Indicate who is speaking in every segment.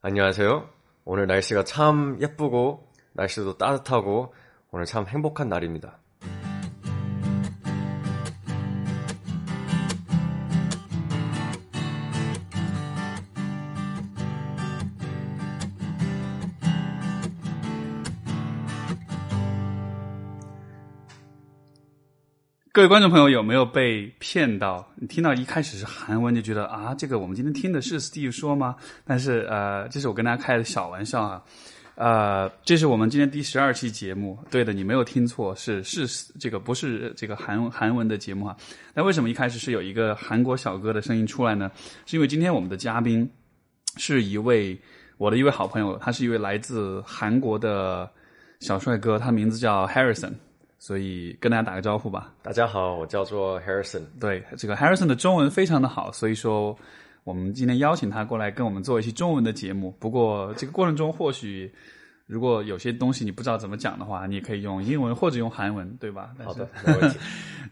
Speaker 1: 안녕하세요. 오늘 날씨가 참 예쁘고 날씨도 따뜻하고 오늘 참 행복한 날입니다.
Speaker 2: 各位观众朋友，有没有被骗到？你听到一开始是韩文，就觉得啊，这个我们今天听的是 Steve 说吗？但是呃，这是我跟大家开的小玩笑啊。呃，这是我们今天第十二期节目，对的，你没有听错，是是这个不是这个韩韩文的节目啊。那为什么一开始是有一个韩国小哥的声音出来呢？是因为今天我们的嘉宾是一位我的一位好朋友，他是一位来自韩国的小帅哥，他名字叫 Harrison。所以跟大家打个招呼吧。
Speaker 1: 大家好，我叫做 Harrison。
Speaker 2: 对，这个 Harrison 的中文非常的好，所以说我们今天邀请他过来跟我们做一期中文的节目。不过这个过程中，或许如果有些东西你不知道怎么讲的话，你也可以用英文或者用韩文，对吧？
Speaker 1: 好的，没问题。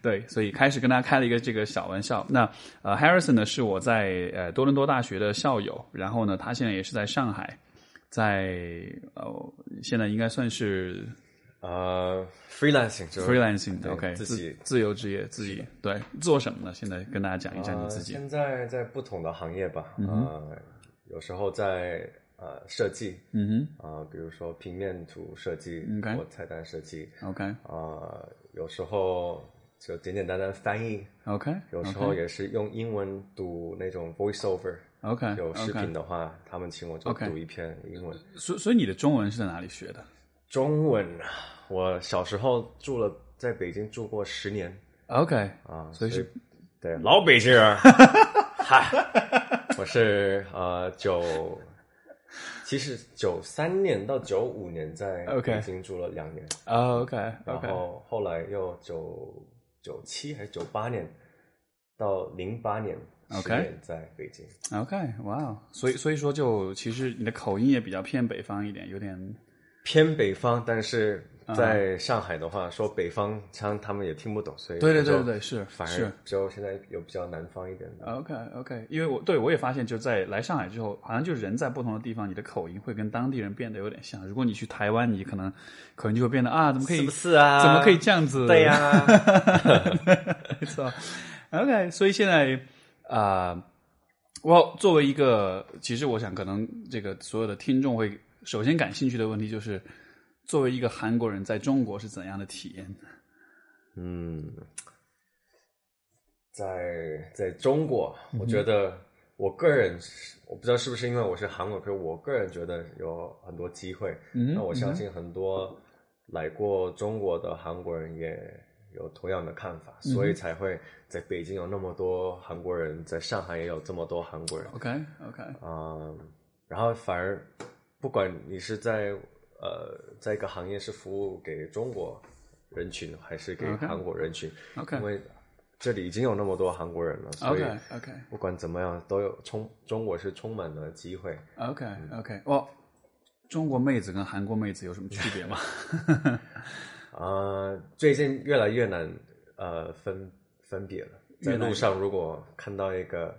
Speaker 2: 对，所以开始跟大家开了一个这个小玩笑。那呃，Harrison 呢是我在呃多伦多大学的校友，然后呢，他现在也是在上海，在呃现在应该算是。
Speaker 1: 呃、uh,，freelancing 就
Speaker 2: freelancing，OK，、okay,
Speaker 1: 自己
Speaker 2: 自由职业，自己对做什么呢？现在跟大家讲一下你自己。
Speaker 1: Uh, 现在在不同的行业吧，嗯、呃，有时候在呃设计，
Speaker 2: 嗯
Speaker 1: 哼，啊、呃，比如说平面图设计
Speaker 2: ，OK，
Speaker 1: 或菜单设计
Speaker 2: ，OK，
Speaker 1: 啊、呃，有时候就简简单单翻译
Speaker 2: ，OK，
Speaker 1: 有时候也是用英文读那种 voiceover。
Speaker 2: OK，
Speaker 1: 有视频的话，他们请我就读一篇英文。
Speaker 2: 所所以你的中文是在哪里学的？
Speaker 1: 中文，啊我小时候住了，在北京住过十年。
Speaker 2: OK，
Speaker 1: 啊，
Speaker 2: 所以是
Speaker 1: 对老北京人。嗨我是呃九，其实九三年到九五年在北京住了两年。
Speaker 2: OK，, okay,
Speaker 1: okay. 然后后来又九九七还是九八年到零八年。
Speaker 2: OK，
Speaker 1: 在北京。
Speaker 2: OK，哇、wow，所以所以说就其实你的口音也比较偏北方一点，有点。
Speaker 1: 偏北方，但是
Speaker 2: 啊
Speaker 1: 在上海的话，嗯、说北方腔他们也听不懂，所以
Speaker 2: 对对对对是，呃
Speaker 1: 反而就现在有比较南方一点的。
Speaker 2: OK OK，因为我对我也发现，就在来上海之后，好像就人在不同的地方，你的口音会跟当地人变得有点像。如果你去台湾，你可能口音就会变得啊，怎么可以
Speaker 1: 不是啊？
Speaker 2: 怎么可以这样子？
Speaker 1: 对呀、
Speaker 2: 啊，没错。OK，所以现在啊、呃，我作为一个，其实我想可能这个所有的听众会。首先感兴趣的问题就是，作为一个韩国人在中国是怎样的体验？
Speaker 1: 嗯，在在中国，我
Speaker 2: 嗯
Speaker 1: 觉得我个人我不知道是不是因为我是韩国，可是我个人觉得有很多机会。
Speaker 2: 嗯、
Speaker 1: 那我相信很多来过中国的韩国人也有同样的看法，
Speaker 2: 嗯、
Speaker 1: 所以才会在北京有那么多韩国人，在上海也有这么多韩国人。
Speaker 2: OK OK，
Speaker 1: 嗯，然后反而。不管你是在呃，在一个行业是服务给中国人群还是给韩国人群
Speaker 2: ，okay. Okay.
Speaker 1: 因为这里已经有那么多韩国人了，所以
Speaker 2: OK，
Speaker 1: 不管怎么样都有充中国是充满了机会。
Speaker 2: OK OK，哦、oh,，中国妹子跟韩国妹子有什么区别吗？
Speaker 1: 啊呃，最近越来越难呃分分别了。在路上如果看到一个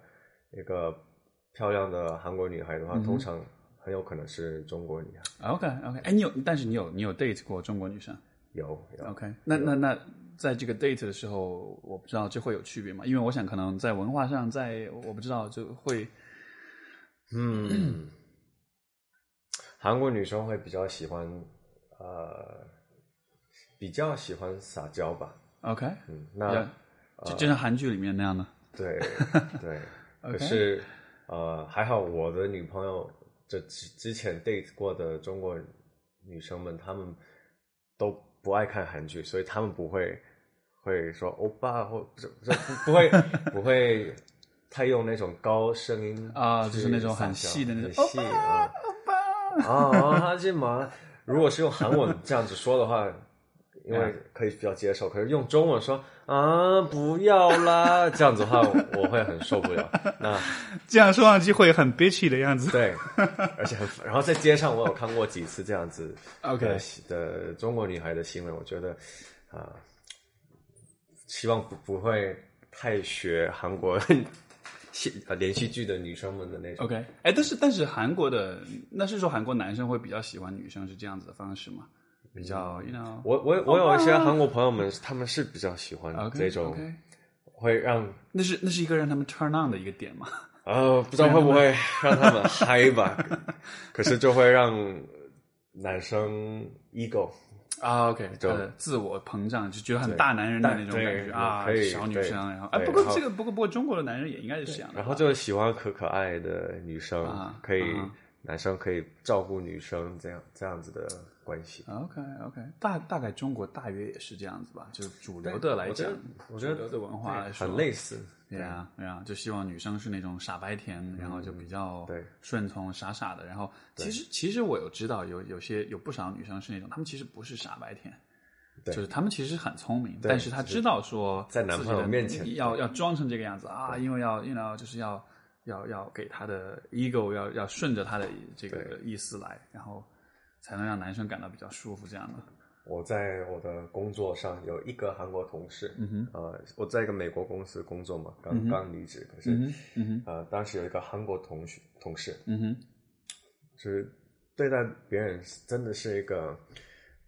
Speaker 1: 一个漂亮的韩国女孩的话，
Speaker 2: 嗯、
Speaker 1: 通常。很有可能是中国女孩。
Speaker 2: OK OK，哎，你有，但是你有你有 date 过中国女生？
Speaker 1: 有。有
Speaker 2: OK，那那那，在这个 date 的时候，我不知道这会有区别吗？因为我想可能在文化上，在我不知道就会，
Speaker 1: 嗯，韩国女生会比较喜欢，呃，比较喜欢撒娇吧。
Speaker 2: OK，
Speaker 1: 嗯，
Speaker 2: 呃
Speaker 1: 那
Speaker 2: 就就像韩剧里面那样的。
Speaker 1: 对对，可是呃，还好我的女朋友。这之之前 date 过的中国女生们，她们都不爱看韩剧，所以她们不会会说欧巴或不不不 会不会太用那种高声音
Speaker 2: 啊，就是那种很细的那
Speaker 1: 种细啊，欧巴 啊，这嘛，如果是用韩文这样子说的话，因
Speaker 2: 哎
Speaker 1: 为可以比较接受，可是用中文说啊不要啦，这样子的话我会很受不 了。那
Speaker 2: 这样说上去会很 bitchy 的样子。
Speaker 1: 对，而且很，然后在街上我有看过几次这样子
Speaker 2: OK
Speaker 1: 的中国女孩的行为，我觉得啊、呃，希望不不会太学韩国 戏呃连续剧的女生们的那种。
Speaker 2: OK，哎，但是但是韩国的那是说韩国男生会比较喜欢女生是这样子的方式吗？比较，you know，
Speaker 1: 我我我有一些韩国朋友们，他们是比较喜欢
Speaker 2: OK，
Speaker 1: 这种
Speaker 2: OK
Speaker 1: 会让
Speaker 2: 那是那是一个让他们 turn on 的一个点嘛？
Speaker 1: 呃，不知道会不会让他们嗨 吧，可是就会让男生 ego
Speaker 2: 啊，OK，
Speaker 1: 就
Speaker 2: 呃，自我膨胀就觉得很大男人的那种
Speaker 1: 对
Speaker 2: 感觉
Speaker 1: 对
Speaker 2: 啊
Speaker 1: 可，以
Speaker 2: 小女
Speaker 1: 对
Speaker 2: 生，然后哎，
Speaker 1: 对
Speaker 2: 不过
Speaker 1: 然后
Speaker 2: 这个不过不过中国的男人也应该是这样的吧，
Speaker 1: 然后就喜欢可可爱的女生，
Speaker 2: 啊
Speaker 1: 可以、
Speaker 2: 啊
Speaker 1: 男生可以照顾女生，这样这样子的关系。
Speaker 2: OK OK，大大概中国大约也是这样子吧，就是主流的来讲，
Speaker 1: 我觉得
Speaker 2: 主流的文化来说
Speaker 1: 很类似，
Speaker 2: 对啊，对啊，就希望女生是那种傻白甜，然后就比
Speaker 1: 嗯
Speaker 2: 较
Speaker 1: 对
Speaker 2: 顺从、傻傻的。然后其实其实我有知道有有些有不少女生是那种，她们其实不是傻白甜，
Speaker 1: 对
Speaker 2: 就是她们其实很聪明，但是她知道说
Speaker 1: 在男朋友
Speaker 2: 自己的
Speaker 1: 面前
Speaker 2: 要要装成这个样子啊，因为要 you know 就是要要要给她的 ego 要要顺着她的这个意思来，然后才能让男生感到比较舒服这样的。
Speaker 1: 我在我的工作上有一个韩国同事，
Speaker 2: 嗯哼，
Speaker 1: 呃，我在一个美国公司工作嘛，刚、
Speaker 2: 嗯哼
Speaker 1: 刚离职，可是、
Speaker 2: 嗯哼，嗯哼，
Speaker 1: 呃，当时有一个韩国同学同事，
Speaker 2: 嗯哼
Speaker 1: 就是对待别人真的是一个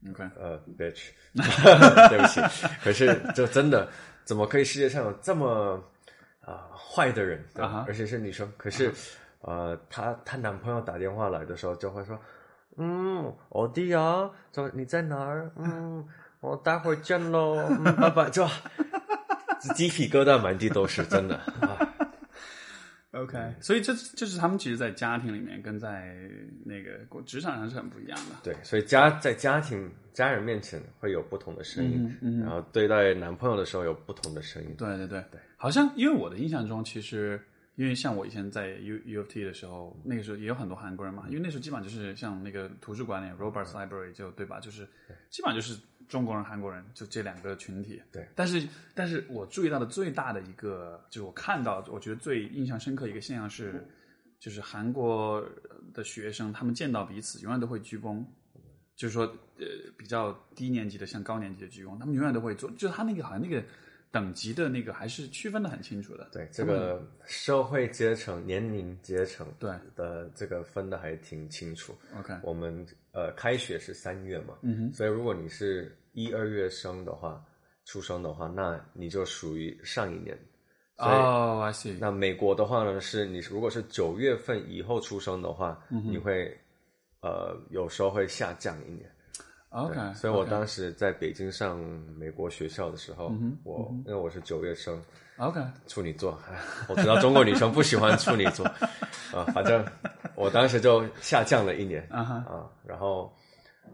Speaker 2: 嗯，OK，
Speaker 1: 呃 bitch，对不起，可是就真的怎么可以世界上有这么啊、坏的人，对吧
Speaker 2: 啊哈啊
Speaker 1: 而且是女生，可是、呃，她她男朋友打电话来的时候就会说，嗯，我弟啊，说你在哪儿？嗯，我待会儿见喽，嗯，拜拜，就鸡皮疙瘩满地都是，真的。啊
Speaker 2: OK，所以这就是他们其实，在家庭里面跟在那个工职场上是很不一样的。
Speaker 1: 对，所以家在家庭家人面前会有不同的声音，
Speaker 2: 嗯
Speaker 1: 然后对待男朋友的时候有不同的声音。
Speaker 2: 对对对对，好像因为我的印象中，其实因为像我以前在 U U of T 的时候，那个时候也有很多韩国人嘛，因为那时候基本上就是像那个图书馆里 Roberts Library 就对吧，就是基本上就是中国人、韩国人就这两个群体。
Speaker 1: 对，
Speaker 2: 但是但是我注意到的最大的一个，就是我看到我觉得最印象深刻一个现象是。
Speaker 1: 嗯
Speaker 2: 就是韩国的学生，他们见到彼此永远都会鞠躬，就是说，呃，比较低年级的向高年级的鞠躬，他们永远都会做，就是他那个好像那个等级的那个还是区分的很清楚的。
Speaker 1: 对这个
Speaker 2: 嗯
Speaker 1: 社会阶层、年龄阶层
Speaker 2: 对
Speaker 1: 的这个分的还挺清楚。
Speaker 2: ，OK，
Speaker 1: 我们呃，开学是三月嘛，
Speaker 2: 嗯哼，
Speaker 1: 所以如果你是一二月生的话，出生的话，那你就属于上一年。所以
Speaker 2: 哦、i see，
Speaker 1: 那美国的话呢，是你如果是九月份以后出生的话，
Speaker 2: 嗯
Speaker 1: 你会呃有时候会下降一年。对
Speaker 2: OK，
Speaker 1: 所以我
Speaker 2: OK，嗯
Speaker 1: 当时在北京上美国学校的时候，我因为我是九月生，
Speaker 2: OK，
Speaker 1: 处女座， 哎我知道中国女生不喜欢处女座， 啊，反正我当时就下降了一年
Speaker 2: 啊哈
Speaker 1: 啊，然后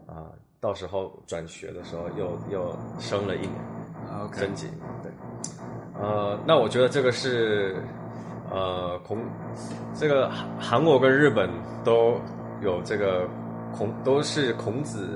Speaker 1: 啊，到时候转学的时候又又升了一年，
Speaker 2: ，OK，
Speaker 1: 增几年，对，呃，那我觉得这个是呃孔，这个韩韩国跟日本都有这个孔，都是孔子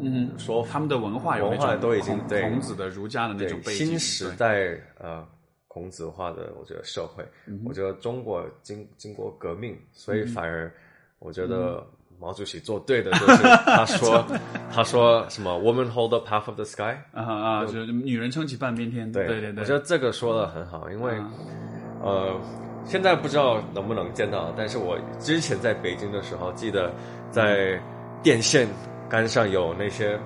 Speaker 2: 嗯哼，
Speaker 1: 说法
Speaker 2: 他们的文化有那
Speaker 1: 文化
Speaker 2: 种
Speaker 1: 都已经
Speaker 2: 孔
Speaker 1: 对
Speaker 2: 孔子的儒家的那
Speaker 1: 对
Speaker 2: 种背景，
Speaker 1: 新时
Speaker 2: 对
Speaker 1: 代呃孔子化的，我觉得社会，
Speaker 2: 嗯
Speaker 1: 我觉得中国经经过革命，所以反而我
Speaker 2: 嗯
Speaker 1: 觉得毛主席做对的 就是他说他说什么 “woman hold the path of the sky”，
Speaker 2: 啊啊，就是女人撑起半边天，对对
Speaker 1: 我觉得这个说的很好，因为
Speaker 2: 啊
Speaker 1: 呃。现在不知道能不能见到，但是我之前在北京的时候，记得在电线杆上有那些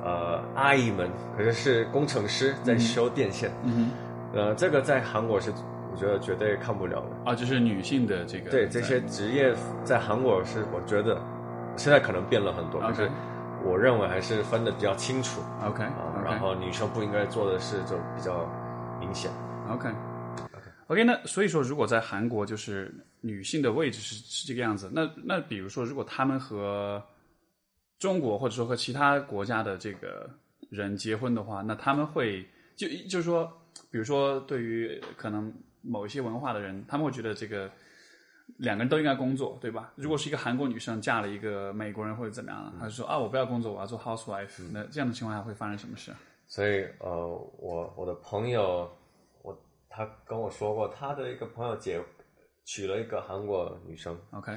Speaker 1: 呃阿姨们，可是是工程师在修电线，
Speaker 2: 嗯
Speaker 1: 呃，这个在韩国是我觉得绝对看不了的。
Speaker 2: 哼，啊，就是女性的这个
Speaker 1: 对这些职业，在韩国是我觉得现在可能变了很多，
Speaker 2: OK
Speaker 1: 可是我认为还是分的比较清楚
Speaker 2: OK，
Speaker 1: 啊。然后女生不应该做的事就比较明显。
Speaker 2: OK。OK，那所以说，如果在韩国，就是女性的位置是是这个样子。那那比如说，如果他们和中国或者说和其他国家的这个人结婚的话，那他们会就就是说，比如说对于可能某一些文化的人，他们会觉得这个两个人都应该工作，对吧？如果是一个韩国女生嫁了一个美国人或者怎么样，她就说啊，我不要工作，我要做 housewife。那这样的情况下会发生什么事？
Speaker 1: 所以呃，我我的朋友，我他跟我说过，他的一个朋友结娶了一个韩国女生，
Speaker 2: OK，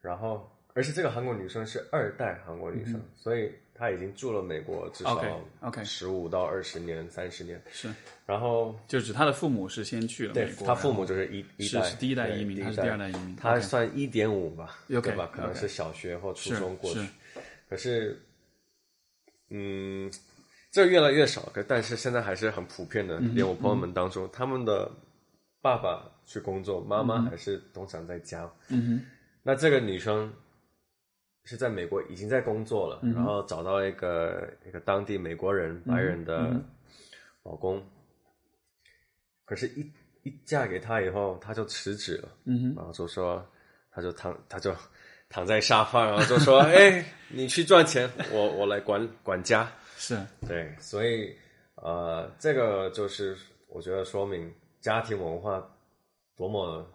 Speaker 1: 然后而且这个韩国女生是二代韩国女生，
Speaker 2: 嗯
Speaker 1: 所以她已经住了美国至少
Speaker 2: OK，OK
Speaker 1: 十五到二十年、三十年。
Speaker 2: 是，
Speaker 1: 然后
Speaker 2: 就指他的父母是先去了
Speaker 1: 对
Speaker 2: 美国，
Speaker 1: 她父母就是一一
Speaker 2: 是
Speaker 1: 代
Speaker 2: 是第一代
Speaker 1: 对
Speaker 2: 移民，
Speaker 1: 第
Speaker 2: 他
Speaker 1: 一
Speaker 2: 是第二代移民，
Speaker 1: 他算一点五吧
Speaker 2: 嗯 OK，
Speaker 1: 对吧？可能
Speaker 2: OK
Speaker 1: 是小学或初
Speaker 2: 是
Speaker 1: 中过去
Speaker 2: 是。
Speaker 1: 可是，嗯，这越来越少。可但是现在还是很普遍的，
Speaker 2: 嗯
Speaker 1: 连我朋友们当中，他们的爸爸去工作，妈妈还是通常在家。
Speaker 2: 嗯
Speaker 1: 那这个女生是在美国已经在工作
Speaker 2: 嗯
Speaker 1: 了，然后找到一个一个当地美国人白人
Speaker 2: 嗯
Speaker 1: 的老公，可是一，一嫁给他以后，他就辞职了。
Speaker 2: 哼，嗯哼，
Speaker 1: 然后就说，他就躺，他就躺在沙发，然后就说：“ 哎，你去赚钱，我我来管管家。
Speaker 2: 是”
Speaker 1: 对，所以呃，这个就是我觉得说明家庭文化多么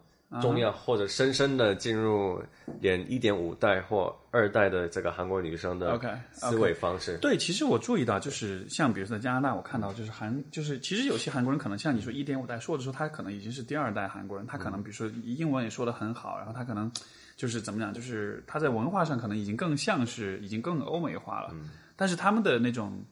Speaker 1: 重要，或者深深的进入连一点五代或二代的这个韩国女生的
Speaker 2: OK，OK
Speaker 1: 思维方式。
Speaker 2: 对，其实我注意到，就是像比如说在加拿大，我看到就是韩，就是其实有些韩国人可能像你说一点五代说的时候，他可能已经是第二代韩国人，他可能比如说英文也说的很好，然后他可能就是怎么讲，就是他在文化上可能已经更像是已经更欧美化了，但是他们的那种。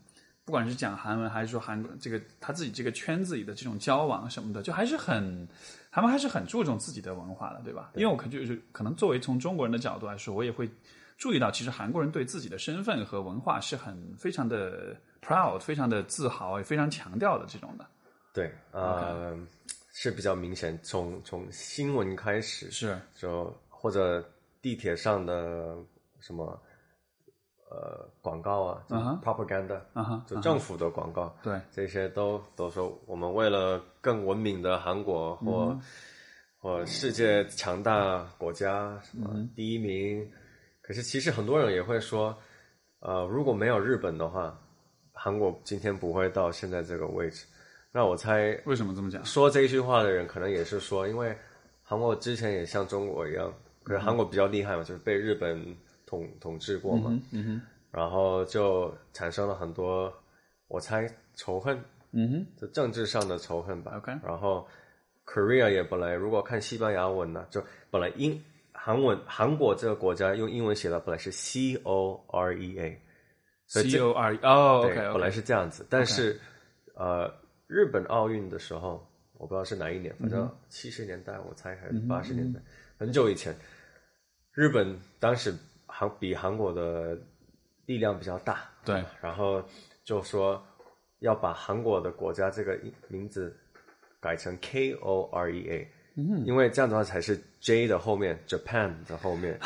Speaker 2: 不管是讲韩文还是说韩国这个他自己这个圈子里的这种交往什么的，就还是很，他们还是很注重自己的文化的，对吧？因为我可就是可能作为从中国人的角度来说，我也会注意到，其实韩国人对自己的身份和文化是很非常的 proud、非常的自豪、也非常强调的这种的。
Speaker 1: 对，呃是比较明显，从从新闻开始
Speaker 2: 是
Speaker 1: 就或者地铁上的什么呃广告啊、就
Speaker 2: 嗯哼
Speaker 1: propaganda，、
Speaker 2: 啊哈，
Speaker 1: 就政府的广告，
Speaker 2: 对，
Speaker 1: 这些都都说我们为了更文明的韩国或、
Speaker 2: 嗯
Speaker 1: 或世界强大国家什
Speaker 2: 嗯
Speaker 1: 么第一名，可是其实很多人也会说，呃，如果没有日本的话，韩国今天不会到现在这个位置。那我猜
Speaker 2: 为什么这么讲？
Speaker 1: 说这一句话的人，可能也是说，因为韩国之前也像中国一样，可是韩国比较厉害嘛，就是被日本统统治过嘛，
Speaker 2: 嗯嗯哼，
Speaker 1: 然后就产生了很多，我猜仇恨，
Speaker 2: 嗯哼，
Speaker 1: 就政治上的仇恨吧。
Speaker 2: OK
Speaker 1: 然后 Korea 也本来如果看西班牙文呢，就本来英韩文韩国这个国家用英文写的本来是 C O R E A，所以这
Speaker 2: C O R 哦
Speaker 1: 对
Speaker 2: ，OK，
Speaker 1: 本来是这样子，但是呃，日本奥运的时候，我不知道是哪一年，反正七十年代我猜还是八十年代，很久以前，日本当时韩比韩国的力量比较大，
Speaker 2: 对，
Speaker 1: 然后就说要把韩国的国家这个名字改成 K O R E A。因为这样的话才是 J 的后面，Japan 的后面，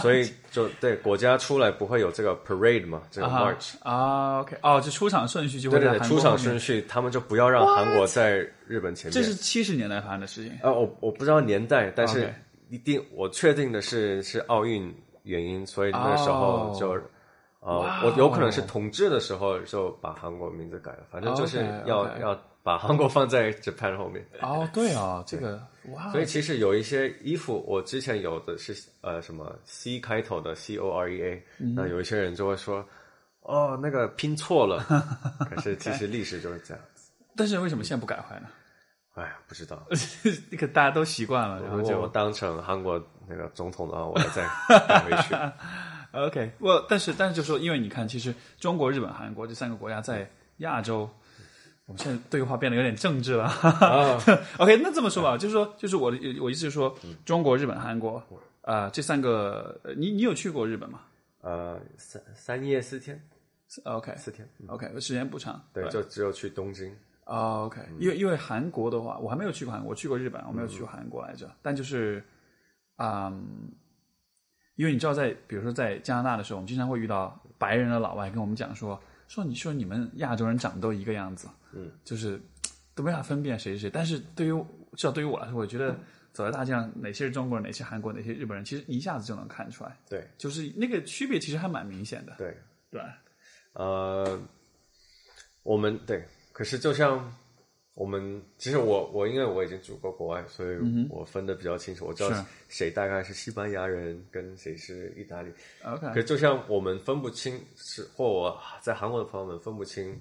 Speaker 1: 所以就对国家出来不会有这个 parade 嘛，这个 march，、
Speaker 2: 啊，OK，哦，这出场顺序就会
Speaker 1: 对
Speaker 2: 在
Speaker 1: 对
Speaker 2: 韩
Speaker 1: 对，
Speaker 2: 国
Speaker 1: 出场
Speaker 2: 后面
Speaker 1: 顺序，他们就不要让韩国在日本前面。
Speaker 2: 这是七十年代发生的事情。
Speaker 1: 啊，我我不知道年代，但是
Speaker 2: OK
Speaker 1: 一定我确定的是是奥运原因，所以那时候就、
Speaker 2: 哦哇
Speaker 1: 呃，
Speaker 2: 哦
Speaker 1: 我有可能是统治的时候就把韩国名字改了，反正就是
Speaker 2: OK，OK
Speaker 1: 要要把韩国放在 Japan 后面。
Speaker 2: 哦，对哦，这个哇，
Speaker 1: 所以其实有一些衣服，我之前有的是呃什么 C 开头的 C O R E A，、那
Speaker 2: 嗯
Speaker 1: 有一些人就会说哦那个拼错 了，可是其实历史就是这样子。
Speaker 2: 但是为什么现在不改坏呢？
Speaker 1: 哎呀，不知道。
Speaker 2: 这个大家都习惯了，然后
Speaker 1: 如果我
Speaker 2: 就
Speaker 1: 当成韩国那个总统的话，我要 再改回去。
Speaker 2: OK。我但是但是就说，因为你看，其实中国、日本、韩国这三个国家在亚洲，我们现在对话变得有点政治了。OK，那这 么说吧，就是说，就是我的我意思是说，中国、日本、韩国，呃，这三个，呃你你有去过日本吗
Speaker 1: 呃，三三夜四天，
Speaker 2: ？OK
Speaker 1: 四天，嗯
Speaker 2: OK，时间不长。
Speaker 1: 对，就只有去东京。
Speaker 2: 哦 OK，因
Speaker 1: 嗯
Speaker 2: 为因为韩国的话，我还没有去过韩国，我去过日本，我没有去过韩国来着。但就是，嗯，因为你知道在，比如说在加拿大的时候，我们经常会遇到白人的老外跟我们讲说，说你说你们亚洲人长得都一个样子，
Speaker 1: 嗯，
Speaker 2: 就是都没法分辨谁是谁。但是对于至少对于我来说，我觉得走在大街上，哪些是中国人，哪些韩国，哪些日本人，其实一下子就能看出来，
Speaker 1: 对
Speaker 2: 就是那个区别其实还蛮明显的，
Speaker 1: 对，
Speaker 2: 对吧，
Speaker 1: 呃，我们对，可是就像我们，其实我我因为我已经住过国外，所以我分的比较清楚，我知
Speaker 2: 嗯是
Speaker 1: 道谁大概是西班牙人跟谁是意大利。可
Speaker 2: OK，
Speaker 1: 就像我们分不清是，或我在韩国的朋友们分不清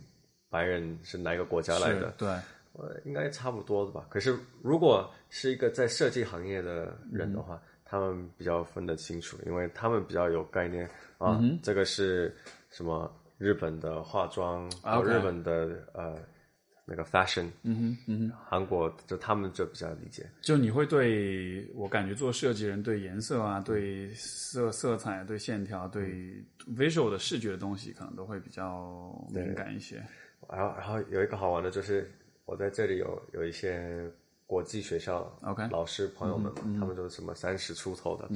Speaker 1: 白人是哪一个国家来的
Speaker 2: 是，对，嗯
Speaker 1: 呃，应该差不多的吧。可是如果是一个在设计行业的人的话，他们比较分得清楚，因为他们比较有概念啊，
Speaker 2: 嗯哼
Speaker 1: 这个是什么日本的化妆，
Speaker 2: 啊
Speaker 1: 呃
Speaker 2: OK
Speaker 1: 日本的呃那个 fashion，
Speaker 2: 嗯哼，嗯哼，
Speaker 1: 韩国就他们就比较理解。
Speaker 2: 就你会对我感觉做设计人对颜色啊、对色色彩、啊对线条、对 visual 的视觉的东西，可能都会比较敏感一些。
Speaker 1: 然后然后有一个好玩的就是，我在这里有有一些国际学校
Speaker 2: OK
Speaker 1: 老师朋友们，他们就是什么三十出头的，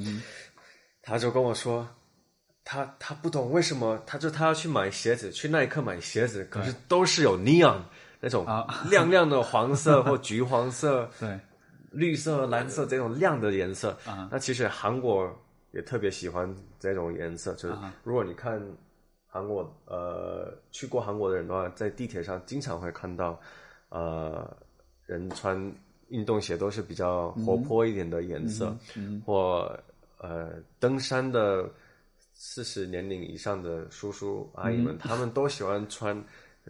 Speaker 1: 他就跟我说。他他不懂为什么，他就他要去买鞋子，去耐克买鞋子，可是都是有 neon 那种亮亮的黄色或橘黄色、
Speaker 2: 对，
Speaker 1: 绿色、蓝色这种亮的颜色。
Speaker 2: 啊
Speaker 1: 那其实韩国也特别喜欢这种颜色，
Speaker 2: 啊
Speaker 1: 就是如果你看韩国呃去过韩国的人的话，在地铁上经常会看到呃人穿运动鞋都是比较
Speaker 2: 嗯
Speaker 1: 活泼一点的颜色，或呃登山的。四十年龄以上的叔叔阿姨们，
Speaker 2: 嗯
Speaker 1: 他们都喜欢穿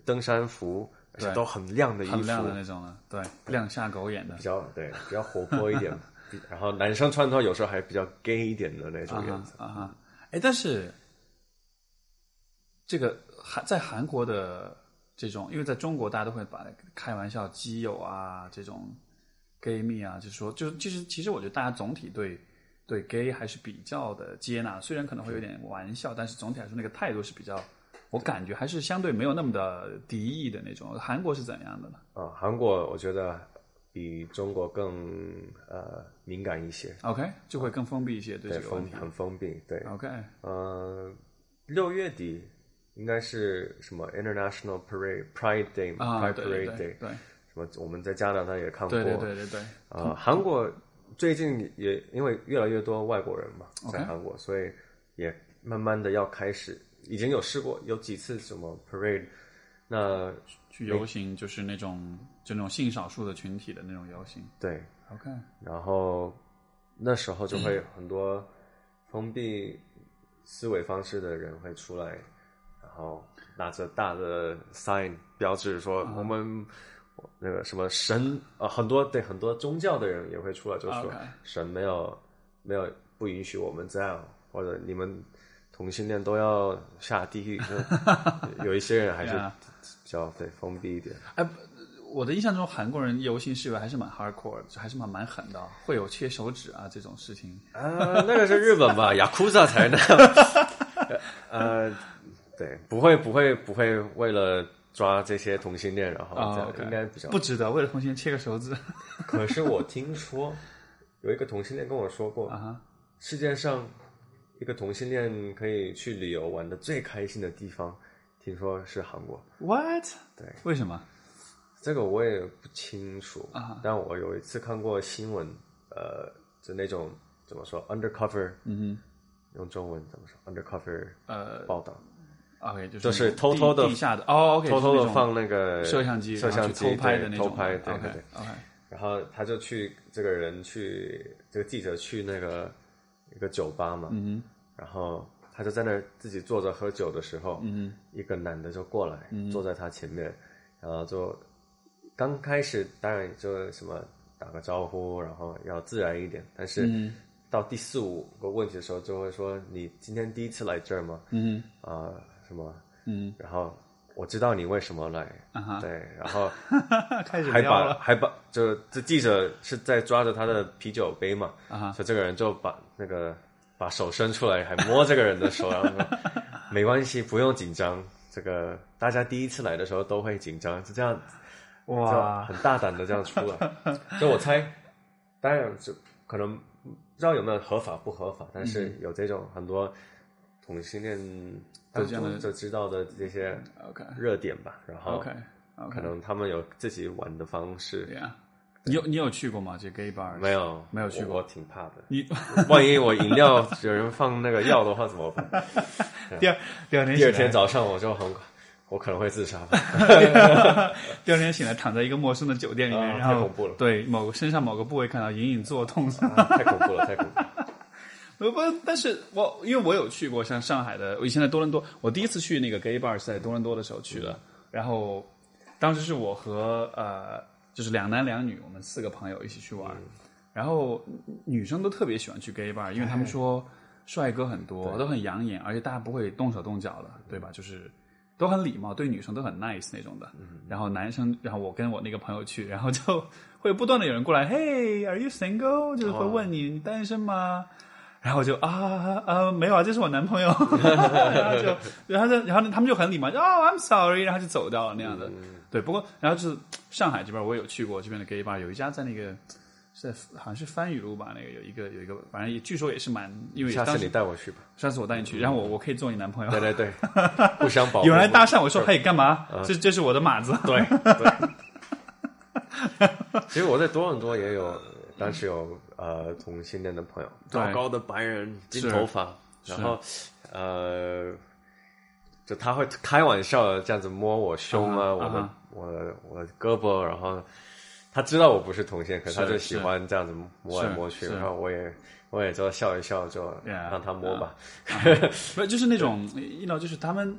Speaker 1: 登山服，而且
Speaker 2: 对
Speaker 1: 都很亮的衣服，
Speaker 2: 很亮的那种了，对，亮瞎狗眼的
Speaker 1: 比。较对，比较活泼 一点。比然后男生穿的话，有时候还比较 gay 一点的那种
Speaker 2: 啊
Speaker 1: 样
Speaker 2: 哈
Speaker 1: 子。
Speaker 2: 啊哈，哎，但是这个韩在韩国的这种，因为在中国大家都会把开玩笑基友啊这种 gay 蜜啊，就说就其实其实我觉得大家总体对对 gay 还是比较的接纳，虽然可能会有点玩笑，但是总体来说那个态度是比较。我感觉还是相对没有那么的敌意的那种。韩国是怎样的呢？
Speaker 1: 啊，韩国我觉得比中国更呃敏感一些，
Speaker 2: OK，就会更封闭一些对
Speaker 1: 对
Speaker 2: 这个问
Speaker 1: 封
Speaker 2: 题。啊
Speaker 1: 很封闭。对，
Speaker 2: OK，
Speaker 1: 呃，六月底应该是什么 International Parade Pride Day 嘛、
Speaker 2: 啊，
Speaker 1: Pride
Speaker 2: 对对
Speaker 1: Parade
Speaker 2: 对
Speaker 1: Day，
Speaker 2: 对
Speaker 1: 什么我们在加拿大也看过。
Speaker 2: 对对对对对，
Speaker 1: 呃，韩国最近也因为越来越多外国人嘛，
Speaker 2: OK
Speaker 1: 在韩国所以也慢慢的要开始，已经有试过有几次什么 parade，那
Speaker 2: 去游行，就是那种就那种性少数的群体的那种游行。
Speaker 1: 对，
Speaker 2: OK，
Speaker 1: 然后那时候就会有很多封闭思维方式的人会出来，然后拿着大的 sign 标志说我们。那个什么神啊，很多对很多宗教的人也会出来，就说
Speaker 2: OK
Speaker 1: 神没有没有不允许我们这样，或者你们同性恋都要下地狱。就有一些人还是
Speaker 2: Yeah
Speaker 1: 比较对封闭一点，
Speaker 2: 我的印象中韩国人游行示威还是蛮 hardcore，的，就还是蛮蛮狠的哦，会有切手指啊这种事情。
Speaker 1: 啊，那个是日本吧，雅库萨才那样。呃，对，不会不会不会为了抓这些同性恋，然后这样、
Speaker 2: 啊 OK
Speaker 1: 应该比较
Speaker 2: 不。值得，为了同性恋切个手指
Speaker 1: 可是我听说有一个同性恋跟我说过，
Speaker 2: 啊哈
Speaker 1: 世界上一个同性恋可以去旅游玩的最开心的地方，听说是韩国。
Speaker 2: ？What？
Speaker 1: 对，
Speaker 2: 为什么？
Speaker 1: 这个我也不清楚
Speaker 2: 啊
Speaker 1: 但我有一次看过新闻，呃，就那种怎么说 undercover，
Speaker 2: 嗯
Speaker 1: 用中文怎么说 undercover
Speaker 2: 哼，呃
Speaker 1: 报道。
Speaker 2: ，OK，就是
Speaker 1: 就是
Speaker 2: 地
Speaker 1: 偷偷地
Speaker 2: 嗯地下的哦，OK，
Speaker 1: 偷偷
Speaker 2: 就是
Speaker 1: 的
Speaker 2: 那种
Speaker 1: 放那个
Speaker 2: 摄像机，
Speaker 1: 摄像机
Speaker 2: 然后去偷拍
Speaker 1: 对
Speaker 2: 的那种
Speaker 1: 偷拍，对对
Speaker 2: OK
Speaker 1: 对。
Speaker 2: OK，
Speaker 1: 然后他就去这个人去这个记者去那个一个酒吧嘛，
Speaker 2: 嗯
Speaker 1: 然后他就在那儿自己坐着喝酒的时候，
Speaker 2: 哼，嗯
Speaker 1: 一个男的就过来、坐在他前面，然后就刚开始当然就什么打个招呼，然后要自然一点，但
Speaker 2: 嗯
Speaker 1: 是到第四五个问题的时候就会说你今天第一次来这儿吗？
Speaker 2: 嗯
Speaker 1: 啊、什么？
Speaker 2: 哼嗯
Speaker 1: 然后我知道你为什么来，
Speaker 2: 啊哈
Speaker 1: 对，然后
Speaker 2: 哼，开始
Speaker 1: 还
Speaker 2: 撩
Speaker 1: 把
Speaker 2: 了
Speaker 1: 还把就这记者是在抓着他的啤酒杯嘛，
Speaker 2: 啊哈
Speaker 1: 所以这个人就把那个把手伸出来，还摸这个人的手，然后 说没关系，不用紧张，这个大家第一次来的时候都会紧张，就这样
Speaker 2: 哇
Speaker 1: 就很大胆的这样出 来，所以我猜，当然就可能不知道有没有合法不合法，但
Speaker 2: 嗯
Speaker 1: 是有这种很多同性恋当
Speaker 2: 这样的
Speaker 1: 中就知道的这些
Speaker 2: ，OK
Speaker 1: 热点吧，然后
Speaker 2: OK
Speaker 1: 可
Speaker 2: OK，
Speaker 1: 能他们有自己玩的方式。
Speaker 2: 对呀，你有你有去过吗？这 gay bar
Speaker 1: 没有，
Speaker 2: 没有去过
Speaker 1: 我，我挺怕的。
Speaker 2: 你
Speaker 1: 万一我饮料有人放那个药的话怎么 办？
Speaker 2: 第二第二天
Speaker 1: 第二
Speaker 2: 醒来
Speaker 1: 天早上我就很，我可能会自杀吧。
Speaker 2: 第二天醒来躺在一个陌生的酒店里面，
Speaker 1: 啊
Speaker 2: 然后
Speaker 1: 太恐怖了
Speaker 2: 对某个身上某个部位看到隐隐作痛。
Speaker 1: 啊太恐怖了，太恐怖了。
Speaker 2: 不不，但是我因为我有去过像上海的，我以前在多伦多，我第一次去那个 gay bar 是在多伦多的时候去的，然后
Speaker 1: 嗯
Speaker 2: 当时是我和呃就是两男两女，我们四个朋友一起去玩，然后女生都特别喜欢去 gay bar，因为他
Speaker 1: 哎
Speaker 2: 们说帅哥很多，都很养眼，而且大家不会动手动脚的，对吧？就是都很礼貌，对女生都很 nice 那种的。
Speaker 1: 嗯
Speaker 2: 然后男生，然后我跟我那个朋友去，然后就 会不断的有人过来，Hey，are you single？就是会问
Speaker 1: 哦
Speaker 2: 你、你单身吗？然后我就啊啊没有啊，这是我 男朋友，然后就然后就然后呢他们就很礼貌，就哦 I'm sorry，然后就走掉了那样的。
Speaker 1: 嗯
Speaker 2: 对，不过然后就是上海这边我也有去过这边的 gay bar，有一家在那个是在好像是番禺路吧，那个有一个有一个，反正也据说也是蛮因为
Speaker 1: 下
Speaker 2: 当
Speaker 1: 次
Speaker 2: 时
Speaker 1: 你嗯带我去 吧。
Speaker 2: 上次我带你去，然后我我可以做你男朋友。
Speaker 1: 对对 对，互相保护。
Speaker 2: 有人来搭讪我说：“嘿，干嘛？这这是我的码子。”
Speaker 1: 对对。其实我在多伦多也有，当时有呃同性恋的朋友，
Speaker 2: 对
Speaker 1: 高高的白人，金
Speaker 2: 是
Speaker 1: 头发，然后呃，就他会开玩笑的这样子摸我胸啊，
Speaker 2: 啊哈
Speaker 1: 我的、我
Speaker 2: 啊哈
Speaker 1: 的我的胳膊，然后他知道我不是同性，可他就喜欢这样子摸来
Speaker 2: 是
Speaker 1: 摸去，
Speaker 2: 是
Speaker 1: 然后我也我也就笑一笑，就
Speaker 2: Yeah，啊
Speaker 1: 让他摸吧。
Speaker 2: 不是，就是那种，you know，就是他们，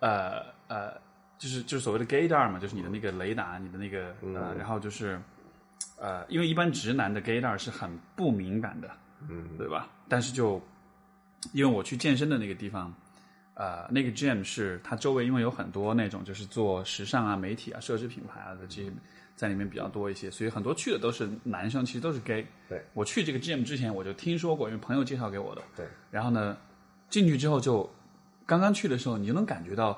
Speaker 2: 呃呃，就是就是所谓的 gaydar 嘛，就是你的那个雷达，你的那个，呃，
Speaker 1: 嗯
Speaker 2: 然后就是，呃，因为一般直男的 gaydar 是很不敏感的，嗯，对吧？但是就因为我去健身的那个地方，呃，那个 gym 是它周围因为有很多那种就是做时尚啊、媒体啊、奢侈品牌啊的这些在里面比较多一些，所以很多去的都是男生，其实都是 gay。
Speaker 1: 对，
Speaker 2: 我去这个 gym 之前我就听说过，因为朋友介绍给我的。
Speaker 1: 对，
Speaker 2: 然后呢，进去之后就刚刚去的时候，你就能感觉到，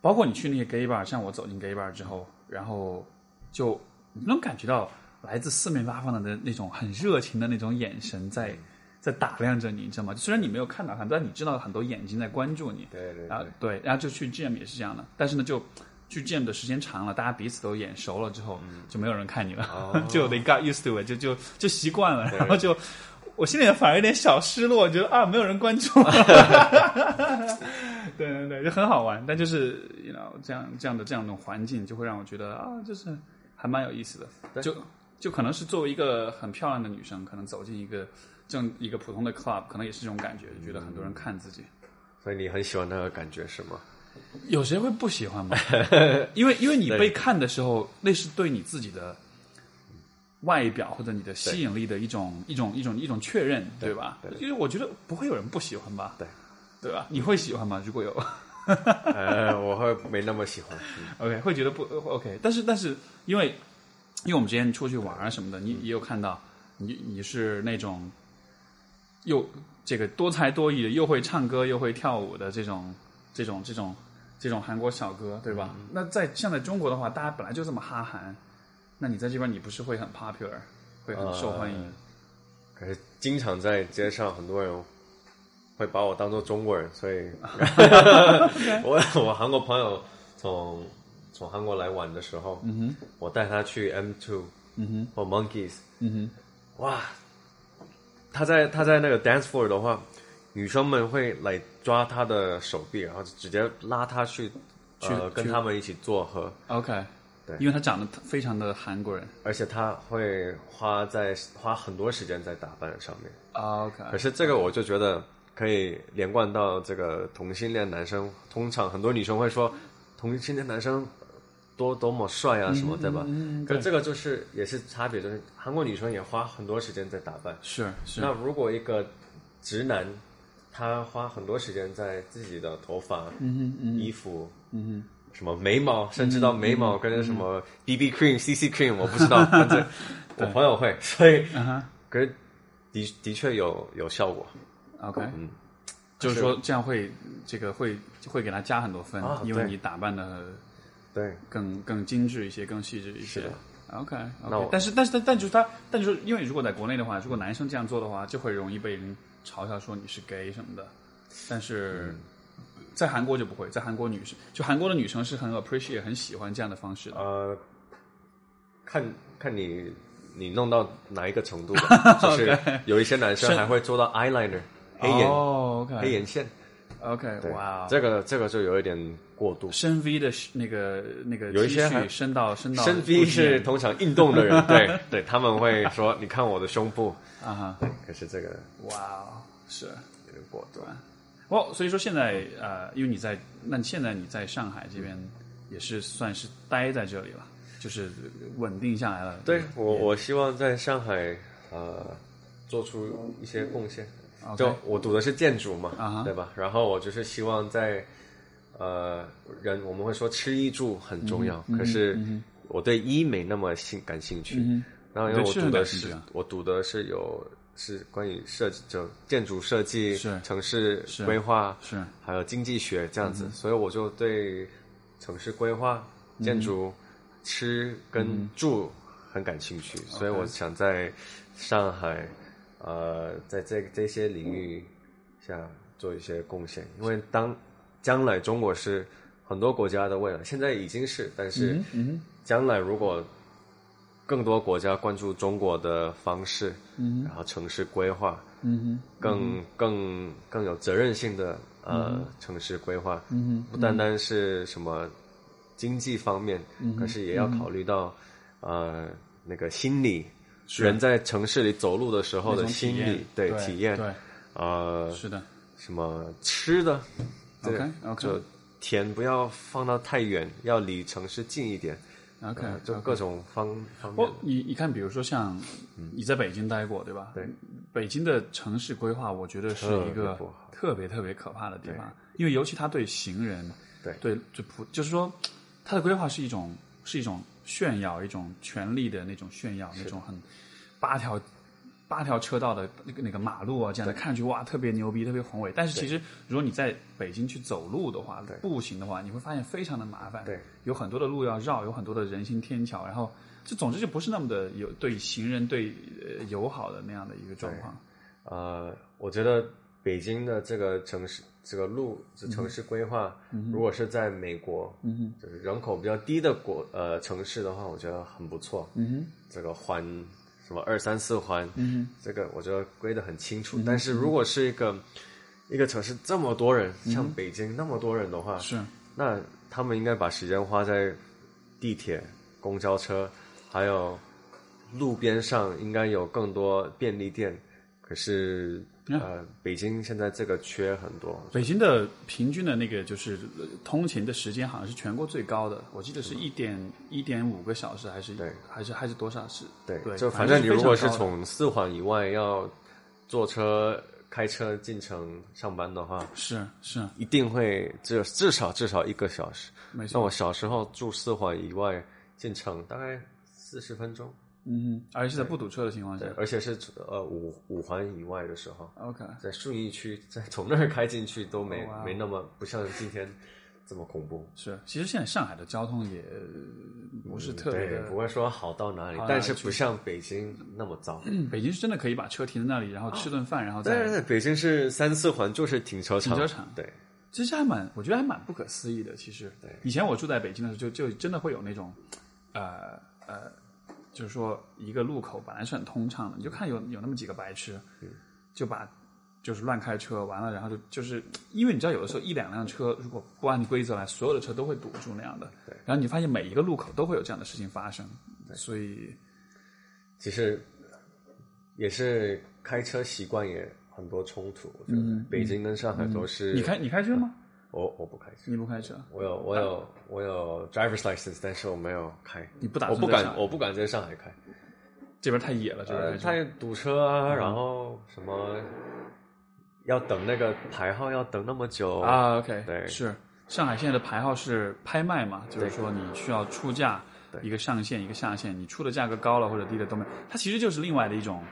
Speaker 2: 包括你去那些 gay bar，像我走进 gay bar 之后，然后就你能感觉到来自四面八方的那那种很热情的那种眼神在在打量着你，你知道吗？虽然你没有看到他，但你知道很多眼睛在关注你。
Speaker 1: 对对
Speaker 2: 啊
Speaker 1: 对，，
Speaker 2: 对，然后就去 gym 也是这样的，但是呢，就去 gym 的时间长了，大家彼此都眼熟了之后，就没有人看你了， 就 they got used to it，就就就习惯了， 然后就我心里反而有点小失落，觉得啊，没有人关注，对对对，就很好玩，但就是你知道这样这样的这样一种环境，就会让我觉得啊，就是还蛮有意思的，就就可能是作为一个很漂亮的女生，可能走进一个。正一个普通的 club，可能也是这种感觉，就觉得很多人看自己。
Speaker 1: 所以你很喜欢那个感觉是 吗？
Speaker 2: 有谁会不喜欢吗？ 因为因为你被看的时候，那是对你自己的外表或者你的吸引力的一种一种一种一种确认，对吧？因为我觉得不会有人不喜欢吧？
Speaker 1: 对，
Speaker 2: 对吧？你会喜欢吗？如果有
Speaker 1: 呃，我会没那么喜欢。
Speaker 2: OK，会觉得不呃 OK，但是但是因为因为我们之前出去玩啊什么的，你也有看到，你你是那种又这个多才多艺的，又会唱歌又会跳舞的这种这种这种这种韩国小哥，对吧？那在像在中国的话，大家本来就这么哈韩，那你在这边你不是会很 popular，会很受欢迎？
Speaker 1: 可是经常在街上，很多人会把我当做中国人，所 以我 我韩国朋友从从韩国来玩的时候，嗯、我带他去 M Two，嗯哼，或 Monkeys，
Speaker 2: 嗯
Speaker 1: 哇，他在他在那个 dance floor 的话，女生们会来抓他的手臂，然后直接拉他去呃
Speaker 2: 去
Speaker 1: 跟他们一起做和，
Speaker 2: 哼，OK，
Speaker 1: 对
Speaker 2: 因为他长得非常的韩国人
Speaker 1: 而且他会花在花很多时间在打扮上面。
Speaker 2: ，OK，
Speaker 1: 可是这个我就觉得可以连贯到这个同性恋男生，通常很多女生会说同性恋男生多多么帅啊什么，对吧？
Speaker 2: 嗯
Speaker 1: 可这个就是也是差别，就是韩国女生也花很多时间在打扮。
Speaker 2: 是是
Speaker 1: 那如果一个直男，他花很多时间在自己的头发、
Speaker 2: 嗯嗯
Speaker 1: 衣服、
Speaker 2: 嗯
Speaker 1: 什么眉毛，甚至到眉毛跟什么 BB cream、CC cream，我不知道，反 正我朋友会，所以
Speaker 2: 哼，嗯哼。
Speaker 1: 可是的的确有有效果。
Speaker 2: OK，就
Speaker 1: 嗯
Speaker 2: 是说这样会这个会会给他加很多分，
Speaker 1: 啊
Speaker 2: 因为
Speaker 1: 对
Speaker 2: 你打扮的
Speaker 1: 对，
Speaker 2: 更更精致一些，更细致一
Speaker 1: 是
Speaker 2: 些
Speaker 1: 的。
Speaker 2: OK，, o
Speaker 1: 那
Speaker 2: k
Speaker 1: 我
Speaker 2: 但是但是但但就是他，但就是因为如果在国内的话，如果男生这样做的话，就会容易被人嘲笑说你是 gay 什么的。但
Speaker 1: 嗯
Speaker 2: 是在韩国就不会，在韩国女生就韩国的女生是很 appreciate 很喜欢这样的方式的。
Speaker 1: 呃，看看你你弄到哪一个程度 吧， 就是有一些男生还会做到 eyeliner 黑眼、
Speaker 2: 哦，OK，
Speaker 1: 黑眼线，
Speaker 2: ，OK，
Speaker 1: 对
Speaker 2: 哇、哦
Speaker 1: 这个这个就有一点过度。
Speaker 2: 深 V 的是那个那个 T
Speaker 1: 有一些
Speaker 2: 恤
Speaker 1: 还
Speaker 2: 伸到伸到
Speaker 1: 深
Speaker 2: 肚脐
Speaker 1: V
Speaker 2: 眼
Speaker 1: 是通常运动的人， 对对，他们会说你看我的胸部，
Speaker 2: 啊哈，
Speaker 1: 对，可是这个
Speaker 2: 哇哦，是。
Speaker 1: 有点过度。
Speaker 2: 哦，所以说现在呃，因为你在那现在你在上海这边也是算是待在这里了，就是稳定下来了。
Speaker 1: 对我我希望在上海呃做出一些贡献。
Speaker 2: OK
Speaker 1: 就我读的是建筑嘛
Speaker 2: 啊哈
Speaker 1: 对吧？然后我就是希望在呃人我们会说吃衣住很重要，
Speaker 2: 嗯
Speaker 1: 可是我对医没那么兴感兴趣。然后因为
Speaker 2: 嗯对
Speaker 1: 我
Speaker 2: 是
Speaker 1: 读
Speaker 2: 很
Speaker 1: 的
Speaker 2: 感兴
Speaker 1: 是、
Speaker 2: 趣啊
Speaker 1: 我读的是有是关于设计就建筑设计、
Speaker 2: 是
Speaker 1: 城市
Speaker 2: 是
Speaker 1: 规划
Speaker 2: 是
Speaker 1: 还有经济学这样子，所以我就对城市规划、建筑、吃跟住很感兴趣，所以我想在上海，呃，在这这些领域下做一些贡献，因为当将来中国是很多国家的未来，现在已经是，但
Speaker 2: 嗯
Speaker 1: 是将来如果更多国家关注中国的方式，嗯、然后城市规划，
Speaker 2: 嗯
Speaker 1: 更更更有责任性的呃、城市规划，
Speaker 2: 嗯嗯
Speaker 1: 不单单是什么经济方面，可是也要考虑到、呃那个心理，人在城市里走路的时候
Speaker 2: 那
Speaker 1: 的
Speaker 2: 种
Speaker 1: 心
Speaker 2: 体验
Speaker 1: 理，
Speaker 2: 对
Speaker 1: 体验，
Speaker 2: 对，
Speaker 1: 呃
Speaker 2: 是的
Speaker 1: 什么吃的，对
Speaker 2: ，OK OK
Speaker 1: 就田不要放到太远，要离城市近一点，
Speaker 2: OK，
Speaker 1: 呃就各种方方面嗯
Speaker 2: 我，你你看，比如说像你在北京待过，对吧？
Speaker 1: 对，
Speaker 2: 北京的城市规划，我觉得是一
Speaker 1: 特别
Speaker 2: 个
Speaker 1: 不好
Speaker 2: 特别特别可怕的地方，因为尤其它对行人，
Speaker 1: 对
Speaker 2: 对，就普就是说，它的规划是一种是一种炫耀，一种权力的那种炫耀，那种很八条八条车道的那个那个马路啊，这样的看上去哇，特别牛逼，特别宏伟。但是其实如果你在北京去走路的话，步行的话，你会发现非常的麻烦，
Speaker 1: 对，
Speaker 2: 有很多的路要绕，有很多的人行天桥，然后就总之就不是那么的有对行人对呃友好的那样的一个状况。
Speaker 1: 呃，我觉得北京的这个城市，这个路，这城市规划，如果是在美国，
Speaker 2: 嗯哼，
Speaker 1: 就是人口比较低的国呃城市的话，我觉得很不错。
Speaker 2: 嗯哼，
Speaker 1: 这个环什么二三四环，
Speaker 2: 嗯
Speaker 1: 这个我觉得归得很清楚。但是如果是一个一个城市这么多人，
Speaker 2: 嗯
Speaker 1: 像北京那么多人的话，
Speaker 2: 啊是
Speaker 1: 那他们应该把时间花在地铁、公交车，还有路边上，应该有更多便利店。可是，呃，北京现在这个缺很多，
Speaker 2: 北京的平均的那个就是呃通勤的时间好像是全国最高的，我记得是一点一点五个小时还是
Speaker 1: 对
Speaker 2: 还是还是多少时？
Speaker 1: 对，
Speaker 2: 对，
Speaker 1: 就
Speaker 2: 反
Speaker 1: 正你如果
Speaker 2: 是
Speaker 1: 是
Speaker 2: 非常高的
Speaker 1: 从四环以外要坐车、开车进城上班的话，
Speaker 2: 是是
Speaker 1: 一定会至至少至少一个小时。
Speaker 2: 没错，
Speaker 1: 那我小时候住四环以外进城，大概四十分钟，
Speaker 2: 嗯哼，而且是在不堵车的情况下
Speaker 1: 对，而且是呃五五环以外的时候，
Speaker 2: ，OK，
Speaker 1: 在顺义区， 在从那儿开进去都没、
Speaker 2: 哦哇哦
Speaker 1: 没那么不像今天这么恐怖。
Speaker 2: 是，其实现在上海的交通也呃不是特别
Speaker 1: 嗯对
Speaker 2: 的，，
Speaker 1: 不会说好到哪里
Speaker 2: 好，到
Speaker 1: 但
Speaker 2: 哪里嗯
Speaker 1: 是不像北京那么糟。
Speaker 2: 北京是真的可以把车停在那里，然后吃顿饭，然后
Speaker 1: 对对
Speaker 2: 再
Speaker 1: 对，北京是三四环就是停车场，
Speaker 2: 停车场
Speaker 1: 对，
Speaker 2: 其实还蛮，我觉得还蛮不可思议的。其实，
Speaker 1: 对
Speaker 2: 以前我住在北京的时候，就就真的会有那种，呃呃，就是说一个路口本来是很通畅的，你就看有有那么几个白痴，
Speaker 1: 嗯
Speaker 2: 就把就是乱开车，完了然后就就是因为你知道有的时候一两辆车如果不按规则来，所有的车都会堵住那样的，然后你发现每一个路口都会有这样的事情发生，所以
Speaker 1: 其实也是开车习惯也很多冲突。我觉得北京跟上海都是
Speaker 2: 嗯
Speaker 1: 呃
Speaker 2: 你开你开车吗？
Speaker 1: 我我不开车，
Speaker 2: 你不开车？
Speaker 1: 我有我有我有 driver's license，但是我没有开。
Speaker 2: 你不打
Speaker 1: 我
Speaker 2: 算
Speaker 1: 不
Speaker 2: 在上
Speaker 1: 敢
Speaker 2: 海
Speaker 1: 我不敢在上海开，
Speaker 2: 啊这边太野了，这边
Speaker 1: 呃，
Speaker 2: 开车
Speaker 1: 太堵车
Speaker 2: 嗯
Speaker 1: 啊，然后什么要等那个牌号要等那么久，
Speaker 2: 啊，OK，
Speaker 1: 对
Speaker 2: 是上海现在的牌号是拍卖嘛，就是说你需要出价
Speaker 1: 对
Speaker 2: 一个上限一个下限，你出的价格高了或者低了都没有，它其实就是另外的一种，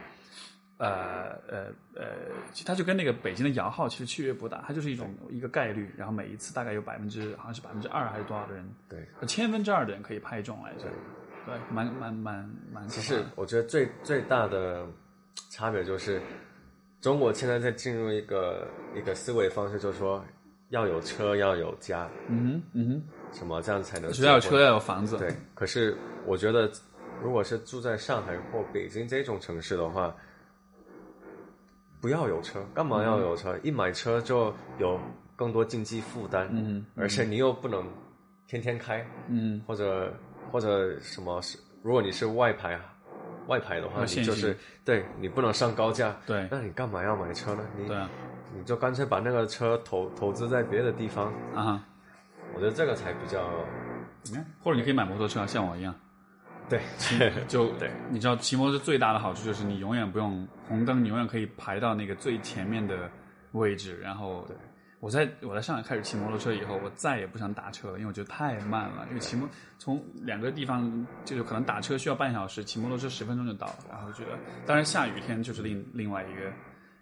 Speaker 2: 呃呃呃，其实它就跟那个北京的摇号其实区别不大，它就是一种一个概率，然后每一次大概有百分之好像是百分之二还是多少的人，
Speaker 1: 对。
Speaker 2: 呃千分之二的人可以拍中来着，对，蛮蛮蛮蛮可
Speaker 1: 其
Speaker 2: 怕
Speaker 1: 实
Speaker 2: 的，
Speaker 1: 我觉得最最大的差别就是，中国现在在进入一个一个思维方式，就是说要有车，要有家，
Speaker 2: 嗯哼嗯
Speaker 1: 什么这样才能
Speaker 2: 哼，只要有
Speaker 1: 结
Speaker 2: 车
Speaker 1: 婚
Speaker 2: 要有房子，
Speaker 1: 呃对，可是我觉得，如果是住在上海或北京这种城市的话，不要有车，干嘛
Speaker 2: 嗯
Speaker 1: 要有车？一买车就有更多经济负担，
Speaker 2: 嗯，
Speaker 1: 而且你又不能天天开，
Speaker 2: 嗯。
Speaker 1: 或者或者什么是，如果你是外牌外牌的话，
Speaker 2: 要
Speaker 1: 你
Speaker 2: 限
Speaker 1: 就是
Speaker 2: 行
Speaker 1: 对你不能上高价，
Speaker 2: 对
Speaker 1: 那你干嘛要买车呢？你
Speaker 2: 对啊，
Speaker 1: 你就干脆把那个车投投资在别的地方，
Speaker 2: 啊哈，
Speaker 1: 我觉得这个才比较
Speaker 2: 你看，或者你可以买摩托车，像我一样。
Speaker 1: 对，
Speaker 2: 就
Speaker 1: 对，
Speaker 2: 你知道骑摩托最大的好处就是你永远不用红灯，你永远可以排到那个最前面的位置。然后，我在我在上海开始骑摩托车以后，我再也不想打车了，因为我觉得太慢了。因为骑摩从两个地方就是可能打车需要半小时，骑摩托车十分钟就到了。然后觉得，当然下雨天就是另另外一个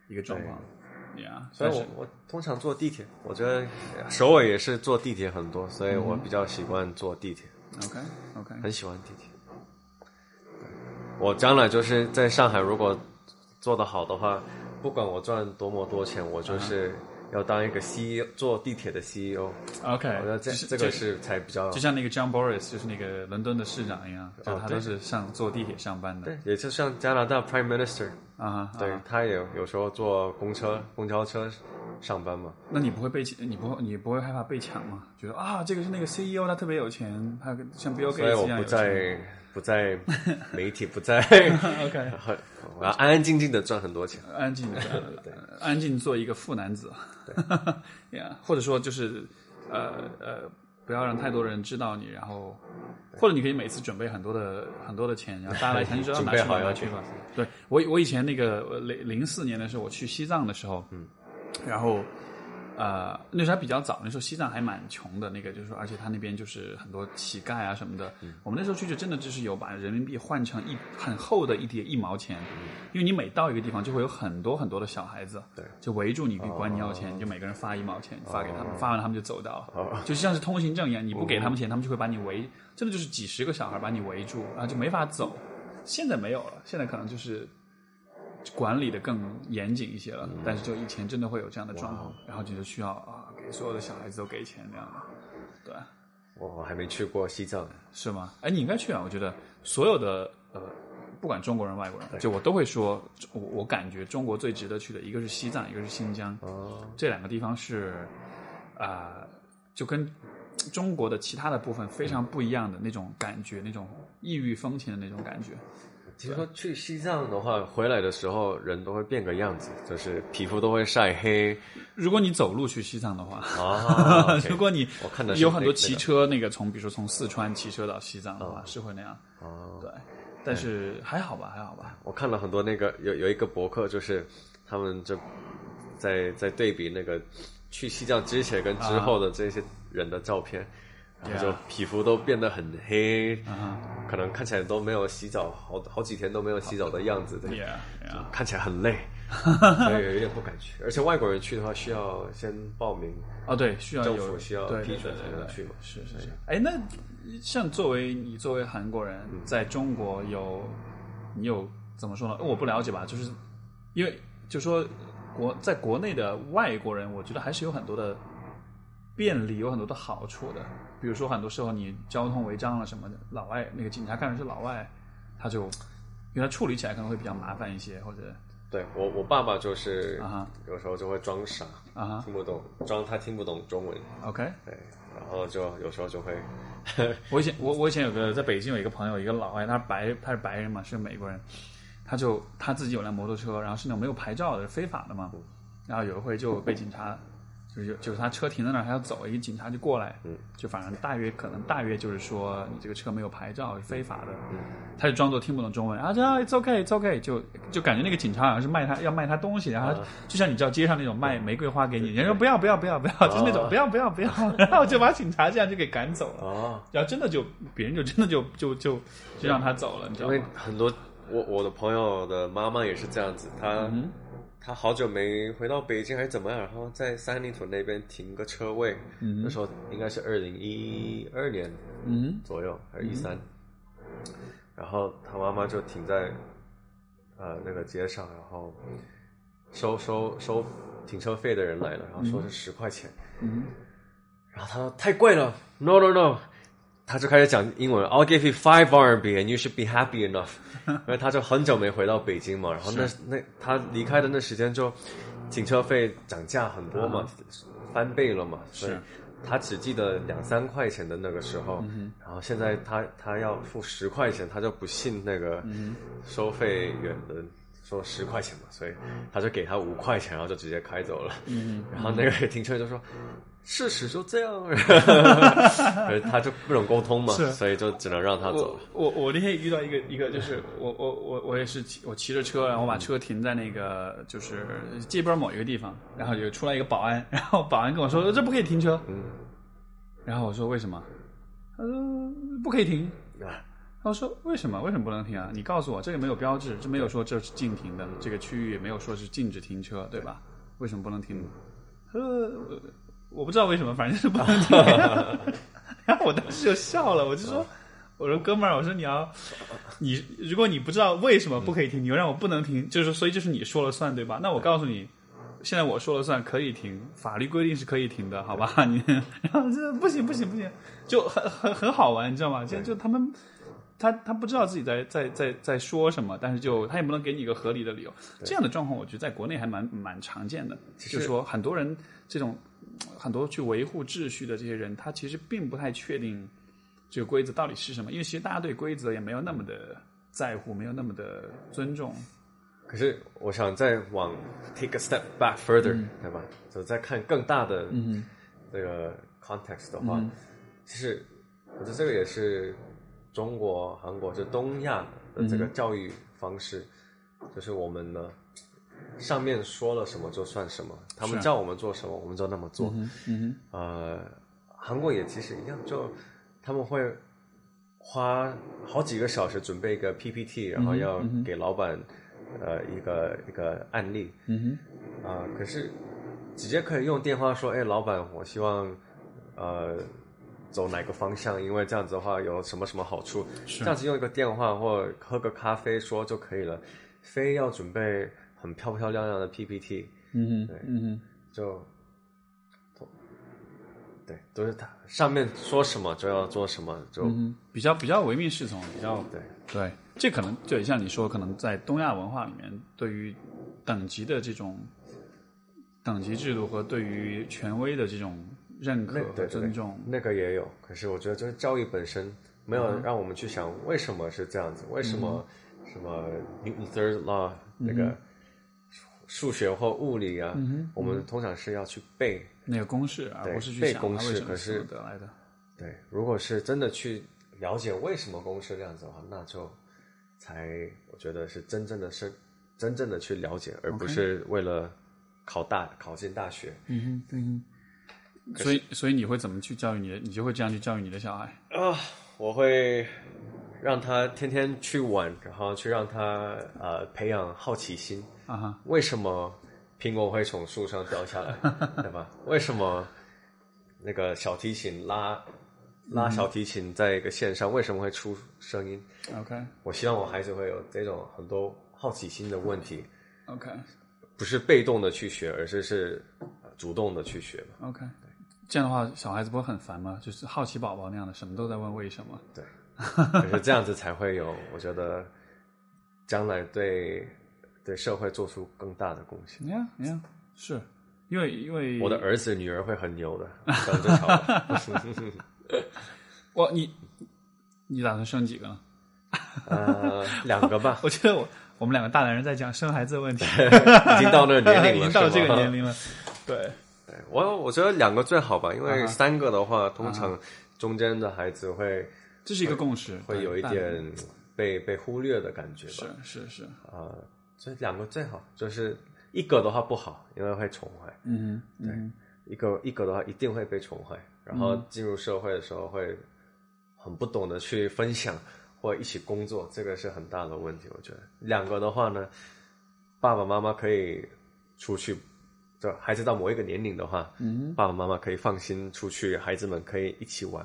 Speaker 2: 一个状况。呀、yeah,，
Speaker 1: 所以我我通常坐地铁，我觉得首尔也是坐地铁很多，所以
Speaker 2: 嗯
Speaker 1: 我比较习惯坐地铁。
Speaker 2: OK OK，
Speaker 1: 很喜欢地铁。我将来就是在上海，如果做得好的话，不管我赚多么多钱，我就是要当一个 CEO，做地铁的 CEO。
Speaker 2: OK，
Speaker 1: 我觉得这这个是才比较，
Speaker 2: 就像那个 John Boris，就是那个伦敦的市长一样，就他都是上坐地铁上班的。
Speaker 1: 哦对，也就像加拿大 Prime Minister
Speaker 2: 啊，
Speaker 1: 对他也有时候坐公车、公交车上班嘛。
Speaker 2: 那你不会被你不你不会害怕被抢吗？觉得啊，这个是那个 CEO，他特别有钱，他像 Bill Gates
Speaker 1: 哦所
Speaker 2: 一样
Speaker 1: 以我不在。 不在媒体，不在
Speaker 2: OK，
Speaker 1: 我要安安静静的赚很多钱，
Speaker 2: 安安静静赚，
Speaker 1: 对，
Speaker 2: 安静做一个富男子，
Speaker 1: 对
Speaker 2: 呀，或者说就是呃呃，不要让太多人知道你，然后或者你可以每次准备很多的很多的钱，然后大家来谈，你知道哪去哪要去吧。对我我以前那个零零四年的时候，我去西藏的时候，
Speaker 1: 嗯，
Speaker 2: 然后。呃，那时候还比较早，那时候西藏还蛮穷的，那个就是，而且他那边就是很多乞丐啊什么的。
Speaker 1: 嗯、
Speaker 2: 我们那时候去就真的就是有把人民币换成一很厚的一叠一毛钱，因为你每到一个地方就会有很多很多的小孩子，
Speaker 1: 对，
Speaker 2: 就围住你管你要钱，哦、你就每个人发一毛钱、
Speaker 1: 哦、
Speaker 2: 发给他们，发完他们就走掉了，
Speaker 1: 哦、
Speaker 2: 就像是通行证一样，你不给他们钱，他们就会把你围，真的就是几十个小孩把你围住，然后就没法走。现在没有了，现在可能就是。管理的更严谨一些了，
Speaker 1: 嗯
Speaker 2: 但是就以前真的会有这样的状况，然后你就需要啊，给所有的小孩子都给钱那样的，对。
Speaker 1: 我还没去过西藏，
Speaker 2: 是吗？哎，你应该去啊！我觉得所有的呃，不管中国人外国人，就我都会说，我我感觉中国最值得去的一个是西藏，一个是新疆，
Speaker 1: 哦、
Speaker 2: 这两个地方是啊、呃，就跟中国的其他的部分非常不一样的那种感觉，那种异域风情的那种感觉。
Speaker 1: 听说去西藏的话，回来的时候人都会变个样子，就是皮肤都会晒黑。
Speaker 2: 如果你走路去西藏的话，
Speaker 1: 啊，
Speaker 2: 如果你
Speaker 1: 我看的
Speaker 2: 有很多骑车那个从，比如说从四川骑车到西藏的话，是会那样。
Speaker 1: 哦，
Speaker 2: 对，但是还好吧，还好吧。
Speaker 1: 我看了很多那个有有一个博客，就是他们就在在对比那个去西藏之前跟之后的这些人的照片，然后就皮肤都变得很黑。可能看起来都没有洗澡，好好几天都没有洗澡的样子，对
Speaker 2: ，yeah, yeah.
Speaker 1: 看起来很累，所以有一点不敢去。而且外国人去的话，需要先报名
Speaker 2: 哦，对，需要
Speaker 1: 政府需要批准才
Speaker 2: 能
Speaker 1: 去嘛。
Speaker 2: 是是是。哎，那像作为你作为韩国人，
Speaker 1: 嗯
Speaker 2: 在中国有你有怎么说呢？呃我不了解吧，就是因为就说国在国内的外国人，我觉得还是有很多的便利，有很多的好处的。比如说，很多时候你交通违章了什么的，老外那个警察看着是老外，他就因为他处理起来可能会比较麻烦一些，或者
Speaker 1: 对我我爸爸就是
Speaker 2: 啊，
Speaker 1: 有时候就会装傻
Speaker 2: 啊，uh huh.
Speaker 1: 听不懂，装他听不懂中文。
Speaker 2: OK，
Speaker 1: 对，然后就有时候就会。
Speaker 2: 我以前我我以前有个在北京有一个朋友，一个老外，他白他是白人嘛，是美国人，他就他自己有辆摩托车，然后是那种没有牌照的，非法的嘛，
Speaker 1: 嗯
Speaker 2: 然后有一回就被警察。就是就是他车停在那儿，还要走，一个警察就过来，
Speaker 1: 嗯，
Speaker 2: 就反正大约可能大约就是说你这个车没有牌照是非法的，
Speaker 1: 嗯，
Speaker 2: 他就装作听不懂中文，啊这 it's okay it's okay，就就感觉那个警察好像是卖他要卖他东西，然
Speaker 1: 嗯
Speaker 2: 后就像你知道街上那种卖玫瑰花给你，人说不要不要不要 不要，就是那
Speaker 1: 哦
Speaker 2: 种不要不要不要， 然后就把警察这样就给赶走了，然后真的就别人就真的就就就就让他走了，你知道吗？因为
Speaker 1: 很多我我的朋友的妈妈也是这样子，她。
Speaker 2: 嗯
Speaker 1: 他好久没回到北京还是怎么样，然后在三里屯那边停个车位，
Speaker 2: 嗯、
Speaker 1: 那时候应该是二零一二年左右，还是一三、
Speaker 2: 嗯，
Speaker 1: 然后他妈妈就停在呃那个街上，然后收收收停车费的人来了，然后说是十块钱，
Speaker 2: 嗯、
Speaker 1: 然后他说太贵了，no no no。他就开始讲英文，I'll give you five RMB and you should be happy enough。因 为他就很久没回到北京嘛，然后那那他离开的那时间就，停车费涨价很多嘛，翻倍了嘛，所以他只记得两三块钱的那个时候，然后现在他他要付十块钱，他就不信那个收费员的说十块钱嘛，所以他就给他五块钱，然后就直接开走了。嗯，然后那个停车就说。事实就这样， 他就不能沟通嘛，所以就只能让他走。
Speaker 2: 我我那天遇到一个一个， 就是我我我我也是骑我骑着车，然后我把车停在那个就是街边某一个地方，然后就出来一个保安，然后保安跟我说呃这不可以停车，嗯，然后我说为什么？他说不可以停。他说为什么为什么不能停啊？你告诉我，这里没有标志，这没有说这是禁停的，这个区域也没有说是禁止停车，对吧？为什么不能停？他说。我不知道为什么，反正是不能停。 然后我当时就笑了，我就说：“我说哥们儿，我说你要，你如果你不知道为什么不可以停，你又让我不能停，就是所以就是你说了算，对吧？那我告诉你，现在我说了算，可以停，法律规定是可以停的，好吧？你 然后这不行不行不行，就很很很好玩，你知道吗？就就他们。”他他不知道自己在在在在说什么，但是就他也不能给你一个合理的理由。这样的状况，我觉得在国内还蛮蛮常见的，就是说很多人这种很多去维护秩序的这些人，他其实并不太确定这个规则到底是什么，因为其实大家对规则也没有那么的在乎，没有那么的尊重。
Speaker 1: 可是我想再往 take a step back further，、嗯、对吧？就再看更大的这个 context 的话，嗯、其实我觉得这个也是。中国、韩国就东亚的这个教育方式，嗯、就是我们呢，上面说了什么就算什么，他们叫我们做什么，我们就那么做。
Speaker 2: 嗯嗯、
Speaker 1: 呃，韩国也其实一样，就他们会花好几个小时准备一个 PPT，然后要给老板呃一个一个案例。
Speaker 2: 嗯
Speaker 1: 哼，啊、呃，可是直接可以用电话说，哎，老板，我希望呃。走哪个方向？因为这样子的话有什么什么好处？这样子用一个电话或喝个咖啡说就可以了，非要准备很漂漂亮亮的 PPT。
Speaker 2: 嗯
Speaker 1: 对，
Speaker 2: 嗯
Speaker 1: 就，对，都是他上面说什么就要做什么，就、
Speaker 2: 嗯、比较比较唯命是从，比较
Speaker 1: 对
Speaker 2: 对，这可能就像你说，可能在东亚文化里面，对于等级的这种等级制度和对于权威的这种。认可和尊重
Speaker 1: 那对对对，那个也有。可是我觉得，就是教育本身没有
Speaker 2: 嗯
Speaker 1: 让我们去想为什么是这样子，嗯、为什么什么 Newton Third Law、嗯、那个数学或物理啊，
Speaker 2: 嗯、
Speaker 1: 我们通常是要去背
Speaker 2: 那个公式，而不是去
Speaker 1: 背公式。
Speaker 2: 可
Speaker 1: 是
Speaker 2: 得来的
Speaker 1: 对，如果是真的去了解为什么公式这样子的话，那就才我觉得是真正的是真正的去了解，而不是为了考大考进大学。
Speaker 2: 嗯哼，嗯哼。所以，所以你会怎么去教育你的？你就会这样去教育你的小孩
Speaker 1: 啊！我会让他天天去玩，然后去让他呃培养好奇心
Speaker 2: 啊。Uh huh.
Speaker 1: 为什么苹果会从树上掉 下来，对吧？为什么那个小提琴拉拉小提琴在一个线上为什么会出声音
Speaker 2: ？OK，
Speaker 1: 我希望我孩子会有这种很多好奇心的问题。
Speaker 2: OK，
Speaker 1: 不是被动的去学，而是是主动的去学
Speaker 2: 嘛。OK。这样的话，小孩子不会很烦吗？就是好奇宝宝那样的，什么都在问为什么。
Speaker 1: 对，可是这样子才会有，我觉得将来对对社会做出更大的贡献。
Speaker 2: 你看，你看，是因为因为
Speaker 1: 我的儿子女儿会很牛的，上争吵。
Speaker 2: 我你你打算生几个呢？
Speaker 1: 呃，两个吧。
Speaker 2: 我觉得我我们两个大男人在讲生孩子的问题，
Speaker 1: 已 经到那个年龄了，
Speaker 2: 已经到这个年龄了，对。
Speaker 1: 我我觉得两个最好吧，因为三个的话，通常中间的孩子会，
Speaker 2: 这是一个共识，
Speaker 1: 会有一点被被忽略的感觉吧。
Speaker 2: 是是是
Speaker 1: 啊，所以两个最好，就是一个的话不好，因为会宠坏。
Speaker 2: 嗯，
Speaker 1: 对，一个一个的话一定会被宠坏，然后进入社会的时候会很不懂得去分享或一起工作，这个是很大的问题。我觉得两个的话呢，爸爸妈妈可以出去。就孩子到某一个年龄的话，
Speaker 2: 嗯、
Speaker 1: 爸爸妈妈可以放心出去，孩子们可以一起玩，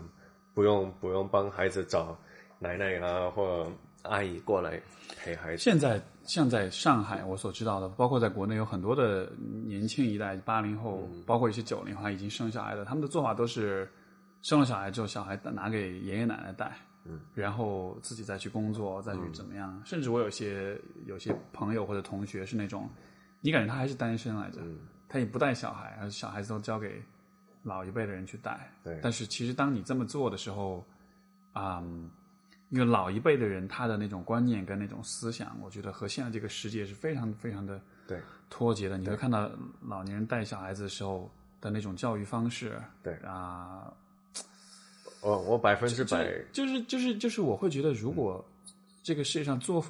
Speaker 1: 不用不用帮孩子找奶奶啊或阿姨过来陪孩子。
Speaker 2: 现在像在上海，我所知道的，包括在国内有很多的年轻一代八零后，
Speaker 1: 嗯、
Speaker 2: 包括一些九零后已经生小孩的，他们的做法都是生了小孩之后，小孩拿给爷爷奶奶带，
Speaker 1: 嗯、
Speaker 2: 然后自己再去工作，再去怎么样。甚至我有些有些朋友或者同学是那种，你感觉他还是单身来着。
Speaker 1: 嗯
Speaker 2: 他也不带小孩，而小孩子都交给老一辈的人去带。
Speaker 1: 对。
Speaker 2: 但是其实当你这么做的时候，啊、嗯，因为老一辈的人他的那种观念跟那种思想，我觉得和现在这个世界是非常非常的
Speaker 1: 对
Speaker 2: 脱节的。你会看到老年人带小孩子的时候的那种教育方式，
Speaker 1: 对
Speaker 2: 啊、
Speaker 1: 哦，我百分之百
Speaker 2: 就是就是就是我会觉得，如果这个世界上做，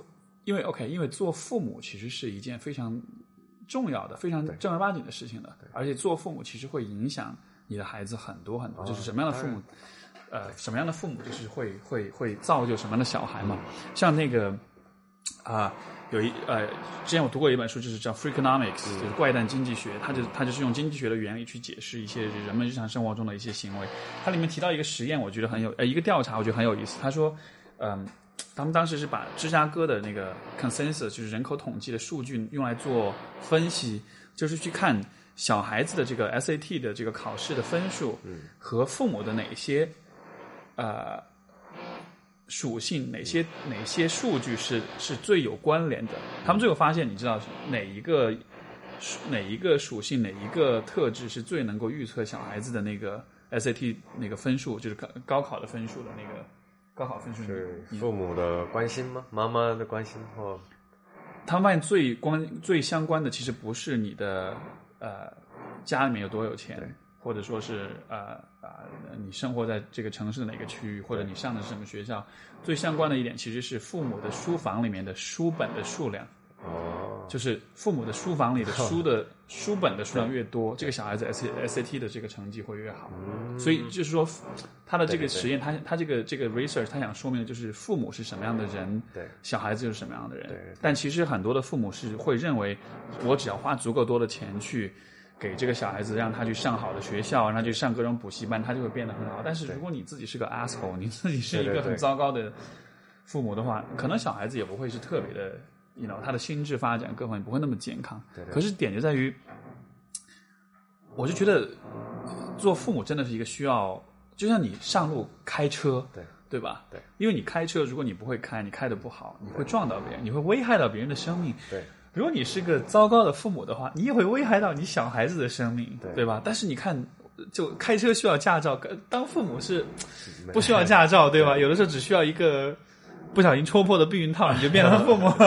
Speaker 2: 因为 OK，因为做父母其实是一件非常重要的、非常正儿八经的事情的，而且做父母其实会影响你的孩子很多很多，就是什么样的父母，呃，什么样的父母就是会会会造就什么样的小孩嘛。像那个啊、有一呃，之前我读过一本书，就是叫《Freakonomics》，就是怪诞经济学，它就它就是用经济学的原理去解释一些人们日常生活中的一些行为。它里面提到一个实验，我觉得很有呃一个调查，我觉得很有意思。他说，嗯，他们当时是把芝加哥的那个 consensus，就是人口统计的数据用来做分析，就是去看小孩子的这个 SAT 的这个考试的分数
Speaker 1: 嗯
Speaker 2: 和父母的哪些呃属性，哪些哪些数据是是最有关联的。他们最后发现，你知道是哪一个属哪一个属性、哪一个特质是最能够预测小孩子的那个 SAT 那个分数，就是高高考的分数的那个高考分数。
Speaker 1: 是
Speaker 2: 你
Speaker 1: 父母的关心吗？妈妈的关心或
Speaker 2: 他们发现最关最相关的其实不是你的呃家里面有多有钱，或者说是呃呃你生活在这个城市的哪个区域，或者你上的是什么学校，最相关的一点其实是父母的书房里面的书本的数量，
Speaker 1: 哦，
Speaker 2: 就是父母的书房里 的书的书本的数量越多，这个小孩子 S S A T 的这个成绩会越好。
Speaker 1: 嗯
Speaker 2: 所以就是说，他的这
Speaker 1: 对
Speaker 2: 个
Speaker 1: 对对
Speaker 2: 实验，他他这个这个 research，他想说明的就是父母是什么样的人，
Speaker 1: 对
Speaker 2: 小孩子就是什么样的人。
Speaker 1: 对对
Speaker 2: 但其实很多的父母是会认为，我只要花足够多的钱去给这个小孩子，让他去上好的学校，让他去上各种补习班，他就会变得很好。但是如果你自己是个 asshole，你自己是一
Speaker 1: 对
Speaker 2: 个
Speaker 1: 对
Speaker 2: 很
Speaker 1: 对
Speaker 2: 糟糕的父母的话，可能小孩子也不会是特别的，你 you know，他的心智发展各方面不会那么健康。
Speaker 1: 对对
Speaker 2: 可是点就在于，我就觉得做父母真的是一个需要，就像你上路开车，
Speaker 1: 对
Speaker 2: 对吧？
Speaker 1: 对，
Speaker 2: 因为你开车，如果你不会开，你开的不好，你会撞到别人，你会危害到别人的生命。
Speaker 1: 对
Speaker 2: 如果你是个糟糕的父母的话，你也会危害到你小孩子的生命，
Speaker 1: 对
Speaker 2: 吧？但是你看，就开车需要驾照，呃当父母是
Speaker 1: 没
Speaker 2: 不需要驾照，对吧？有的时候只需要一个不小心戳破的避孕套，你就变成父母。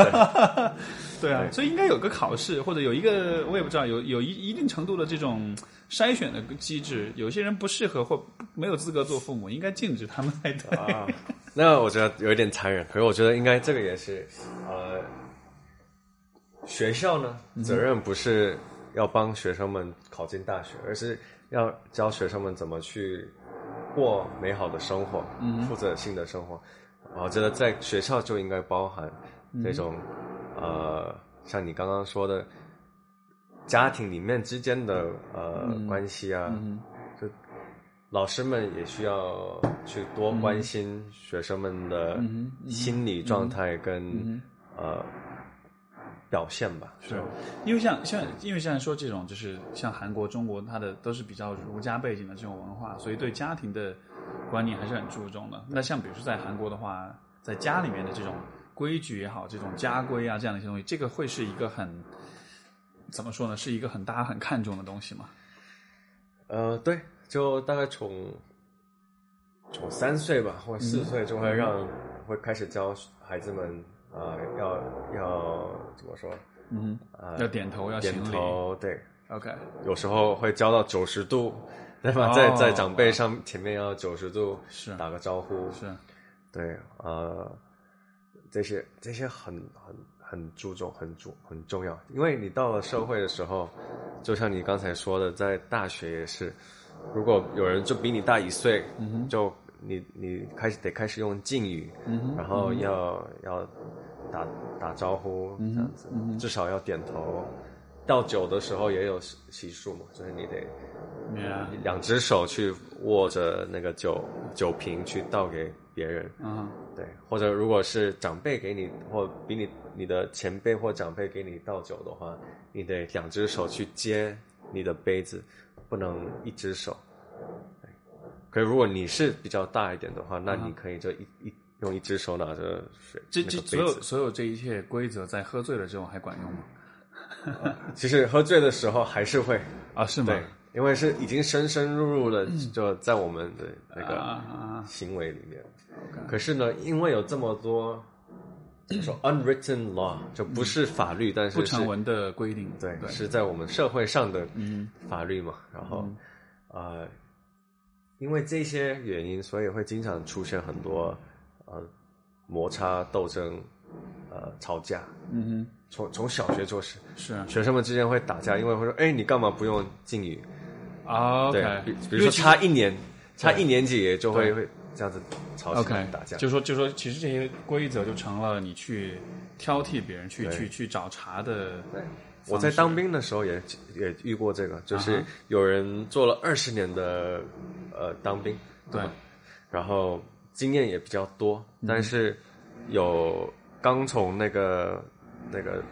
Speaker 2: 对啊，所以应该有个考试，或者有一个我也不知道，有有一一定程度的这种筛选的机制。有些人不适合或不没有资格做父母，应该禁止他们才对。
Speaker 1: 啊， 那我觉得有一点残忍，可是我觉得应该这个也是，呃，学校呢责任不是要帮学生们考进大学，而是要教学生们怎么去过美好的生活，负责性的生活。我觉得在学校就应该包含这种，呃，像你刚刚说的，家庭里面之间的呃、关系啊，
Speaker 2: 嗯
Speaker 1: 就老师们也需要去多关心学生们的
Speaker 2: 嗯哼
Speaker 1: 心理状态跟、
Speaker 2: 嗯
Speaker 1: 呃表现吧。
Speaker 2: 是，因为像像因为像说这种就是像韩国、中国，它的都是比较儒家背景的这种文化，所以对家庭的观念还是很注重的。那像比如说在韩国的话，在家里面的这种规矩也好，这种家规啊这样的一些东西，这个会是一个很怎么说呢？是一个很大家很看重的东西嘛？
Speaker 1: 呃，对，就大概从从三岁吧，或四岁就会让、
Speaker 2: 嗯
Speaker 1: 会开始教孩子们啊、呃要要怎么说？
Speaker 2: 嗯
Speaker 1: 呃，
Speaker 2: 要点头，要行
Speaker 1: 点
Speaker 2: 礼。
Speaker 1: 头，对，
Speaker 2: OK，
Speaker 1: 有时候会教到九十度，对吧？在
Speaker 2: 哦
Speaker 1: 在长辈上前面要九十度
Speaker 2: 是
Speaker 1: 打个招呼，
Speaker 2: 是，
Speaker 1: 对，呃，这些这些很很很注重，很重很重要，因为你到了社会的时候，就像你刚才说的，在大学也是，如果有人就比你大一岁，就你你开始得开始用敬语，
Speaker 2: 嗯哼嗯
Speaker 1: 然后要、要打打招呼，这样子，至少要点头。倒酒的时候也有习习俗嘛，就是你得
Speaker 2: yeah,
Speaker 1: 两只手去握着那个酒酒瓶去倒给别人，
Speaker 2: 嗯
Speaker 1: 对，或者如果是长辈给你或比你你的前辈或长辈给你倒酒的话，你得两只手去接你的杯子，不能一只手。对可如果你是比较大一点的话，那你可以就一一用一只手拿着水
Speaker 2: 啊这
Speaker 1: 那个
Speaker 2: 这所有
Speaker 1: 杯子。
Speaker 2: 所有这一切规则，在喝醉了之后还管用吗？
Speaker 1: 其实喝醉的时候还是会
Speaker 2: 啊，是吗嗯
Speaker 1: 对？因为是已经深深入入的就在我们的那
Speaker 2: 啊
Speaker 1: 个行为里面。可是呢，因为有这么多怎么说 unwritten law，就不是法律，但是
Speaker 2: 嗯不
Speaker 1: 是
Speaker 2: 成文的规定，
Speaker 1: 对
Speaker 2: 对，嗯
Speaker 1: 是在我们社会上的法律嘛。然后呃，因为这些原因，所以会经常出现很多呃摩擦、斗争、呃吵架。
Speaker 2: 嗯
Speaker 1: 从从小学就是，
Speaker 2: 哼，是啊
Speaker 1: 学生们之间会打架，因为会说：“哎，你干嘛不用敬语？”
Speaker 2: 啊
Speaker 1: 对
Speaker 2: 嗯，OK，
Speaker 1: 比比如说差一年，差一年级也就会会这样子吵起
Speaker 2: OK
Speaker 1: 来打架。
Speaker 2: 就说就说，其实这些规则就成了你去挑剔别人、去
Speaker 1: 对
Speaker 2: 去去找茬的，
Speaker 1: 对，我在当兵的时候也也遇过这个，就是有人做了二十年的呃当兵，
Speaker 2: 对
Speaker 1: 吧，然后经验也比较多，但是有刚从那个那个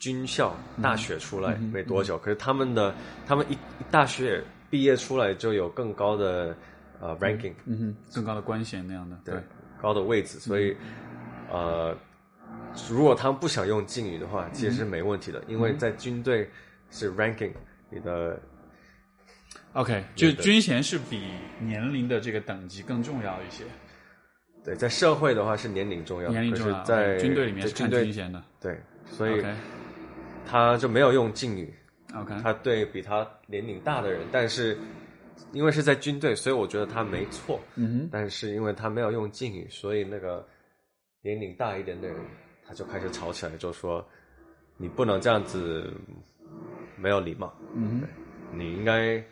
Speaker 1: 军校大学出来没多久，可是他们的他们一一大学毕业出来就有更高的呃 ranking，
Speaker 2: 嗯哼，更高的官衔那样的，对，嗯
Speaker 1: 高的位置，所以、呃，如果他们不想用敬语的话，其实是没问
Speaker 2: 嗯
Speaker 1: 题的，因为在军队是 ranking 你的
Speaker 2: OK，就军衔是比年龄的这个等级更重要一些，
Speaker 1: 对，在社会的话是年龄重要，
Speaker 2: 年龄重
Speaker 1: 可
Speaker 2: 要，哎嗯
Speaker 1: 是在
Speaker 2: 军队里面
Speaker 1: 在
Speaker 2: 是看
Speaker 1: 军
Speaker 2: 军
Speaker 1: 队
Speaker 2: 衔的。
Speaker 1: 对，所以
Speaker 2: OK 嗯
Speaker 1: 他就没有用敬语，
Speaker 2: OK，
Speaker 1: 他对比他年龄大的人，但是因为是在军队，所以我觉得他没错，
Speaker 2: 嗯
Speaker 1: 但是因为他没有用敬语，所以那个年龄大一点的人，他就开始吵起来，就说你不能这样子，没有礼貌，
Speaker 2: 哼，嗯
Speaker 1: 你应该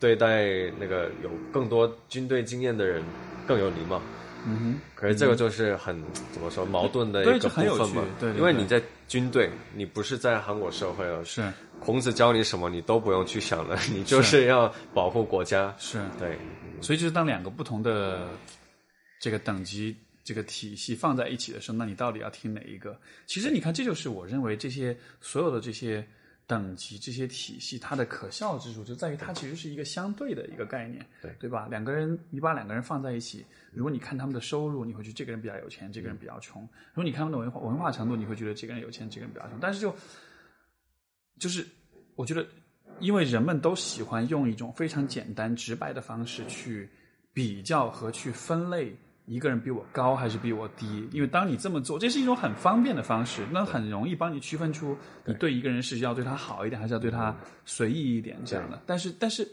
Speaker 1: 对待那个有更多军队经验的人更有礼貌。
Speaker 2: 哼，嗯
Speaker 1: 可是这个就是很、怎么说矛盾的
Speaker 2: 对
Speaker 1: 一
Speaker 2: 这
Speaker 1: 个部
Speaker 2: 很有
Speaker 1: 分
Speaker 2: 趣
Speaker 1: 嘛，
Speaker 2: 对对
Speaker 1: 因为
Speaker 2: 对
Speaker 1: 你在军队，你不是在韩国社会了
Speaker 2: 哼，，是
Speaker 1: 孔子教你什么你都不用去想了，你就是要保护国家，
Speaker 2: 是，
Speaker 1: 对。
Speaker 2: 所以就是当两个不同的这个等级、这个体系放在一起的时候，那你到底要听哪一个？其实你看，这就是我认为这些所有的这些等级、这些体系，它的可笑之处就在于它其实是一个相对的一个概念，
Speaker 1: 对
Speaker 2: 对吧？两个人，你把两个人放在一起，如果你看他们的收入，你会觉得这个人比较有钱，这个人比较穷；如果你看他们的文化文化程度，你会觉得这个人有钱，这个人比较穷。但是就就是我觉得，因为人们都喜欢用一种非常简单直白的方式去比较和去分类一个人比我高还是比我低，因为当你这么做，这是一种很方便的方式，那很容易帮你区分出你对一个人是要对他好一点，还是要对他随意一点这样的。但是，但是，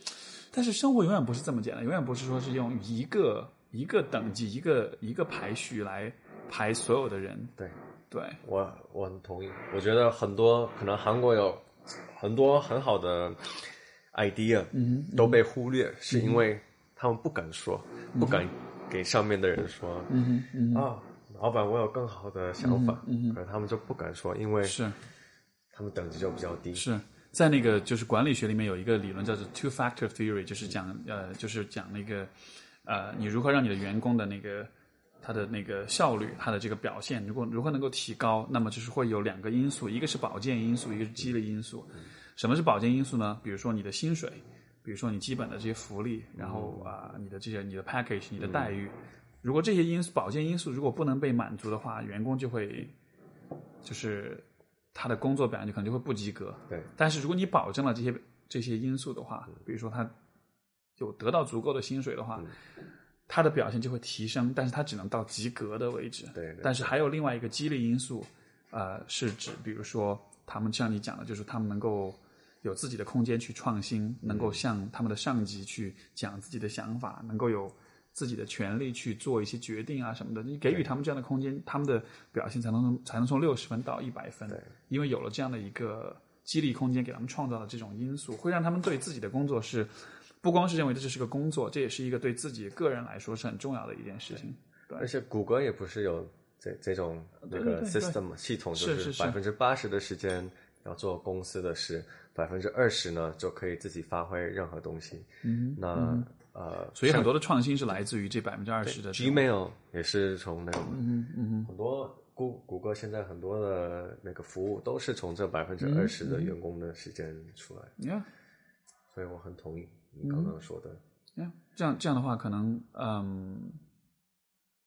Speaker 2: 但是生活永远不是这么简单，永远不是说是用一个一个等级、一个一个排序来排所有的人。
Speaker 1: 对
Speaker 2: 对，
Speaker 1: 我我很同意，我觉得很多可能韩国有很多很好的 idea，
Speaker 2: 嗯
Speaker 1: 都被忽略，是因为他们不敢说，不敢给上面的人说
Speaker 2: 嗯哼嗯哼，
Speaker 1: 啊，老板，我有更好的想法
Speaker 2: 嗯嗯，
Speaker 1: 可是他们就不敢说，因为
Speaker 2: 是。
Speaker 1: 他们等级就比较低。
Speaker 2: 是在那个就是管理学里面有一个理论叫做 two factor theory，就是讲呃就是讲那个呃你如何让你的员工的那个他的那个效率，他的这个表现，如果如何能够提高，那么就是会有两个因素，一个是保健因素，一个是激励因素。什么是保健因素呢？比如说你的薪水，比如说你基本的这些福利，然后啊、你的这些你的 package，你的待遇。如果这些因素保健因素如果不能被满足的话，员工就会就是他的工作表现就可能就会不及格。
Speaker 1: 对，
Speaker 2: 但是如果你保证了这些这些因素的话，
Speaker 1: 嗯
Speaker 2: 比如说他有得到足够的薪水的话，
Speaker 1: 嗯
Speaker 2: 他的表现就会提升，但是他只能到及格的为止。
Speaker 1: 对对
Speaker 2: 但是还有另外一个激励因素，呃，是指比如说他们像你讲的，就是他们能够有自己的空间去创新，能
Speaker 1: 嗯
Speaker 2: 够向他们的上级去讲自己的想法，能够有。自己的权利去做一些决定啊什么的，你给予他们这样的空间，他们的表现才能从才能从六十分到一百分。
Speaker 1: 对，
Speaker 2: 因为有了这样的一个激励空间，给他们创造了这种因素，会让他们对自己的工作是不光是认为这是个工作，这也是一个对自己个人来说是很重要的一件事情。
Speaker 1: 而且谷歌也不是有这这种那
Speaker 2: 呃对
Speaker 1: 个
Speaker 2: 对对
Speaker 1: system 嘛系统，就是
Speaker 2: 是是
Speaker 1: 百分之八十的时间要做公司的事，百分之二十呢就可以自己发挥任何东西。
Speaker 2: 嗯，
Speaker 1: 那、呃，
Speaker 2: 所以很多的创新是来自于这百分之二十的这种。
Speaker 1: Gmail 也是从那个
Speaker 2: 嗯嗯
Speaker 1: 很多谷谷歌现在很多的那个服务都是从这百分之二十的员工的时间出来，
Speaker 2: 嗯，Yeah
Speaker 1: 所以我很同意
Speaker 2: 嗯
Speaker 1: 你刚刚说的。
Speaker 2: Yeah，这哎样这样的话，可能嗯，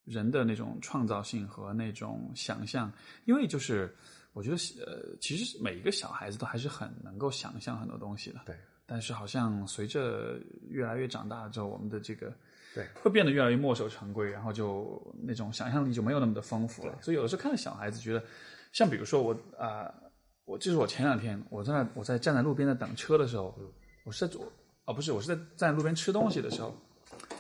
Speaker 2: 人的那种创造性和那种想象，因为就是我觉得呃，其实每一个小孩子都还是很能够想象很多东西的。
Speaker 1: 对，
Speaker 2: 但是好像随着越来越长大之后，我们的这个
Speaker 1: 对
Speaker 2: 会变得越来越墨守成规，然后就那种想象力就没有那么的丰富了。所以有的时候看到小孩子，觉得像比如说我啊、我就是我前两天我在那我在站在路边在等车的时
Speaker 1: 嗯
Speaker 2: 候，我是在左啊不是我是在站在路边吃东西的时候，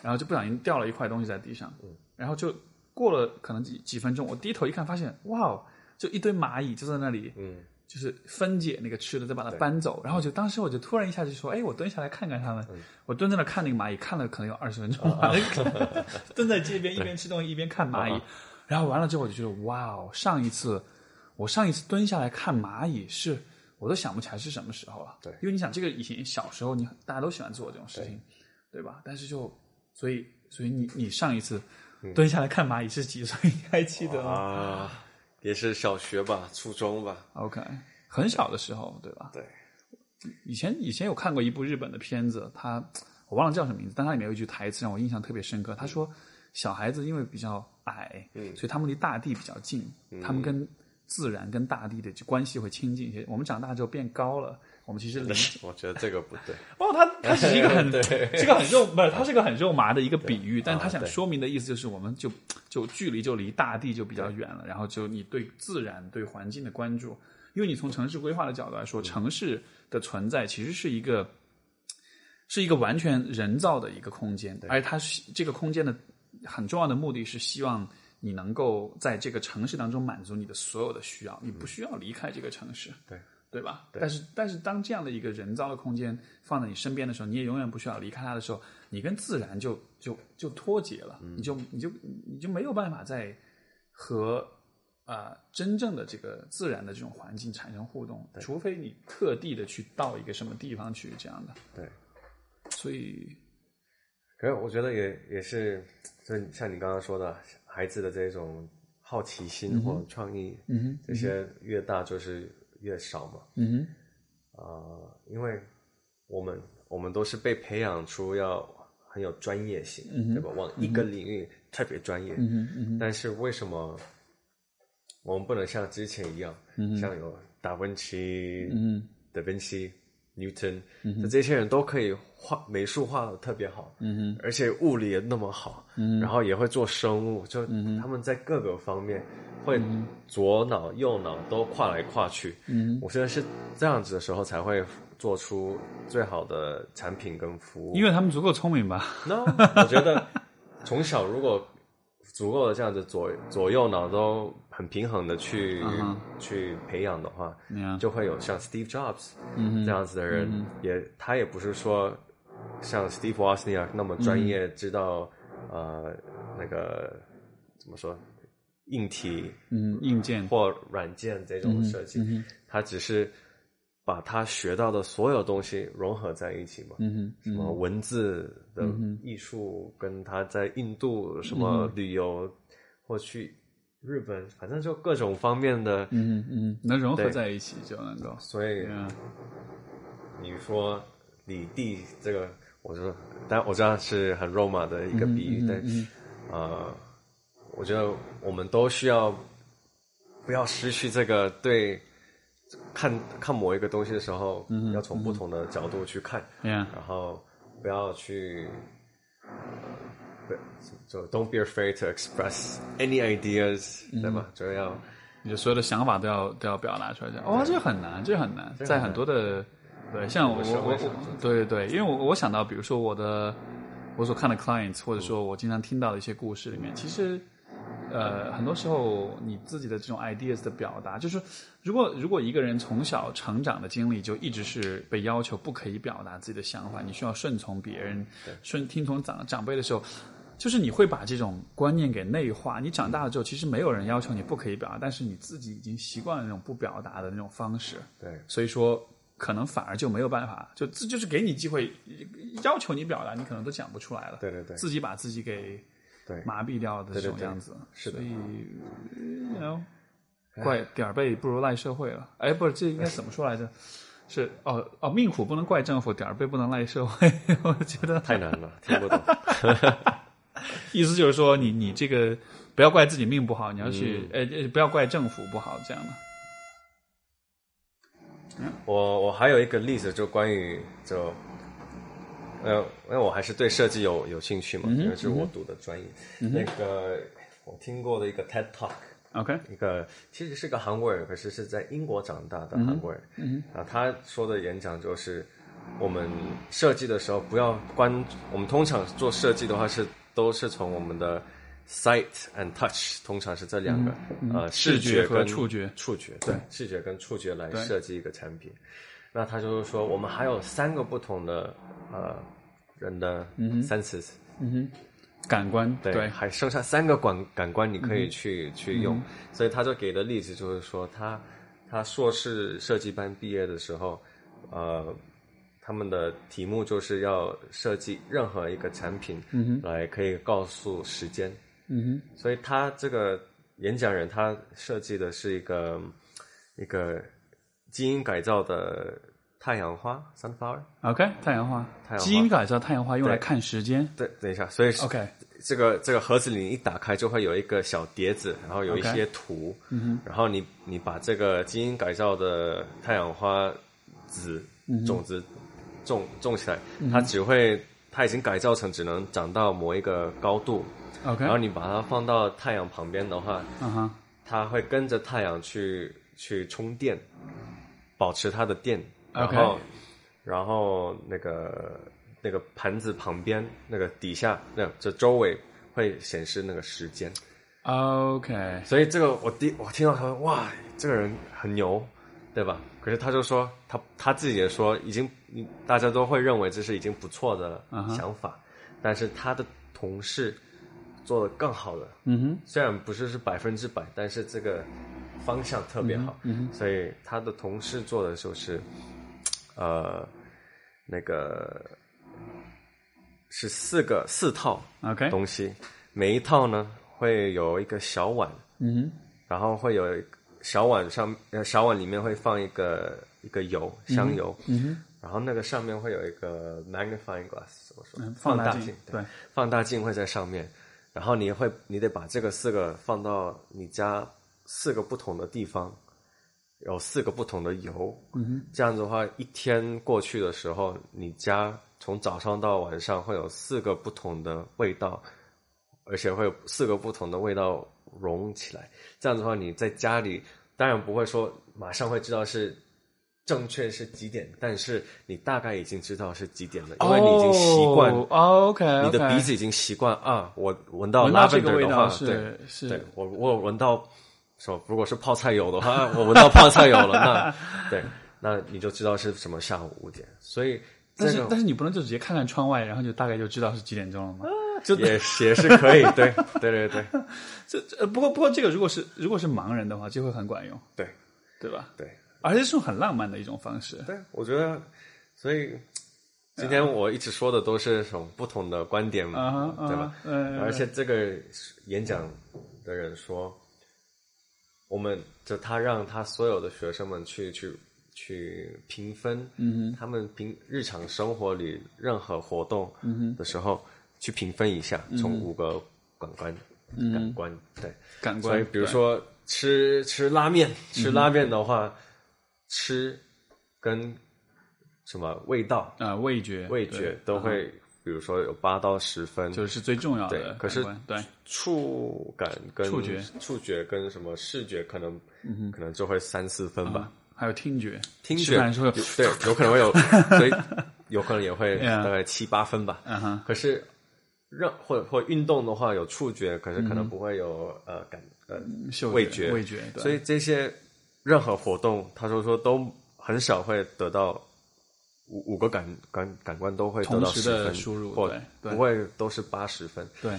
Speaker 2: 然后就不小心掉了一块东西在地上，然后就过了可能几几分钟，我低头一看，发现哇哦，就一堆蚂蚁就在那里，
Speaker 1: 嗯，
Speaker 2: 就是分解那个吃的，再把它搬走。然后我就当时我就突然一下就说，哎，我蹲下来看看它
Speaker 1: 嗯
Speaker 2: 们。我蹲在那看那个蚂蚁，看了可能有二十分钟
Speaker 1: 啊
Speaker 2: 吧， 蹲在街边一边吃东西一边看蚂蚁。然后完了之后我就觉得，哇哦，上一次我上一次蹲下来看蚂蚁是。我都想不起来是什么时候了，
Speaker 1: 对
Speaker 2: 因为你想，这个以前小时候你大家都喜欢做这种事情，对吧？但是就所以所以你你上一次蹲下来看蚂蚁是几岁？你还记得吗
Speaker 1: 嗯啊，也是小学吧，初中吧，
Speaker 2: ？OK，很小的时候，对吧？
Speaker 1: 对，
Speaker 2: 以前以前有看过一部日本的片子，它我忘了叫什么名字，但它里面有一句台词让我印象特别深刻。他说，小孩子因为比较矮，
Speaker 1: 嗯
Speaker 2: 所以他们离大地比较近，他们跟自然跟大地的关系会亲近一些。我们长大之后变高了，我们 其实离
Speaker 1: 我觉得这个不对，
Speaker 2: 哦，他他只是一个 很
Speaker 1: 对
Speaker 2: 这个很肉，不是他是一个很肉麻的一个比喻，但他想
Speaker 1: 对
Speaker 2: 说明的意思就是，我们就就距离就离大地就比较远了，然后就你对自然、对环境的关注，因为你从城市规划的角度来
Speaker 1: 嗯
Speaker 2: 说，城市的存在其实是一个是一个完全人造的一个空间，而它是这个空间的很重要的目的是希望你能够在这个城市当中满足你的所有的需要，你不需要离开这个城市。
Speaker 1: 对。
Speaker 2: 对吧？但是但是当这样的一个人造的空间放在你身边的时候，你也永远不需要离开它的时候，你跟自然就就就脱节了，
Speaker 1: 嗯
Speaker 2: 你就你就你就没有办法再和啊、呃真正的这个自然的这种环境产生互动，除非你特地的去到一个什么地方去这样的。
Speaker 1: 对。
Speaker 2: 所以
Speaker 1: 可是我觉得也也是，就像你刚刚说的，孩子的这种好奇心或创意，
Speaker 2: 嗯哼
Speaker 1: 这些越大就是越少嘛。
Speaker 2: 嗯哼
Speaker 1: 啊、因为我们我们都是被培养出要很有专业性，对吧？往一个领域特别专业。
Speaker 2: 嗯哼嗯哼
Speaker 1: 但是为什么我们不能像之前一样，像有达芬奇、
Speaker 2: 嗯
Speaker 1: 达芬奇、Newton，、就这些人都可以画美术画的特别好，
Speaker 2: 嗯哼
Speaker 1: 而且物理也那么好，
Speaker 2: 嗯
Speaker 1: 然后也会做生物，就他们在各个方面会左脑右脑都跨来跨去。
Speaker 2: 嗯哼，
Speaker 1: 我觉得是这样子的时候才会做出最好的产品跟服务。
Speaker 2: 因为他们足够聪明吧？
Speaker 1: no，我觉得从小如果足够的这样子左左右脑都很平衡的去、
Speaker 2: 嗯哼
Speaker 1: 去培养的话，
Speaker 2: 那样
Speaker 1: 就会有像 Steve Jobs
Speaker 2: 嗯哼
Speaker 1: 这样子的人，
Speaker 2: 嗯
Speaker 1: 也他也不是说像 Steve Wozniak 那么
Speaker 2: 嗯
Speaker 1: 专业，知道、呃那个怎么说硬体
Speaker 2: 嗯硬件
Speaker 1: 或软件这种设计，
Speaker 2: 嗯
Speaker 1: 他只是把他学到的所有东西融合在一起嘛。
Speaker 2: 嗯哼
Speaker 1: 什么文字的艺术，跟他在印度什
Speaker 2: 嗯
Speaker 1: 么旅游，或去日本，反正就各种方面的。
Speaker 2: 嗯哼嗯哼，能融合
Speaker 1: 对
Speaker 2: 在一起就能够。
Speaker 1: 所以
Speaker 2: 对啊，
Speaker 1: 你说李弟这个，我就但我知道是很肉麻的一个比喻，
Speaker 2: 嗯嗯
Speaker 1: 但
Speaker 2: 嗯
Speaker 1: 呃，我觉得我们都需要不要失去这个对看看某一个东西的时候，
Speaker 2: 嗯
Speaker 1: 要从不同的角度去看。
Speaker 2: Yeah，
Speaker 1: 然后不要去，不就 don't be afraid to express any ideas，、对
Speaker 2: 嗯
Speaker 1: 吧？就要
Speaker 2: 你的所有的想法都要都要表达出来。这样哦，这个很难，这个很难，在很多的嗯对，像我
Speaker 1: 社
Speaker 2: 我
Speaker 1: 会
Speaker 2: 我
Speaker 1: 上
Speaker 2: 对对对，因为我我想到，比如说我的我所看的 clients，或者说我经常听到的一些故事里面，其实。呃，很多时候你自己的这种 ideas 的表达，就是如果如果一个人从小成长的经历就一直是被要求不可以表达自己的想法，你需要顺从别人，顺听从长长辈的时候，就是你会把这种观念给内化。你长大了之后，其实没有人要求你不可以表达，但是你自己已经习惯了那种不表达的那种方式，
Speaker 1: 对
Speaker 2: 所以说可能反而就没有办法，就这就是给你机会，要求你表达，你可能都讲不出来了，
Speaker 1: 对对对嗯
Speaker 2: 自己把自己给
Speaker 1: 对
Speaker 2: 麻痹掉的这种
Speaker 1: 对对对
Speaker 2: 样子，
Speaker 1: 是的哎
Speaker 2: 所以呃 you know。怪点儿背不如赖社会了，哎，不是，这应该怎么说来着？是哦哦，命苦不能怪政府，点儿背不能赖社会。 我觉得
Speaker 1: 太难了，听不懂。
Speaker 2: 意思就是说你，你这个不要哎怪自己
Speaker 1: 嗯
Speaker 2: 命不好，你要去、呃呃，不要怪政府不好这样的。
Speaker 1: 我我还有一个例子，就关于就，呃，因为我还是对设计有有兴趣嘛，因为是我读的专业。那个我听过的一个 TED Talk，
Speaker 2: OK，
Speaker 1: 一个其实是个韩国人，可是是在英国长大的韩国人。嗯，啊，他说的演讲就是，我们设计的时候不要关，我们通常做设计的话是都是从我们的 sight and touch，通常是这两
Speaker 2: 嗯
Speaker 1: 个、呃
Speaker 2: 视
Speaker 1: 视
Speaker 2: 觉和
Speaker 1: 跟
Speaker 2: 触觉
Speaker 1: 触觉对视觉跟触觉来
Speaker 2: 对
Speaker 1: 设计一个产品。那他就是说，我们还有三个不同的呃人的
Speaker 2: 嗯
Speaker 1: senses，、
Speaker 2: 感官
Speaker 1: 嗯对，
Speaker 2: 对
Speaker 1: 还剩下三个感感官你可以去、去用。所以他就给的例子就是说，他他硕士设计班毕业的时候，呃，他们的题目就是要设计任何一个产品，来可以告诉时间。
Speaker 2: 嗯
Speaker 1: 所以他这个演讲人他设计的是一个一个基因改造的太阳花 sunflower。
Speaker 2: 哼，OK，太阳花，
Speaker 1: 太阳花
Speaker 2: 基因改造太阳花用来
Speaker 1: 对
Speaker 2: 看时间
Speaker 1: 对，等一下，所以是
Speaker 2: ，OK，
Speaker 1: 这个这个盒子里一打开就会有一个小碟子，然后有一
Speaker 2: OK 嗯
Speaker 1: 些图然后你你把这个基因改造的太阳花籽、种子
Speaker 2: 嗯
Speaker 1: 种种起来，它只会它已经改造成只能长到某一个高度
Speaker 2: OK，
Speaker 1: 然后你把它放到太阳旁边的话，
Speaker 2: 嗯哼，
Speaker 1: 它会跟着太阳去去充电，保持它的电，然
Speaker 2: OK
Speaker 1: 后然后那个那个盘子旁边那个底下那这周围会显示那个时间，
Speaker 2: OK，
Speaker 1: 所以这个我第我听到他说哇，这个人很牛，对吧？可是他就说他他自己也说已经嗯大家都会认为这是已经不错的
Speaker 2: 嗯哼
Speaker 1: 想法但是他的同事做的更好了。
Speaker 2: 嗯哼，
Speaker 1: 虽然不是是百分之百，但是这个方向特别好，所以他的同事做的就是，呃，那个是四个四套
Speaker 2: OK
Speaker 1: 东西每一套呢会有一个小碗，
Speaker 2: 嗯
Speaker 1: 然后会有一个小碗上呃小碗里面会放一个一个油香油，
Speaker 2: 嗯
Speaker 1: 然后那个上面会有一个 magnifying glass，怎么说？
Speaker 2: 哼，
Speaker 1: 放
Speaker 2: 嗯大
Speaker 1: 大
Speaker 2: 镜，对，
Speaker 1: 放大镜会在上面，然后你会你得把这个四个放到你家四个不同的地方，有四个不同的油，嗯、这样子的话，一天过去的时候，你家从早上到晚上会有四个不同的味道，而且会有四个不同的味道融起来。这样子的话，你在家里当然不会说马上会知道是。正确是几点？但是你大概已经知道是几点了，因为你已经习惯
Speaker 2: 哦，OK，
Speaker 1: 你的鼻子已经习惯啊，我闻到
Speaker 2: 闻到这个
Speaker 1: lavender
Speaker 2: 味
Speaker 1: 的
Speaker 2: 道
Speaker 1: 话，
Speaker 2: 是
Speaker 1: 对，
Speaker 2: 是
Speaker 1: 对我我有闻到什么？如果是泡菜油的话， 啊我闻到泡菜油了， 那对，那你就知道是什么下午五点。所以
Speaker 2: 但
Speaker 1: 这
Speaker 2: 是
Speaker 1: 个
Speaker 2: 但是你不能就直接看看窗外，然后就大概就知道是几点钟了吗？
Speaker 1: 嗯
Speaker 2: 就
Speaker 1: 也也是可以，对对对对
Speaker 2: 这这呃不过不过这个如果是如果是盲人的话，就会很管用，
Speaker 1: 对
Speaker 2: 对吧？
Speaker 1: 对
Speaker 2: 而且是很浪漫的一种方式。
Speaker 1: 对，我觉得，所以今天我一直说的都是什么不同的观点
Speaker 2: 啊哈
Speaker 1: 嘛，，对
Speaker 2: 啊
Speaker 1: 吧
Speaker 2: 哈？呃，
Speaker 1: 而且这个演讲的人说，我们就他让他所有的学生们去去去评分，嗯，他们平日常生活里任何活动
Speaker 2: 嗯
Speaker 1: 的时候、去评分一下，从五个感官，感官对，
Speaker 2: 感嗯官，嗯
Speaker 1: 所以比如说吃吃拉面，吃拉面的话，吃跟什么味道、
Speaker 2: 啊、呃味觉，
Speaker 1: 味
Speaker 2: 对啊嗯
Speaker 1: 觉都会，比如说有八到十分，
Speaker 2: 就是最重要的
Speaker 1: 对
Speaker 2: 感官。
Speaker 1: 可是
Speaker 2: 对
Speaker 1: 触感跟
Speaker 2: 触觉、嗯
Speaker 1: 触觉跟什么视觉，可能、可能就会三四分吧。
Speaker 2: 还有听嗯觉，
Speaker 1: 听
Speaker 2: 吃
Speaker 1: 觉
Speaker 2: 饭的时候
Speaker 1: 有对，有可能会 有，所以有可能也会
Speaker 2: Yeah
Speaker 1: 大概七八分吧。
Speaker 2: 嗯哼
Speaker 1: 可是任或或运动的话有触觉，可是可能不会有、呃感呃
Speaker 2: 嗅
Speaker 1: 味
Speaker 2: 觉、
Speaker 1: 觉
Speaker 2: 味觉，嗯对
Speaker 1: 所以这些任何活动，他就说都很少会得到五五个感感感官都会得到
Speaker 2: 同时
Speaker 1: 十
Speaker 2: 的
Speaker 1: 分
Speaker 2: 输入
Speaker 1: 或
Speaker 2: 对对
Speaker 1: 不会都是八十分。
Speaker 2: 对，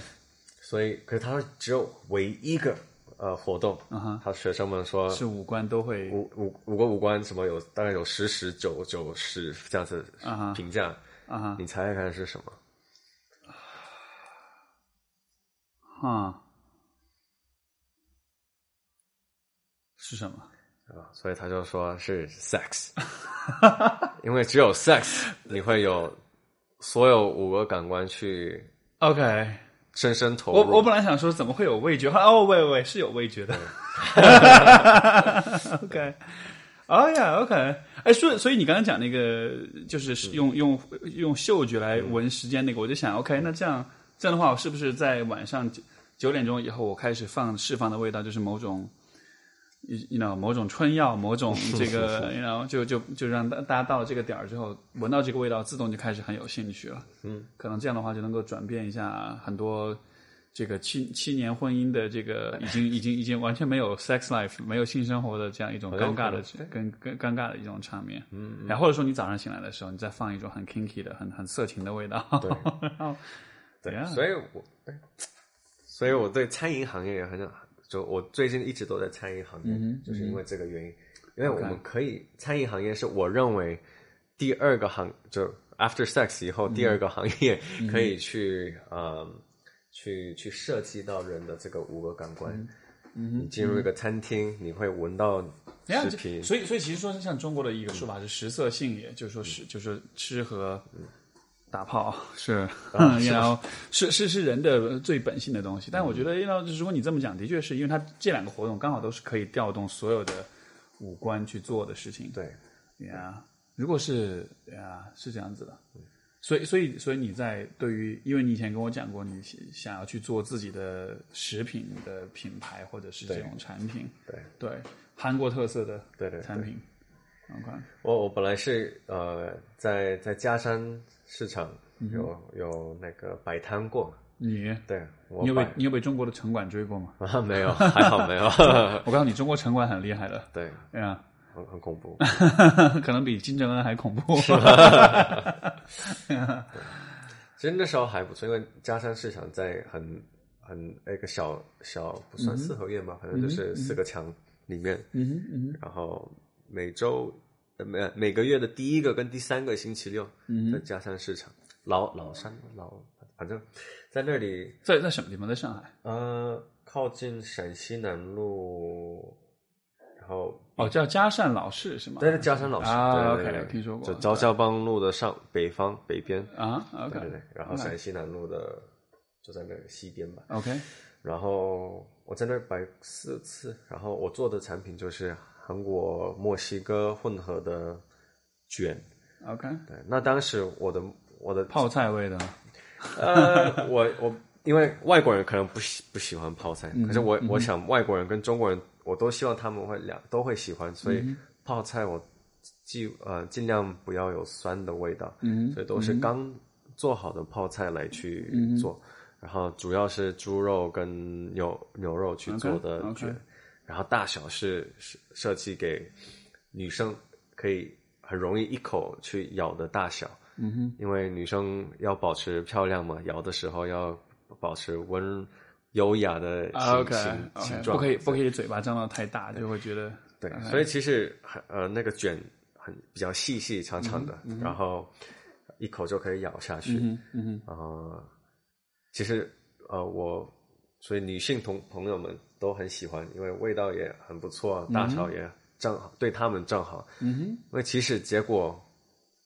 Speaker 1: 所以，可是他说只有唯一一个呃活动，
Speaker 2: 嗯哼
Speaker 1: 他学生们说
Speaker 2: 是五官都会
Speaker 1: 五五五个五官什么有大概有十十九九十这样子
Speaker 2: 啊哈
Speaker 1: 评价，
Speaker 2: 啊哈
Speaker 1: 你猜猜看是什么？
Speaker 2: 啊，是什么？
Speaker 1: 啊，所以他就说是 sex，因为只有 sex 你会有所有五个感官去
Speaker 2: OK，
Speaker 1: 深深投入。
Speaker 2: 我我本来想说怎么会有味觉，后来哦，喂喂，是有味觉的。OK，哦呀，OK，哎，所以所以你刚刚讲那个就是嗯用用用嗅觉来闻时间那个，我就想，OK，那这样这样的话，我是不是在晚上九九点钟以后，我开始放释放的味道就是某种，you know，某种春药，某种这个，you know，就就就让大大家到了这个点儿之后，闻到这个味道，自动就开始很有兴趣了。嗯，可能这样的话就能够转变一下很多。这个七七年婚姻的这个已经已经已经完全没有 sex life 没有性生活的这样一种尴尬的跟跟尴尬的一种场面，嗯，然后或者说你早上醒来的时候，你再放一种很 kinky 的、很很色情的味道，
Speaker 1: 对
Speaker 2: 然后
Speaker 1: 对
Speaker 2: Yeah
Speaker 1: 所以我，哎所以我对餐饮行业也很想，就我最近一直都在餐饮行业，
Speaker 2: 嗯
Speaker 1: 就是因为这个原因，因为我们可以餐饮行业是我认为第二个行，就 after sex 以后第
Speaker 2: 嗯
Speaker 1: 二个行业可以去，嗯，去去涉及到人的这个五个感
Speaker 2: 嗯
Speaker 1: 官。你进入一个餐厅，你会闻到
Speaker 2: 然后
Speaker 1: 食品，嗯
Speaker 2: 所以所以其实说像中国的一个说法是食色性也，就是说是就是吃和
Speaker 1: 嗯
Speaker 2: 打 炮是，
Speaker 1: 啊
Speaker 2: 然后是是是人的最本性的东西。
Speaker 1: 嗯
Speaker 2: 但我觉得，要如果你这么讲，的确是因为它这两个活动刚好都是可以调动所有的五官去做的事情。
Speaker 1: 对，
Speaker 2: 呀，如果是呀，是这样子的。所以，所以，所以你在对于，因为你以前跟我讲过，你想想要去做自己的食品的品牌或者是这种产品，
Speaker 1: 对
Speaker 2: 对，韩国特色的
Speaker 1: 对对对
Speaker 2: 产品，OK，
Speaker 1: 我我本来是呃在在嘉山市场
Speaker 2: 嗯
Speaker 1: 有、有那个摆摊过，
Speaker 2: 你
Speaker 1: 对我
Speaker 2: 你有
Speaker 1: 摆
Speaker 2: 被你有被中国的城管追过吗？
Speaker 1: 啊 没有，还好 没有，
Speaker 2: 我告诉你，中国城管很厉害的，
Speaker 1: 对，
Speaker 2: 哎呀，
Speaker 1: 很很恐怖。
Speaker 2: 可能比金正恩还恐怖。
Speaker 1: 其实那时候还不错，因为嘉山市场在很很那个小小不算四合院吧，反正就是四个墙里面，
Speaker 2: 嗯哼嗯哼
Speaker 1: 然后每周呃每每个月的第一个跟第三个星期六
Speaker 2: 嗯
Speaker 1: 在嘉山市场老老山老，反正在那里
Speaker 2: 在在什么地方？在上海？
Speaker 1: 呃，靠近陕西南路，然后
Speaker 2: 哦，叫嘉善老市是吗？
Speaker 1: 对对，嘉山老师
Speaker 2: 啊
Speaker 1: 对对对
Speaker 2: OK，听说过
Speaker 1: 就昭教帮路的上北方北边，
Speaker 2: 啊
Speaker 1: 对对对
Speaker 2: ，OK，
Speaker 1: 然后陕西南路的就在那个西边吧。
Speaker 2: OK，
Speaker 1: 然后我在那儿摆四次，然后我做的产品就是韩国墨西哥混合的卷，
Speaker 2: OK，
Speaker 1: 对，那当时我的我的
Speaker 2: 泡菜味的，
Speaker 1: 呃，我我因为外国人可能不喜不喜欢泡菜，
Speaker 2: 嗯
Speaker 1: 可是我、我想外国人跟中国人，我都希望他们会两都会喜欢，所
Speaker 2: 嗯
Speaker 1: 以泡菜我尽呃尽量不要有酸的味道，
Speaker 2: 嗯哼
Speaker 1: 所以都是刚做好的泡菜来去做，
Speaker 2: 嗯
Speaker 1: 然后主要是猪肉跟牛牛肉去做的
Speaker 2: OK，OK
Speaker 1: 卷然后大小是是设计给女生可以很容易一口去咬的大小。
Speaker 2: 嗯哼。
Speaker 1: 因为女生要保持漂亮嘛，摇的时候要保持温优雅的形、
Speaker 2: 啊，OK，
Speaker 1: 形
Speaker 2: OK，
Speaker 1: 形状，
Speaker 2: 不可以不嗯可以嘴巴张到太大，就会觉得
Speaker 1: 对所以其实很呃那个卷很比较细细长长的，然后一口就可以咬下去。
Speaker 2: 嗯嗯哼
Speaker 1: 啊、其实呃我所以女性同朋友们都很喜欢，因为味道也很不错，大小也正好、对他们正好。
Speaker 2: 嗯哼，
Speaker 1: 因为其实结果，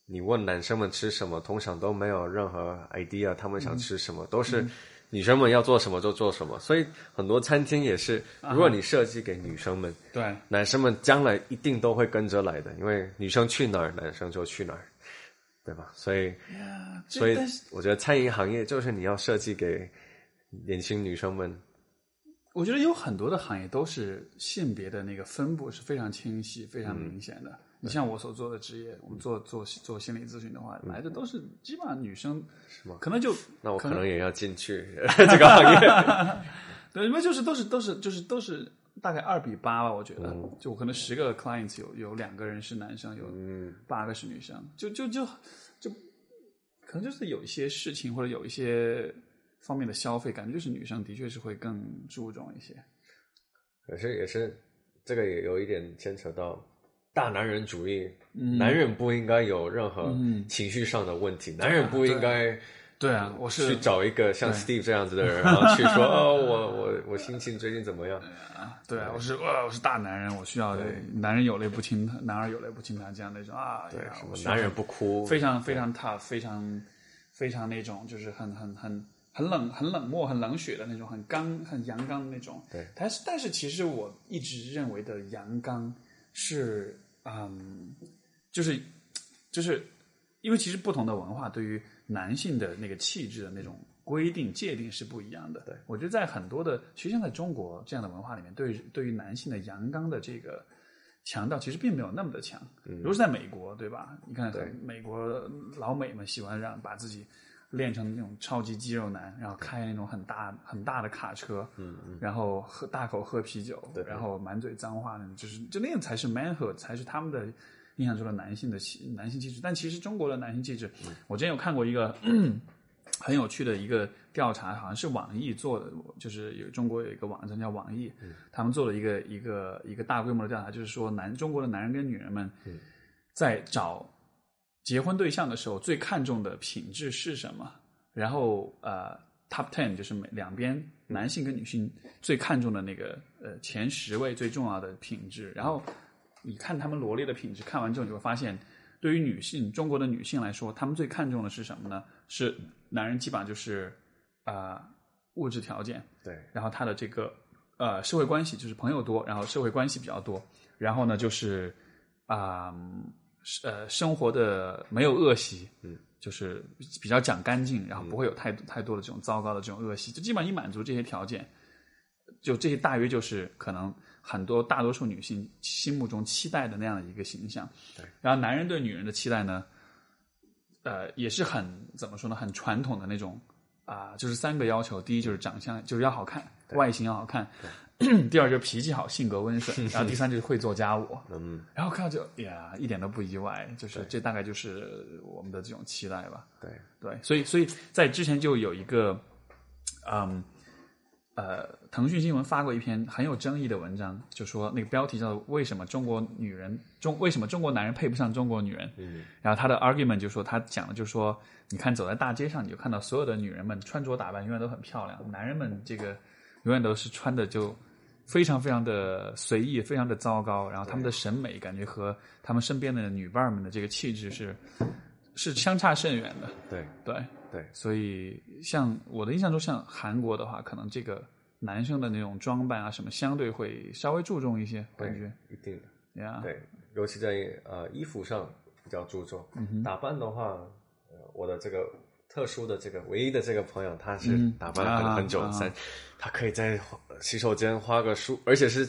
Speaker 1: 你问男生们吃什么，通常都没有任何 idea，他们想吃什么，都是女生们要做什么就做什么。所以很多餐厅也是，如果你设计给女生们，
Speaker 2: 对，
Speaker 1: 男生们将来一定都会跟着来的，因为女生去哪儿，男生就去哪儿，对吧？所以，所以
Speaker 2: 但是
Speaker 1: 我觉得餐饮行业就是你要设计给年轻女生们，
Speaker 2: 我觉得有很多的行业都是性别的那个分布是非常清晰、非常明显的。你像我所做的职业，我们做做做心理咨询的话，来的都是基本上女生，是
Speaker 1: 吗
Speaker 2: 可能就
Speaker 1: 那我可
Speaker 2: 能
Speaker 1: 能也要进去 这个行业。
Speaker 2: 对，因为就是都是都是就是都是大概二比八吧，我觉得，就我可能十个 clients 有有两个人是男生，有八个是女生，就就就就可能就是有一些事情或者有一些方面的消费，感觉就是女生的确是会更注重一些。
Speaker 1: 可是也是，这个也有一点牵扯到大男人主义，
Speaker 2: 嗯
Speaker 1: 男人不应该有任何情绪上的问题，男人不应该
Speaker 2: 啊对啊，我
Speaker 1: 去
Speaker 2: 是
Speaker 1: 找一个像 Steve 这样子的人，然后去说哦，我我我心情最近怎么样？
Speaker 2: 对啊，我是哇，我是大男人，我需要男人有泪不轻弹，男儿有泪不轻弹这样的一种啊，对
Speaker 1: 什
Speaker 2: 我
Speaker 1: 么
Speaker 2: 需要
Speaker 1: 男人不哭，
Speaker 2: 非常非常 tough，非常非常那种就是很很很很冷很冷漠很冷血的那种，很刚很阳刚的那种。
Speaker 1: 对，
Speaker 2: 但是但是其实我一直认为的阳刚是嗯，就是就是因为其实不同的文化对于男性的那个气质的那种规定界定是不一样的。
Speaker 1: 对
Speaker 2: 我觉得在很多的，其实像在中国这样的文化里面，对于对于男性的阳刚的这个强调，其实并没有那么的强。如果是在美国，对吧？你看
Speaker 1: 嗯对
Speaker 2: 美国老美们喜欢让把自己练成那种超级肌肉男，然后开那种很大很大的卡车，
Speaker 1: 嗯嗯，
Speaker 2: 然后喝大口喝啤酒，
Speaker 1: 对
Speaker 2: 然后满嘴脏话那种，就是就那样才是 manhood，才是他们的印象中的男性的气男性气质。但其实中国的男性气质，
Speaker 1: 嗯
Speaker 2: 我之前有看过一个很有趣的一个调查，好像是网易做的，就是有中国有一个网站叫网易，他们做了一个一个一个大规模的调查，就是说男中国的男人跟女人们
Speaker 1: 嗯
Speaker 2: 在找结婚对象的时候最看重的品质是什么，然后呃 top ten 就是每两边男性跟女性最看重的那个呃前十位最重要的品质，然后你看他们罗列的品质，看完之后你会发现。对于女性，中国的女性来说，她们最看重的是什么呢？是男人基本上就是啊、呃物质条件，
Speaker 1: 对，
Speaker 2: 然后他的这个呃社会关系就是朋友多，然后社会关系比较多，然后呢就是啊、嗯是呃生活的没有恶习，
Speaker 1: 嗯，
Speaker 2: 就是比较讲干净，然后不会有太多太多的这种糟糕的这种恶习，就基本上一满足这些条件，就这些大约就是可能很多大多数女性心目中期待的那样的一个形象，
Speaker 1: 对，
Speaker 2: 然后男人对女人的期待呢，呃，也是很怎么说呢，很传统的那种啊、就是三个要求：第一就是长相，就是要好看，外形要好看； 第二就是脾气好，性格温顺；然后第三就是会做家务。
Speaker 1: 嗯，
Speaker 2: 然后看到就呀，一点都不意外，就是这大概就是我们的这种期待吧。
Speaker 1: 对，
Speaker 2: 对，所以所以在之前就有一个，嗯，呃，腾讯新闻发过一篇很有争议的文章，就说那个标题叫“为什么中国女人中为什么中国男人配不上中国女人”。
Speaker 1: 嗯，
Speaker 2: 然后他的 argument 就说他讲的就是说，你看走在大街上，你就看到所有的女人们穿着打扮永远都很漂亮，男人们这个永远都是穿的就。非常非常的随意，非常的糟糕，然后他们的审美感觉和他们身边的女伴儿们的这个气质是是相差甚远的。
Speaker 1: 对
Speaker 2: 对，
Speaker 1: 对，
Speaker 2: 所以像我的印象中，像韩国的话，可能这个男生的那种装扮啊，什么相对会稍微注重一些，感觉
Speaker 1: 一定的，
Speaker 2: 呀，
Speaker 1: 对，尤其在呃衣服上比较注重，
Speaker 2: 嗯
Speaker 1: 打扮的话，呃，我的这个。特殊的这个唯一的这个朋友，他是
Speaker 2: 嗯
Speaker 1: 打扮了很、
Speaker 2: 啊
Speaker 1: 很久
Speaker 2: 啊
Speaker 1: 在他可以在洗手间花个数，而且是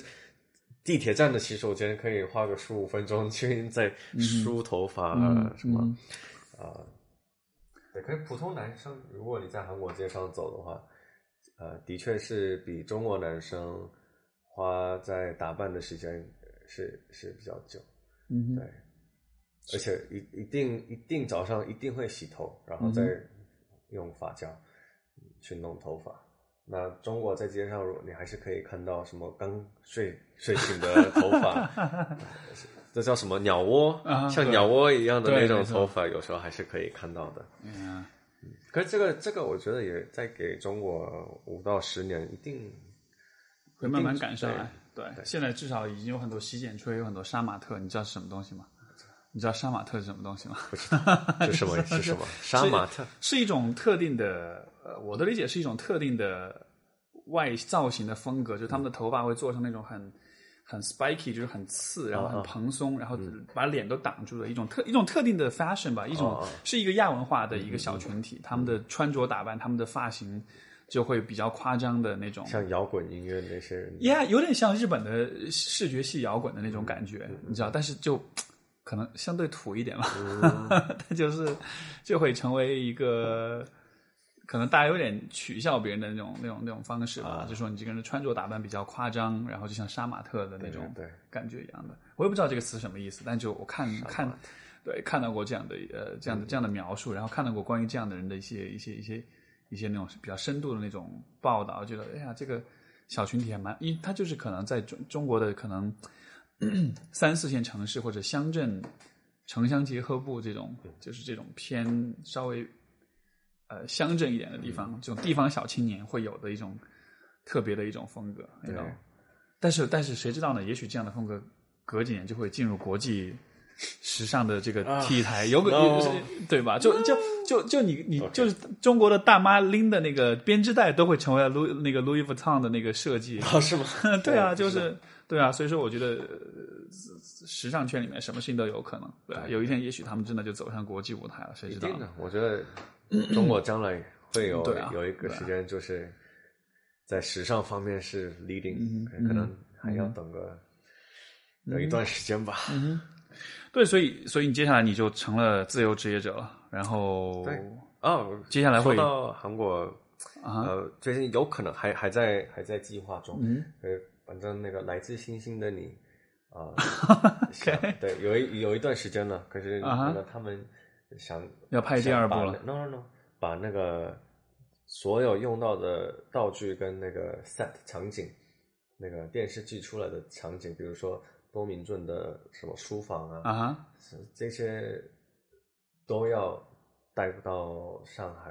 Speaker 1: 地铁站的洗手间，可以花个十五分钟去在梳头发、
Speaker 2: 嗯
Speaker 1: 什么。啊
Speaker 2: 嗯
Speaker 1: 对，可是普通男生，如果你在韩国街上走的话，呃，的确是比中国男生花在打扮的时间呃是是比较久，
Speaker 2: 嗯
Speaker 1: 对，而且一一定一定早上一定会洗头，然
Speaker 2: 嗯
Speaker 1: 后再用发胶去弄头发。那中国在街上，如果你还是可以看到什么刚睡睡醒的头发， 这叫什么鸟窝
Speaker 2: 啊，
Speaker 1: 像
Speaker 2: 对
Speaker 1: 鸟窝一样的
Speaker 2: 对
Speaker 1: 那种
Speaker 2: 没错
Speaker 1: 头发，有时候还是可以看到的。
Speaker 2: 哼，呀，
Speaker 1: 可是这个这个，我觉得也在给中国五到十年一定
Speaker 2: 会慢慢赶上
Speaker 1: 对
Speaker 2: 来。对，现在至少已经有很多洗剪吹，有很多杀马特，你知道是什么东西吗？你知道杀马特是什么东西吗？
Speaker 1: 是什 么是什么杀马特
Speaker 2: 是一种特定的，呃，我的理解是一种特定的外造型的风格，就是他们的头发会做成那种很很 spiky，就是很刺，然后很蓬松，然后把脸都挡住的一种特一种特定的 fashion 吧，一种
Speaker 1: 哦哦
Speaker 2: 是一个亚文化的一个小群体，他们的穿着打扮，他们的发型就会比较夸张的那种，
Speaker 1: 像摇滚音乐那些人
Speaker 2: 呀有点像日本的视觉系摇滚的那种感觉，你知道，但是就可能相对土一点吧， 它就是就会成为一个可能大家有点取笑别人的那种那种那种方式吧，就说你这个人穿着打扮比较夸张，然后就像杀马特的那种
Speaker 1: 对对
Speaker 2: 感觉一样的。我也不知道这个词什么意思，但就我看看。对，看到过这样的呃，这样的这样的描述，然后看到过关于这样的人的一些一些一些一些那种比较深度的那种报道，觉得哎呀，这个小群体还蛮，因为他就是可能在中中国的可能 咳三四线城市或者乡镇城乡结合部这种，就是这种偏稍微呃乡镇一点的地方，
Speaker 1: 嗯
Speaker 2: 这种地方小青年会有的一种特别的一种风格，你知道吗
Speaker 1: 对
Speaker 2: 但是但是谁知道呢？也许这样的风格隔几年就会进入国际时尚的这个 T 台，有个、
Speaker 1: 啊 no
Speaker 2: 是 对吧？就就就就你你就是中国的大妈拎的那个编织袋都会成为了 Louis 那个 Louis Vuitton 的那个设计，
Speaker 1: 啊哦是吗
Speaker 2: ？对啊，
Speaker 1: 我不
Speaker 2: 就
Speaker 1: 知道
Speaker 2: 是对啊，所以说我觉得呃时尚圈里面什么事情都有可能，对吧？有一天也许他们真的就走上国际舞台了，谁
Speaker 1: 一
Speaker 2: 知道
Speaker 1: 定
Speaker 2: 呢？
Speaker 1: 的，我觉得中国将来会有、
Speaker 2: 嗯对啊
Speaker 1: 有一个时间，就是在时尚方面是 leading，、
Speaker 2: 嗯哼
Speaker 1: 可能还要等个、等一段时间吧。
Speaker 2: 嗯对，所以所以你接下来你就成了自由职业者了，然后
Speaker 1: 对哦，
Speaker 2: 嗯接下来
Speaker 1: 说
Speaker 2: 会
Speaker 1: 到韩国，
Speaker 2: 啊，
Speaker 1: 呃，最近有可能还还在还在计划中。
Speaker 2: 嗯
Speaker 1: 呃，反正那个来自星星的你 啊，想对，有一有一段时间了，可是
Speaker 2: 啊哈
Speaker 1: 那个他们想
Speaker 2: 要拍第二部了
Speaker 1: 想把那，no no no，把那个所有用到的道具跟那个 set 场景，那个电视剧出来的场景，比如说多明顿的什么书房啊，
Speaker 2: 啊哈，
Speaker 1: 这些都要带到上海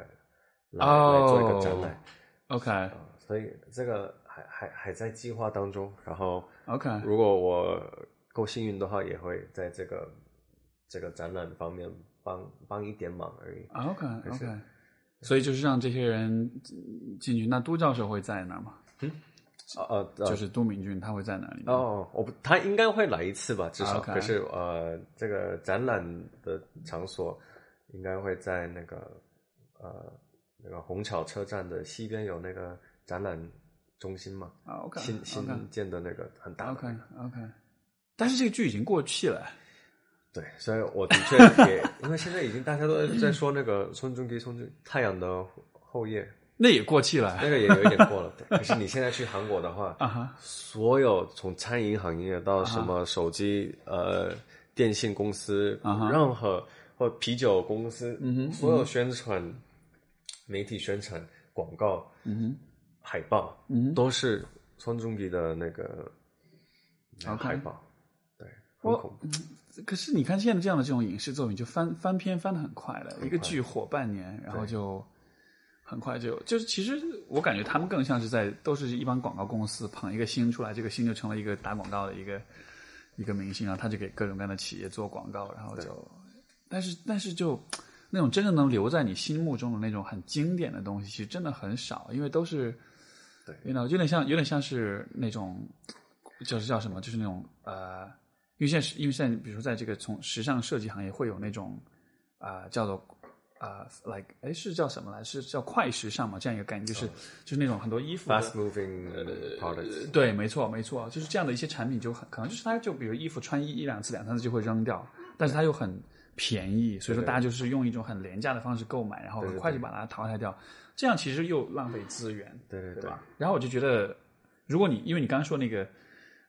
Speaker 1: 来、
Speaker 2: 哦
Speaker 1: 来做一个展览。
Speaker 2: OK
Speaker 1: 啊，所以这个还还还在计划当中。然后
Speaker 2: OK，
Speaker 1: 如果我够幸运的话，也会在这个这个展览方面帮帮一点忙而已。
Speaker 2: OK 啊
Speaker 1: 可
Speaker 2: OK，
Speaker 1: 是
Speaker 2: 所以就是让这些人进进去。那都教授会在那儿吗？
Speaker 1: 啊呃，呃
Speaker 2: 哦就是都敏俊他会在哪里？，
Speaker 1: 哦，我不，他应该会来一次吧，至少。
Speaker 2: 啊 OK
Speaker 1: 可是呃，这个展览的场所应该会在那个呃那个虹桥车站的西边有那个展览中心嘛，
Speaker 2: 啊 OK
Speaker 1: 新
Speaker 2: OK
Speaker 1: 新建的那个很大的
Speaker 2: OK OK，但是这个剧已经过气了。
Speaker 1: 对，所以我的确也，因为现在已经大家都 在说那个孙中基、孙中太阳的后裔，
Speaker 2: 那也过气了
Speaker 1: 那个也有一点过了。对可是你现在去韩国的话，
Speaker 2: 啊哈！
Speaker 1: 所有从餐饮行业到什么手机、呃电信公司，
Speaker 2: 啊哈
Speaker 1: 任何或啤酒公司，
Speaker 2: 嗯哼
Speaker 1: 所有宣传、媒体宣传、广告、
Speaker 2: 嗯
Speaker 1: 海报，
Speaker 2: 哼，嗯哼，
Speaker 1: 都是孙中基的那个
Speaker 2: OK
Speaker 1: 海报。对，很
Speaker 2: 我
Speaker 1: 恐怖。
Speaker 2: 可是你看现在这样的这种影视作品，就翻翻篇翻的很快的，一个剧火半年，然后就很快就就是其实我感觉他们更像是在都是一帮广告公司捧一个星出来，这个星就成了一个打广告的一个一个明星，然后他就给各种各样的企业做广告，然后就但是但是就那种真正能留在你心目中的那种很经典的东西，其实真的很少，因为都是
Speaker 1: 对
Speaker 2: ，you know，有点像有点像是那种就是叫什么，就是那种呃，因为现在是因为现在比如说在这个从时尚设计行业会有那种啊、呃叫做。啊、l i k e 哎，是叫什么来？是叫快时尚嘛？这样一个概念，就是、就是那种很多衣服
Speaker 1: Fast moving
Speaker 2: 呃
Speaker 1: products，
Speaker 2: 对，没错，没错，就是这样的一些产品就很可能就是它就比如衣服穿一一两次、两三次就会扔掉，但是它又很便宜，所以说大家就是用一种很廉价的方式购买，然后很快就把它淘汰掉，这样其实又浪费资源，
Speaker 1: 对对
Speaker 2: 对吧？然后我就觉得，如果你因为你刚刚说那个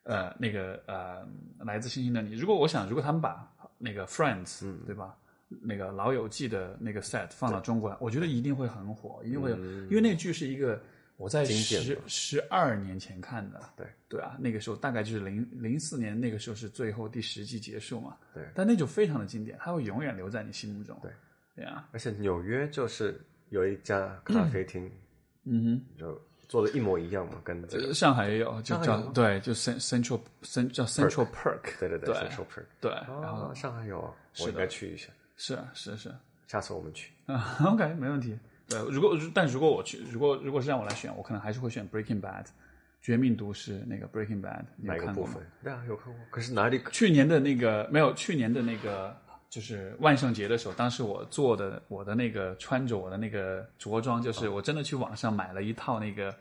Speaker 2: 呃那个呃来自星星的你，如果我想如果他们把那个 Friends、
Speaker 1: 嗯
Speaker 2: 对吧？那个《老友记》的那个 set 放到中国来，我觉得一定会很火，一定会有，因为那个剧是一个我在
Speaker 1: 嗯经典
Speaker 2: 十
Speaker 1: 的
Speaker 2: 十二年前看的，
Speaker 1: 对
Speaker 2: 对啊，那个时候大概就是零零四年，那个时候是最后第十季结束嘛，
Speaker 1: 对
Speaker 2: 但那就非常的经典，它会永远留在你心目中，
Speaker 1: 对，
Speaker 2: 对啊，
Speaker 1: 而且纽约就是有一家咖啡厅，
Speaker 2: 嗯哼。
Speaker 1: 就做的一模一样嘛，跟这
Speaker 2: 呃
Speaker 1: 个
Speaker 2: 上海也有，就
Speaker 1: 上海
Speaker 2: 叫
Speaker 1: 有吗
Speaker 2: 对，就 cen- Central Cen 叫 Central Perk，
Speaker 1: 对对
Speaker 2: 对
Speaker 1: c e n t r a l Park。
Speaker 2: 对，然后
Speaker 1: 哦，上海有啊，我应该去一下，
Speaker 2: 是啊是是
Speaker 1: 下次我们去。
Speaker 2: 啊，OK，没问题。对，如果但如果我去，如果如果是让我来选，我可能还是会选 Breaking Bad，《绝命毒师》那个 Breaking Bad，你有
Speaker 1: 哪个
Speaker 2: 看
Speaker 1: 部
Speaker 2: 过吗
Speaker 1: 分？？对啊，有看过，可是哪里可？
Speaker 2: 去年的那个没有，去年的那个就是万圣节的时候，当时我做的我的那个穿着我的那个着装，
Speaker 1: 哦
Speaker 2: 就是我真的去网上买了一套那个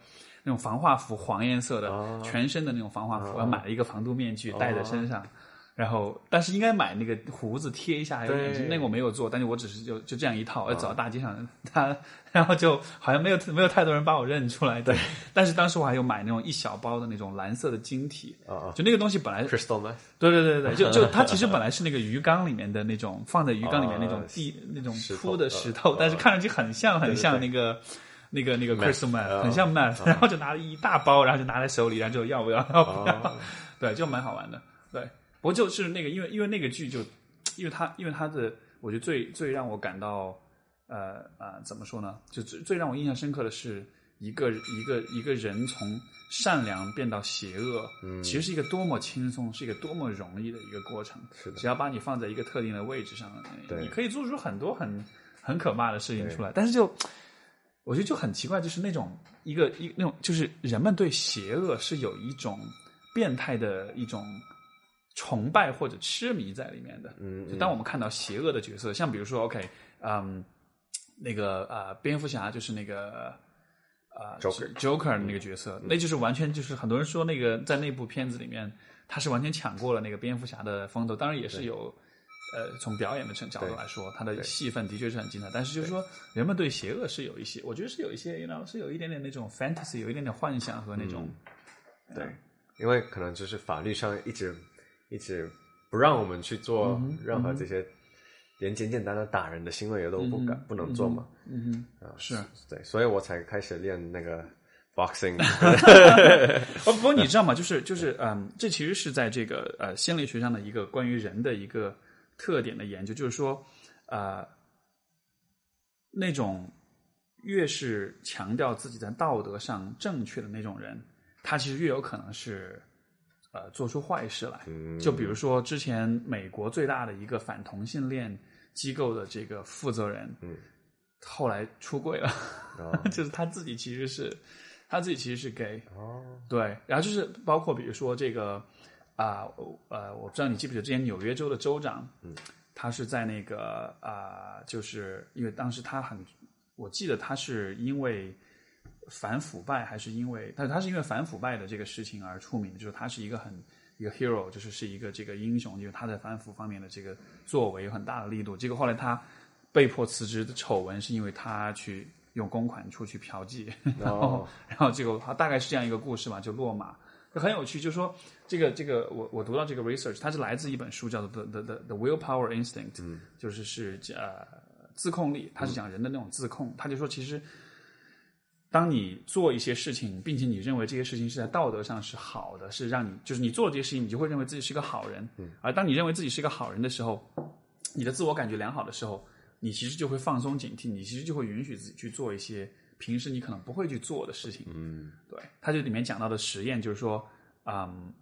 Speaker 2: 那种防化服，黄颜色的，
Speaker 1: 哦
Speaker 2: 全身的那种防化服，我还买了一个防毒面具
Speaker 1: 哦
Speaker 2: 戴在身上。然后，但是应该买那个胡子贴一下，还有眼睛，
Speaker 1: 对
Speaker 2: 那个我没有做，但是我只是就就这样一套，
Speaker 1: 哦
Speaker 2: 呃走到大街上，他 然后就好像没有没有太多人把我认出来，对。但是当时我还有买那种一小包的那种蓝色的晶体，
Speaker 1: 啊啊
Speaker 2: 就那个东西本来
Speaker 1: Crystal Meth，
Speaker 2: 对对对对，就就它其实本来是那个鱼缸里面的那种放在鱼缸里面那种地、那种
Speaker 1: 啊石头
Speaker 2: 铺的
Speaker 1: 呃
Speaker 2: 石头，
Speaker 1: 呃
Speaker 2: 但是看上去很像很像那个那个那个 crystal
Speaker 1: 呃
Speaker 2: man，很像 man，、然后就拿了一大包，然后就拿在手里，然后就要不要要
Speaker 1: 哦
Speaker 2: 不要， 对，就蛮好玩的。对，不过就是那个因为因为那个剧就因为它因为它的我觉得最最让我感到呃呃怎么说呢，就最最让我印象深刻的是。一个一个一个人从善良变到邪恶，
Speaker 1: 嗯
Speaker 2: 其实是一个多么轻松，是一个多么容易的一个过程。
Speaker 1: 是的
Speaker 2: 只要把你放在一个特定的位置上，
Speaker 1: 对
Speaker 2: 你可以做出很多很很可怕的事情出来。但是就我觉得就很奇怪，就是那种一个一那种，就是人们对邪恶是有一种变态的一种崇拜或者痴迷在里面的。
Speaker 1: 嗯，
Speaker 2: 就当我们看到邪恶的角色，像比如说，OK，嗯，那个呃，蝙蝠侠就是那个呃
Speaker 1: Joker 嗯
Speaker 2: Joker 那个角色，那就是完全就是很多人说那个在那部片子里面，他是完全抢过了那个蝙蝠侠的风头，当然也是有。呃，从表演的角度
Speaker 1: 对
Speaker 2: 来说，他的戏份的确是很精彩，但是就是说，人们对邪恶是有一些，我觉得是有一些，you know，是有一点点那种 fantasy，有一点点幻想和那种，
Speaker 1: 对， 因为可能就是法律上一直一直不让我们去做
Speaker 2: 嗯
Speaker 1: 任何这些连简简单单打人的行为也嗯都不敢、不能做嘛。
Speaker 2: 嗯
Speaker 1: 啊，
Speaker 2: 是
Speaker 1: 对，所以我才开始练那个 boxing。
Speaker 2: 哦，不过你知道吗？就是就是，嗯，这其实是在这个呃心理学上的一个关于人的一个特点的研究，就是说，呃，那种越是强调自己在道德上正确的那种人，他其实越有可能是呃做出坏事来。
Speaker 1: 嗯
Speaker 2: 就比如说之前美国最大的一个反同性恋机构的这个负责人，
Speaker 1: 嗯，
Speaker 2: 后来出柜了，
Speaker 1: 哦
Speaker 2: 就是他自己其实是他自己其实是 gay。
Speaker 1: 哦，
Speaker 2: 对，然后就是包括比如说这个啊、我呃，我不知道你记不记得之前纽约州的州长，嗯，他是在那个啊、就是因为当时他很，我记得他是因为反腐败还是因为，但是他是因为反腐败的这个事情而出名的，就是他是一个很一个 hero，就是是一个这个英雄，就是他在反腐方面的这个作为有很大的力度，结果后来他被迫辞职的丑闻是因为他去。用公款出去嫖妓，
Speaker 1: 嗯
Speaker 2: 然后
Speaker 1: 哦
Speaker 2: 然后结果他大概是这样一个故事吧，就落马，就很有趣。就是说这个这个，我我读到这个 research，它是来自一本书叫做《The The The, The Willpower Instinct》，就是是呃自控力，它是讲人的那种自控。他就说，其实当你做一些事情，并且你认为这些事情是在道德上是好的，是让你就是你做了这些事情，你就会认为自己是一个好人。而当你认为自己是一个好人的时候，你的自我感觉良好的时候，你其实就会放松警惕，你其实就会允许自己去做一些平时你可能不会去做的事情。
Speaker 1: 嗯
Speaker 2: 对，他就里面讲到的实验就是说，嗯，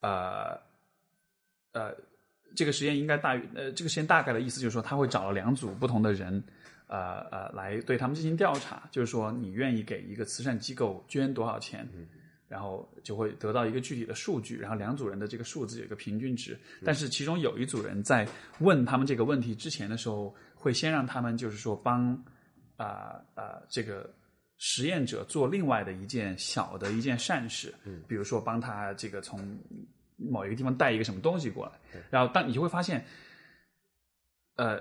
Speaker 2: 呃，呃，这个实验应该大于呃，这个实验大概的意思就是说，他会找了两组不同的人，呃呃，来对他们进行调查，就是说你愿意给一个慈善机构捐多少钱，然后就会得到一个具体的数据，然后两组人的这个数字有一个平均值。但是其中有一组人在问他们这个问题之前的时候，会先让他们就是说帮啊啊、呃这个实验者做另外的一件小的一件善事，嗯，比如说帮他这个从某一个地方带一个什么东西过来，然后当你会发现，呃，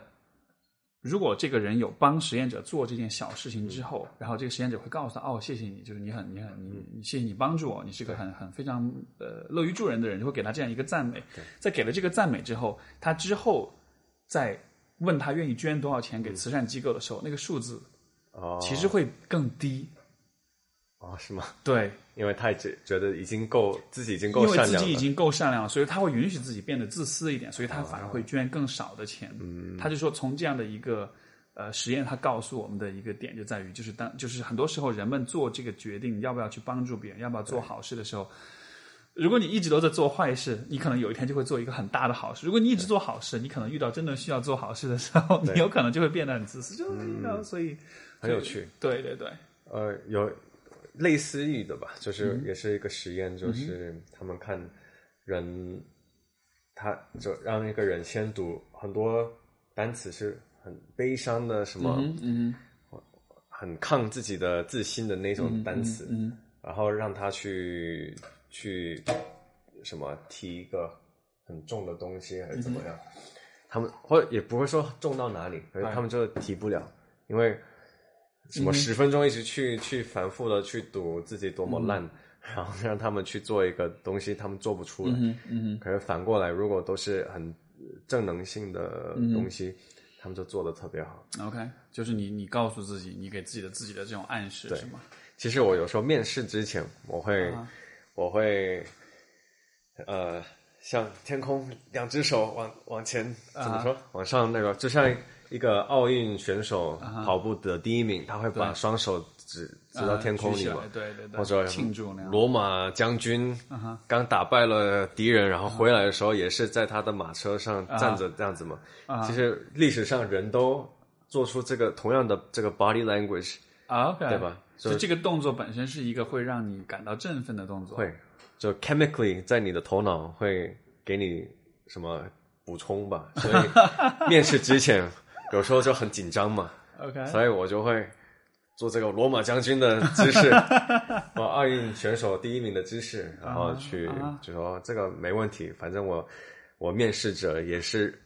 Speaker 2: 如果这个人有帮实验者做这件小事情之后，然后这个实验者会告诉他，哦，谢谢你，就是你很你很你你谢谢你帮助我，你是个很很非常呃乐于助人的人，就会给他这样一个赞美。在给了这个赞美之后，他之后再问他愿意捐多少钱给慈善机构的时候，那个数字
Speaker 1: 哦，
Speaker 2: 其实会更低。
Speaker 1: 哦是吗？
Speaker 2: 对，
Speaker 1: 因为他觉觉得已经够自己已经
Speaker 2: 因
Speaker 1: 够
Speaker 2: 为
Speaker 1: 善
Speaker 2: 自
Speaker 1: 良
Speaker 2: 己已
Speaker 1: 了。
Speaker 2: 经够善良了，所以他会允许自己变得自私一点，所以他反而会捐更少的钱。
Speaker 1: 嗯
Speaker 2: 他就说从这样的一个呃实验，他告诉我们的一个点就在于，就是当就是很多时候人们做这个决定要不要去帮助别人，要不要做好事的时候。如果你一直都在做坏事，你可能有一天就会做一个很大的好事。如果你一直做好事，你可能遇到真的需要做好事的时候，你有可能就会变得很自私。就是你知道所以
Speaker 1: 嗯很有趣。
Speaker 2: 对对对，
Speaker 1: 呃，有类似于的吧，就是也是一个实验，就是他们看人，他就让一个人先读很多单词是很悲伤的，什么
Speaker 2: 嗯嗯
Speaker 1: 很抗自己的自信的那种单词，
Speaker 2: 嗯
Speaker 1: 然后让他去去什么提一个很重的东西还是怎么样，他们或者也不会说重到哪里，可是他们就提不了，因为什么十分钟一直去、去反复的去赌自己多么烂，然后让他们去做一个东西，他们做不出来。
Speaker 2: 嗯嗯
Speaker 1: 可是反过来，如果都是很正能性的东西，他们就做的特别好。
Speaker 2: 嗯，OK，就是你你告诉自己，你给自己的自己的这种暗示是吗？
Speaker 1: 其实我有时候面试之前，我会、
Speaker 2: 嗯
Speaker 1: 我会呃，像天空两只手往往前怎么
Speaker 2: 啊
Speaker 1: 说？往上那个，就像一个奥运选手
Speaker 2: 嗯
Speaker 1: 跑步的第一名，他会把双手指指到天空
Speaker 2: 呃啊举
Speaker 1: 里
Speaker 2: 起
Speaker 1: 嘛
Speaker 2: 来，对对对，
Speaker 1: 或者
Speaker 2: 庆祝那样。嗯
Speaker 1: 罗马将军刚打败了敌人，然后回来的时候也是在他的马车上
Speaker 2: 啊
Speaker 1: 站着这样子嘛。
Speaker 2: 嗯
Speaker 1: 其实历史上人都做出这个同样的这个 body language，
Speaker 2: 啊，OK，
Speaker 1: 对吧
Speaker 2: 就这个动作本身是一个会让你感到振奋的动作，
Speaker 1: 会就 chemically 在你的头脑会给你什么补充 吧，所以面试之前有时候就很紧张 嘛，
Speaker 2: OK，
Speaker 1: 所以我就会做这个罗马将军的姿 势，我奥运选手第一名的姿势，然后去
Speaker 2: 啊
Speaker 1: 就说这个没问题，反正我我面试者也是，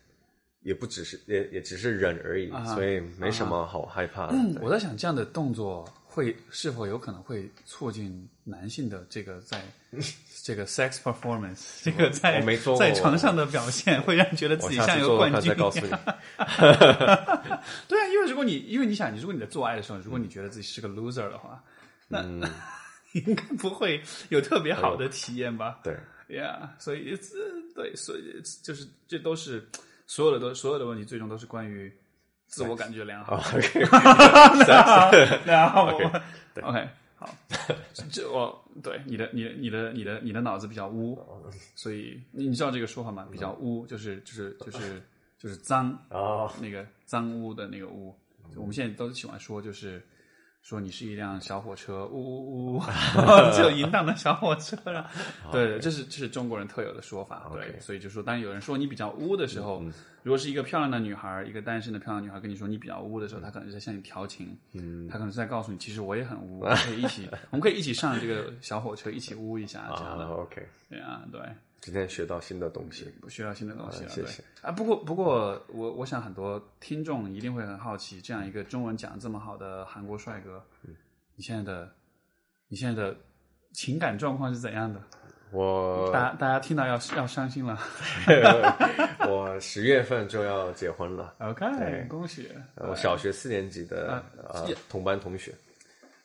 Speaker 1: 也不只是也也只是人而
Speaker 2: 啊
Speaker 1: 已，所以没什么好害怕的。 对
Speaker 2: 我在想这样的动作会是否有可能会促进男性的这个 在这个 sex performance 这个在
Speaker 1: 我没做过
Speaker 2: 在床上的表现，会让你觉得自
Speaker 1: 我
Speaker 2: 己
Speaker 1: 下
Speaker 2: 像一
Speaker 1: 次
Speaker 2: 个
Speaker 1: 做
Speaker 2: 冠
Speaker 1: 看
Speaker 2: 军
Speaker 1: 再
Speaker 2: 一样
Speaker 1: 告诉你。
Speaker 2: 对啊，因为如果你因为你想，你如果你在做爱的时候，如果你觉得自己是个 loser 的话，那、你 应该不会有特别好的体验吧
Speaker 1: 对，
Speaker 2: ？Yeah，所以呃对，所以就是这都是所有的都所有的问题，最终都是关于自我感觉良好。
Speaker 1: OK，
Speaker 2: 然后
Speaker 1: OK，
Speaker 2: 我 OK 好，这我对你的你的你的你的你的脑子比较污，所以你你知道这个说法吗？比较污就是就是就是就是脏，
Speaker 1: 哦，
Speaker 2: 那个脏污的那个污，
Speaker 1: 嗯
Speaker 2: 就我们现在都喜欢说，就是说你是一辆小火车，呜呜 呜，就淫荡的小火车了。对，这是这是中国人特有的说法。对，
Speaker 1: OK 嗯
Speaker 2: 所以就说，当有人说你比较污的时候，如果是一个漂亮的女孩，一个单身的漂亮女孩跟你说你比较污的
Speaker 1: 嗯
Speaker 2: 时候，她可能是在向你调情，嗯，她可能是在告诉你，其实我也很 污，我们可以一起，我们可以一起上这个小火车，一起污一下这
Speaker 1: 啊
Speaker 2: 样的。
Speaker 1: ，OK，
Speaker 2: 对啊，对。
Speaker 1: 今天学到新的东西。
Speaker 2: 不需要新的东西了。
Speaker 1: 啊谢
Speaker 2: 对
Speaker 1: 谢
Speaker 2: 啊，不过不过，我我想很多听众一定会很好奇，这样一个中文讲得这么好的韩国帅哥，
Speaker 1: 嗯
Speaker 2: 你现在的你现在的情感状况是怎样的？
Speaker 1: 我
Speaker 2: 大家大家听到要要伤心了。
Speaker 1: 我十月份就要结婚了，
Speaker 2: OK，
Speaker 1: 对呃
Speaker 2: 恭喜！
Speaker 1: 我小学四年级的
Speaker 2: 啊
Speaker 1: 呃同班同学，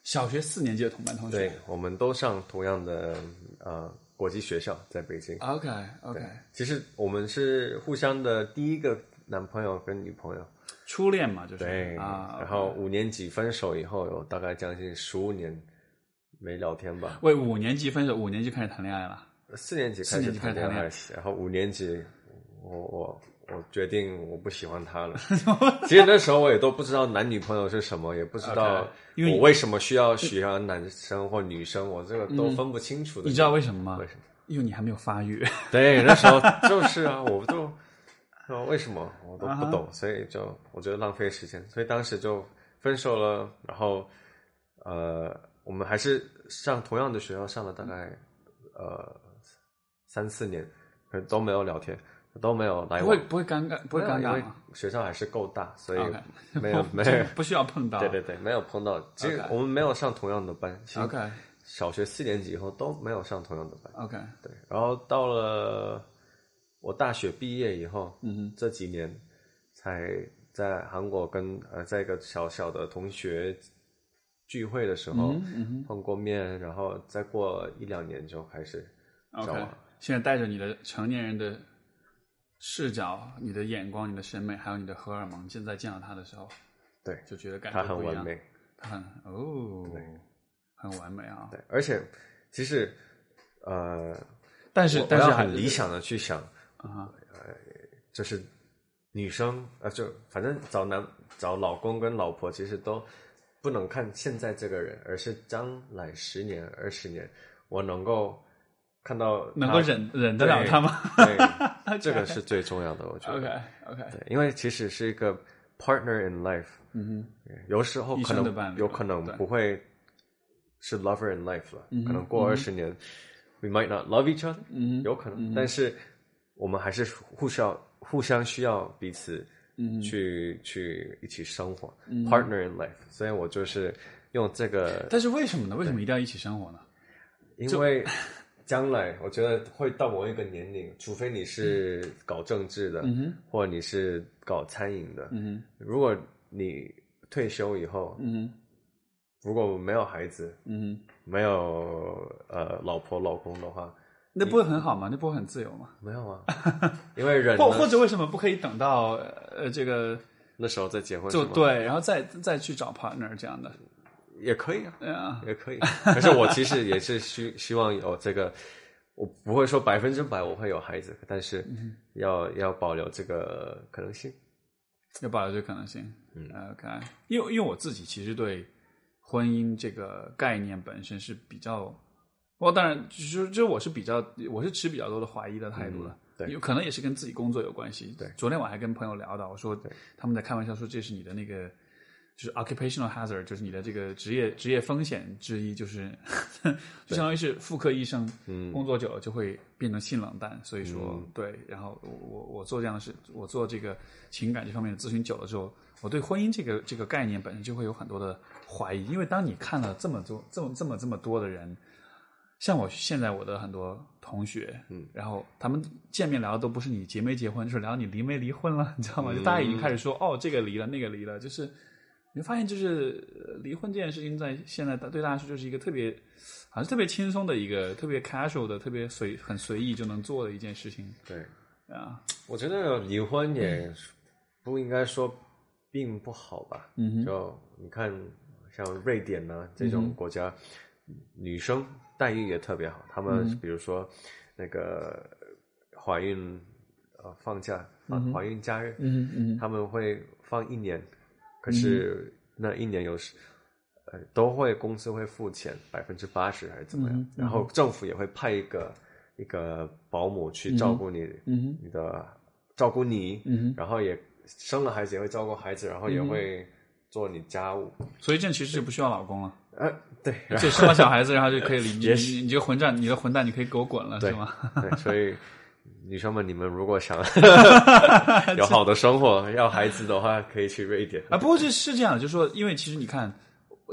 Speaker 2: 小学四年级的同班同学
Speaker 1: 对。我们都上同样的呃国际学校，在北京。
Speaker 2: OK OK，
Speaker 1: 其实我们是互相的第一个男朋友跟女朋友，
Speaker 2: 初恋嘛，就是
Speaker 1: 对，
Speaker 2: 啊。
Speaker 1: 然后五年级分手以后，有大概将近十五年没聊天吧。
Speaker 2: 为五年级分手，五年级开始谈恋爱了。
Speaker 1: 四年级
Speaker 2: 四
Speaker 1: 开
Speaker 2: 年
Speaker 1: 始
Speaker 2: 级开
Speaker 1: 谈
Speaker 2: 始
Speaker 1: 恋
Speaker 2: 谈
Speaker 1: 爱，然后五年级，我我我决定我不喜欢他 了。其实那时候我也都不知道男女朋友是什么，也不知道
Speaker 2: OK，因为你
Speaker 1: 我为什么需要喜欢男生或女生，我这个都分不清楚的。
Speaker 2: 嗯你知道为什么吗
Speaker 1: 为什么？
Speaker 2: 因为你还没有发育。
Speaker 1: 对，那时候就是啊，我都说为什么我
Speaker 2: 啊
Speaker 1: 都不懂，所以就我觉得浪费时间，所以当时就分手了。然后呃，我们还是上同样的学校，上了大概呃三四年，可是都没有聊天，都没有来
Speaker 2: 不
Speaker 1: 往
Speaker 2: 会。不会尴尬，不会尴
Speaker 1: 因
Speaker 2: 尬
Speaker 1: 为
Speaker 2: 吗？
Speaker 1: 学校还是够大，所以
Speaker 2: OK
Speaker 1: 没有没
Speaker 2: 这
Speaker 1: 有
Speaker 2: 个，不需要碰到。
Speaker 1: 对对对，没有碰到。其实
Speaker 2: OK
Speaker 1: 我们没有上同样的班，其实
Speaker 2: OK
Speaker 1: 小学四年级以后都没有上同样的班。
Speaker 2: OK，
Speaker 1: 对，然后到了我大学毕业以后，嗯，这几年才在韩国跟呃，在一个小小的同学聚会的时候、
Speaker 2: 嗯
Speaker 1: 碰过面，然后再过一两年就开始交
Speaker 2: OK，
Speaker 1: 往。
Speaker 2: 现在带着你的成年人的视角、你的眼光、你的审美，还有你的荷尔蒙，现在见到他的时候，
Speaker 1: 对，
Speaker 2: 就觉得感
Speaker 1: 他
Speaker 2: 觉
Speaker 1: 很
Speaker 2: 不一样。
Speaker 1: 完美，
Speaker 2: 他很哦，很完美啊。
Speaker 1: 对，而且其实呃，
Speaker 2: 但是
Speaker 1: 我
Speaker 2: 但是
Speaker 1: 我要
Speaker 2: 还
Speaker 1: 很理想的去想，呃
Speaker 2: 啊
Speaker 1: 就是女生呃，就反正找男找老公跟老婆，其实都不能看现在这个人，而是将来十年、二十年，我能够看到
Speaker 2: 能
Speaker 1: 他
Speaker 2: 够忍忍得了他吗？
Speaker 1: 对，这个是最重要的，我觉得。
Speaker 2: ？OK OK，
Speaker 1: 对，因为其实是一个 partner in life，
Speaker 2: 嗯
Speaker 1: 有时候可
Speaker 2: 一生的伴
Speaker 1: 能
Speaker 2: 侣
Speaker 1: 有可能
Speaker 2: 对
Speaker 1: 不会是 lover in life 了，可能过二十年、w e might not love each other，、
Speaker 2: 嗯
Speaker 1: 有可能，但是我们还是互相互相需要彼此
Speaker 2: 嗯
Speaker 1: 去、去一起生活、p a r t n e r in life。所以我就是用这个
Speaker 2: 哼，，但是为什么呢？为什么一定要一起生活呢？
Speaker 1: 因为将来我觉得会到某一个年龄，除非你是搞政治的，
Speaker 2: 嗯哼
Speaker 1: 或者你是搞餐饮的，
Speaker 2: 嗯
Speaker 1: 如果你退休以后，
Speaker 2: 哼嗯
Speaker 1: 如果没有孩子，
Speaker 2: 哼嗯哼，
Speaker 1: 没有呃老婆老公的话，
Speaker 2: 那不会很好吗？那不会很自由吗？
Speaker 1: 没有 啊，因为人呢
Speaker 2: 或或者为什么不可以等到呃这个
Speaker 1: 那时候再结婚
Speaker 2: 就是
Speaker 1: 吗，
Speaker 2: 对，然后再再去找 partner 这样的？
Speaker 1: 也可以啊，
Speaker 2: 对啊，
Speaker 1: 也可以。可是我其实也是希希望有这个，我不会说百分之百我会有孩子，但是
Speaker 2: 嗯
Speaker 1: 要要保留这个可能性。
Speaker 2: 要保留这个可能性。嗯，OK，因为因为我自己其实对婚姻这个概念本身是比较，我我当然就是就是我是比较我是持比较多的怀疑的态度的。
Speaker 1: 嗯对
Speaker 2: 有可能也是跟自己工作有关系。
Speaker 1: 对
Speaker 2: 昨天我还跟朋友聊到，我说他们在开玩笑说这是你的那个就是 occupational hazard，就是你的这个职业职业风险之一，就是 就相当于是妇科医生，
Speaker 1: 嗯
Speaker 2: 工作久了就会变成性冷淡，所以说
Speaker 1: 嗯
Speaker 2: 对。然后我我我做这样的事，我做这个情感这方面的咨询久了之后，我对婚姻这个这个概念本身就会有很多的怀疑，因为当你看了这么多这么这么这么多的人。像我现在我的很多同学，
Speaker 1: 嗯，
Speaker 2: 然后他们见面聊的都不是你结没结婚，就是聊你离没离婚了，你知道吗？就大家已经开始说、哦，这个离了，那个离了，就是你会发现，就是呃离婚这件事情在现在大对大家来说就是一个特别，好像特别轻松的一个，特别 casual 的，特别随很随意就能做的一件事情
Speaker 1: 对，
Speaker 2: 啊。
Speaker 1: 我觉得离婚也不应该说并不好吧。
Speaker 2: 嗯哼嗯
Speaker 1: 就你看，像瑞典呢、这种国家，女生待遇也特别好。她
Speaker 2: 嗯
Speaker 1: 们比如说那个怀孕呃放假啊怀孕假日，
Speaker 2: 嗯嗯
Speaker 1: 他们会放一年，可是那一年有时。呃，都会公司会付钱百分之八十还是怎么样？
Speaker 2: 嗯
Speaker 1: 然后政府也会派一个一个保姆去照顾你，
Speaker 2: 嗯哼
Speaker 1: 你的照顾你，
Speaker 2: 嗯哼，嗯
Speaker 1: 然后也生了孩子也会照顾孩子，然后也会做你家务。
Speaker 2: 所以这样其实就不需要老公了，
Speaker 1: 呃，对，然
Speaker 2: 就生了小孩子，然后就可以 离你你你这个混蛋，你的混蛋，你可以给我滚了，是
Speaker 1: 对
Speaker 2: 吗？
Speaker 1: 对，所 以女生们，你们如果想有好的生活，要孩子的话，可以去瑞典。
Speaker 2: 啊，不过这是这样的，就是说，因为其实你看，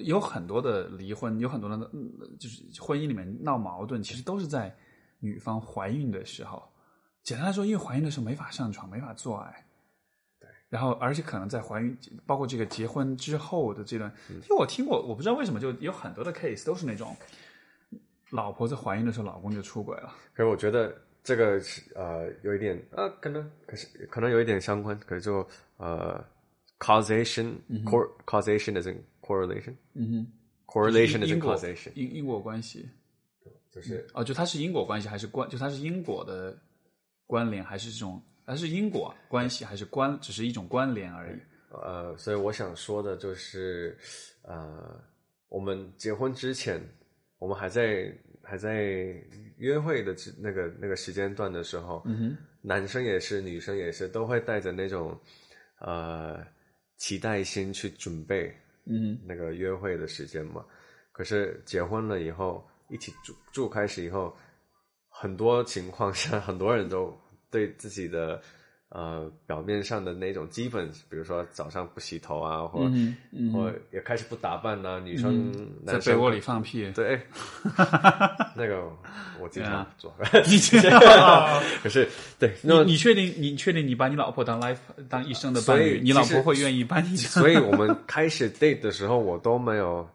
Speaker 2: 有很多的离婚，有很多的，嗯就是婚姻里面闹矛盾，其实都是在女方怀孕的时候。简单来说，因为怀孕的时候没法上床，没法做爱。然后，而且可能在怀孕，包括这个结婚之后的这段，
Speaker 1: 嗯
Speaker 2: 因为我听过，我不知道为什么，就有很多的 case 都是那种，老婆在怀孕的时候，老公就出轨了。
Speaker 1: 可是我觉得这个是呃有一点呃可能可是可能有一点相关，可是就呃 causation、cor causation is in correlation
Speaker 2: 嗯
Speaker 1: correlation
Speaker 2: 哼，
Speaker 1: is
Speaker 2: 因
Speaker 1: in
Speaker 2: 果嗯
Speaker 1: causation，
Speaker 2: 因因果关系。
Speaker 1: 就是
Speaker 2: 哦，就它是因果关系还是关？就它是因果的关联，还是这种？它是因果关系还是关？只是一种关联而已。
Speaker 1: 呃，所以我想说的就是，呃，我们结婚之前，我们还在还在约会的之那个那个时间段的时候，
Speaker 2: 嗯哼，
Speaker 1: 男生也是，女生也是，都会带着那种呃期待心去准备
Speaker 2: 嗯
Speaker 1: 那个约会的时间嘛。可是结婚了以后，一起住住开始以后，很多情况下，很多人都对自己的呃表面上的那种基本，比如说早上不洗头啊，或、
Speaker 2: 嗯嗯
Speaker 1: 或也开始不打扮呐、女生、
Speaker 2: 在
Speaker 1: 男
Speaker 2: 被
Speaker 1: 生
Speaker 2: 窝里放 屁，
Speaker 1: 对，哎 那个我经常做，
Speaker 2: 你这
Speaker 1: 可是对，那
Speaker 2: 你你确定你确定你把你老婆当 life 当一生的
Speaker 1: 所
Speaker 2: 伴侣
Speaker 1: 以，
Speaker 2: 你老
Speaker 1: 其
Speaker 2: 婆
Speaker 1: 实
Speaker 2: 会愿意 把你
Speaker 1: 所以我们开始 date 的时候，我都没有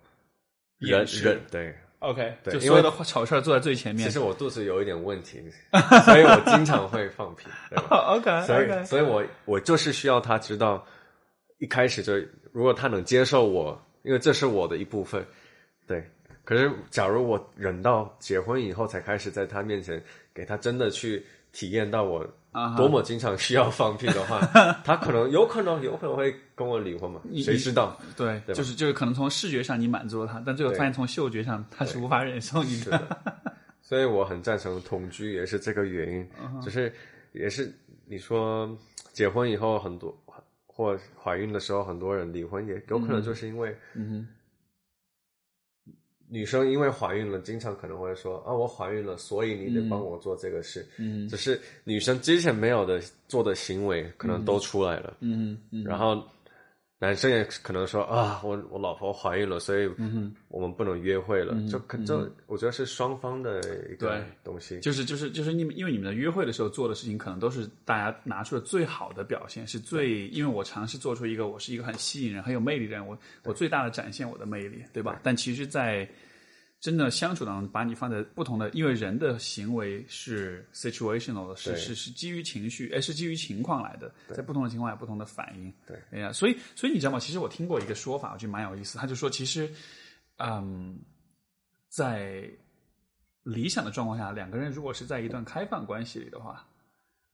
Speaker 1: 忍
Speaker 2: 掩饰
Speaker 1: 忍对。
Speaker 2: OK？
Speaker 1: 对
Speaker 2: 就
Speaker 1: 因
Speaker 2: 所有
Speaker 1: 为
Speaker 2: 的丑事儿坐在最前面
Speaker 1: 其。实我肚子有一点问题，所以我经常会放 屁，对吧？
Speaker 2: OK
Speaker 1: 所
Speaker 2: OK，
Speaker 1: 以，所以我我就是需要他知道，一开始就如果他能接受我，因为这是我的一部分，对。可是，假如我忍到结婚以后才开始在他面前给他真的去体验到我
Speaker 2: 啊哈
Speaker 1: 多么经常需要放屁的 话，他可能有可能有可能会跟我离婚嘛？
Speaker 2: 你
Speaker 1: 谁知道？
Speaker 2: 对，
Speaker 1: 对吧
Speaker 2: 就是就是可能从视觉上你满足了他，但最后
Speaker 1: 对
Speaker 2: 发现从嗅觉上他是无法忍受你
Speaker 1: 是
Speaker 2: 的。
Speaker 1: 的，所以我很赞成同居，也是这个原
Speaker 2: 嗯
Speaker 1: 因。只是也是你说结婚以后很多或怀孕的时候，很多人离婚，也有可能就是因为
Speaker 2: 嗯
Speaker 1: 女生因为怀孕了，经常可能会说啊，我怀孕了，所以你得帮我做这个事。
Speaker 2: 嗯
Speaker 1: 只是女生之前没有的做的行为，可能都出来了。
Speaker 2: 嗯嗯
Speaker 1: 然后男生也可能说啊，我我老婆怀孕了，所以
Speaker 2: 嗯
Speaker 1: 我们不能约会了。就可这，我觉得是双方的一个
Speaker 2: 对
Speaker 1: 东西。
Speaker 2: 就是就是就是你们，因为你们在约会的时候做的事情，可能都是大家拿出的最好的表现，是最因为我尝试做出一个我是一个很吸引人、很有魅力的人，我我最大的展现我的魅力，对吧？但其实，在真的相处当中，把你放在不同的，因为人的行为是 situational 的，是
Speaker 1: 对
Speaker 2: 是是基于情绪，哎，是基于情况来的，在不同的情况下有不同的反应。
Speaker 1: 对，
Speaker 2: 哎呀，所以所以你知道吗？其实我听过一个说法，我觉得蛮有意思，他就说，其实，嗯，在理想的状况下，两个人如果是在一段开放关系里的话，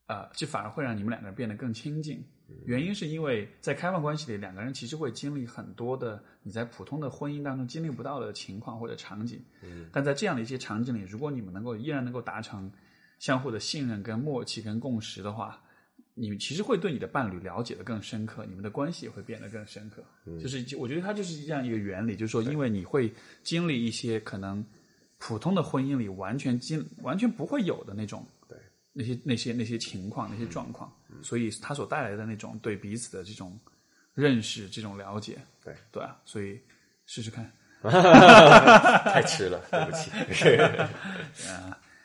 Speaker 2: 呃，这反而会让你们两个人变得更亲近。原因是因为在开放关系里，两个人其实会经历很多的你在普通的婚姻当中经历不到的情况或者场景。
Speaker 1: 嗯
Speaker 2: 但在这样的一些场景里，如果你们能够依然能够达成相互的信任、跟默契、跟共识的话，你其实会对你的伴侣了解的更深刻，你们的关系也会变得更深刻。就是我觉得它就是这样一个原理，就是说，因为你会经历一些可能普通的婚姻里完全经完全不会有的那种
Speaker 1: 对
Speaker 2: 那些那些那些情况、那些状况，所以它所带来的那种对彼此的这种认识、这种了解，
Speaker 1: 对
Speaker 2: 对啊，所以试试看。
Speaker 1: 太迟 了，对不起。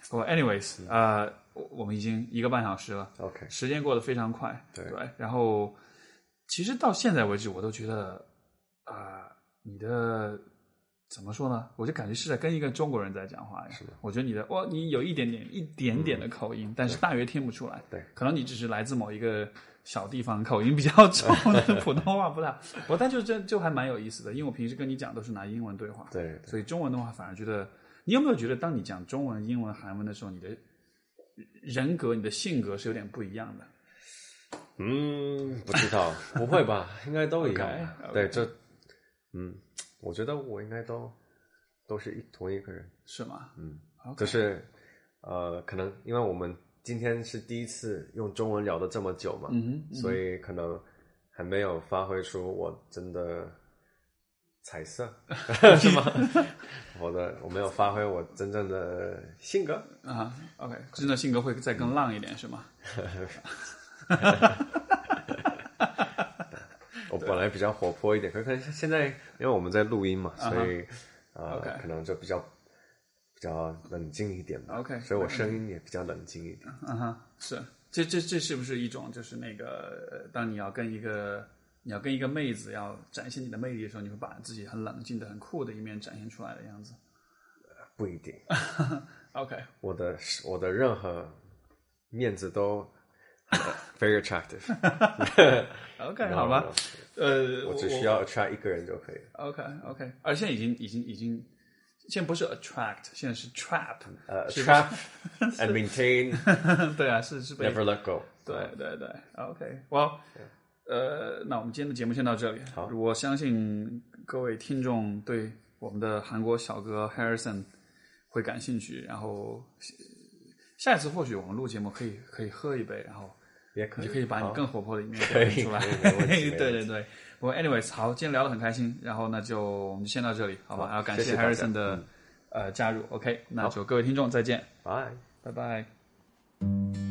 Speaker 2: 我 anyways，呃，我我们已经一个半小时了，
Speaker 1: OK，
Speaker 2: 时间过得非常快，
Speaker 1: 对
Speaker 2: 然后，其实到现在为止，我都觉得，啊、你的怎么说呢？我就感觉是在跟一个中国人在讲话呀。我觉得你的哇，你有一点点、一点点的口音，但是大约听不出来。
Speaker 1: 对
Speaker 2: 可能你只是来自某一个小地方，口音比较重， 普通话不大。我但就这就还蛮有意思的，因为我平时跟你讲都是拿英文对话。
Speaker 1: 对对
Speaker 2: 所以中文的话，反而觉得，你有没有觉得，当你讲中文、英文、韩文的时候，你的人格、你的性格是有点不一样的？
Speaker 1: 嗯，不知 道，不会吧？应该都一样吧。
Speaker 2: OK，OK
Speaker 1: 对，这，嗯，我觉得我应该都都是一同一个人。
Speaker 2: 是吗？
Speaker 1: 嗯
Speaker 2: OK
Speaker 1: 就是呃，可能因为我们今天是第一次用中文聊的这么久嘛，
Speaker 2: 嗯哼，
Speaker 1: 所以可能还没有发挥出我真的彩 色，是吗？我的我没有发挥我真正的性格，
Speaker 2: 啊，OK，真的性格会再更浪一点，是吗？
Speaker 1: 我本来比较活泼一点，可是可能现在因为我们在录音嘛，
Speaker 2: 啊哈
Speaker 1: 所以呃
Speaker 2: OK
Speaker 1: 可能就比较比较冷静一点吧。
Speaker 2: OK，
Speaker 1: 所以我
Speaker 2: 没问题
Speaker 1: 声音也比较冷静一点。
Speaker 2: 嗯哼，是。这这这是不是一种就是那个，呃当你要跟一个你要跟一个妹子要展现你的魅力的时候，你会把自己很冷静的、很酷的一面展现出来的样子
Speaker 1: 不一定，
Speaker 2: ？OK，
Speaker 1: 我的我的任何面子都呃 very attractive。
Speaker 2: OK，
Speaker 1: No,
Speaker 2: 好吧
Speaker 1: no，
Speaker 2: 呃，
Speaker 1: 我只需要 attract 一个人就可以。
Speaker 2: OK OK，而现在已经已经已经，现在不是 attract，现在是 trap，
Speaker 1: 呃、
Speaker 2: 是
Speaker 1: t r a p and maintain，never
Speaker 2: 对啊，是是被
Speaker 1: let go。
Speaker 2: 对对对，OK，well,，呃，那我们今天的节目先到这里。
Speaker 1: 好
Speaker 2: 我相信各位听众对我们的韩国小哥 Harrison 会感兴趣，然后呃下一次或许我们录节目可以可以喝一杯，然后
Speaker 1: 也可
Speaker 2: 你
Speaker 1: 以，哦
Speaker 2: 就可以把你
Speaker 1: 好
Speaker 2: 更活泼的一面表现出来。
Speaker 1: 可以可以没问题没问题
Speaker 2: 对对对，我 anyways 好，今天聊得很开心，然后那就我们就先到这里，好吧？
Speaker 1: 好
Speaker 2: 然后感
Speaker 1: 谢谢大家嗯
Speaker 2: Harrison 的呃加入，OK，那就各位听众再见，
Speaker 1: bye。
Speaker 2: 拜拜。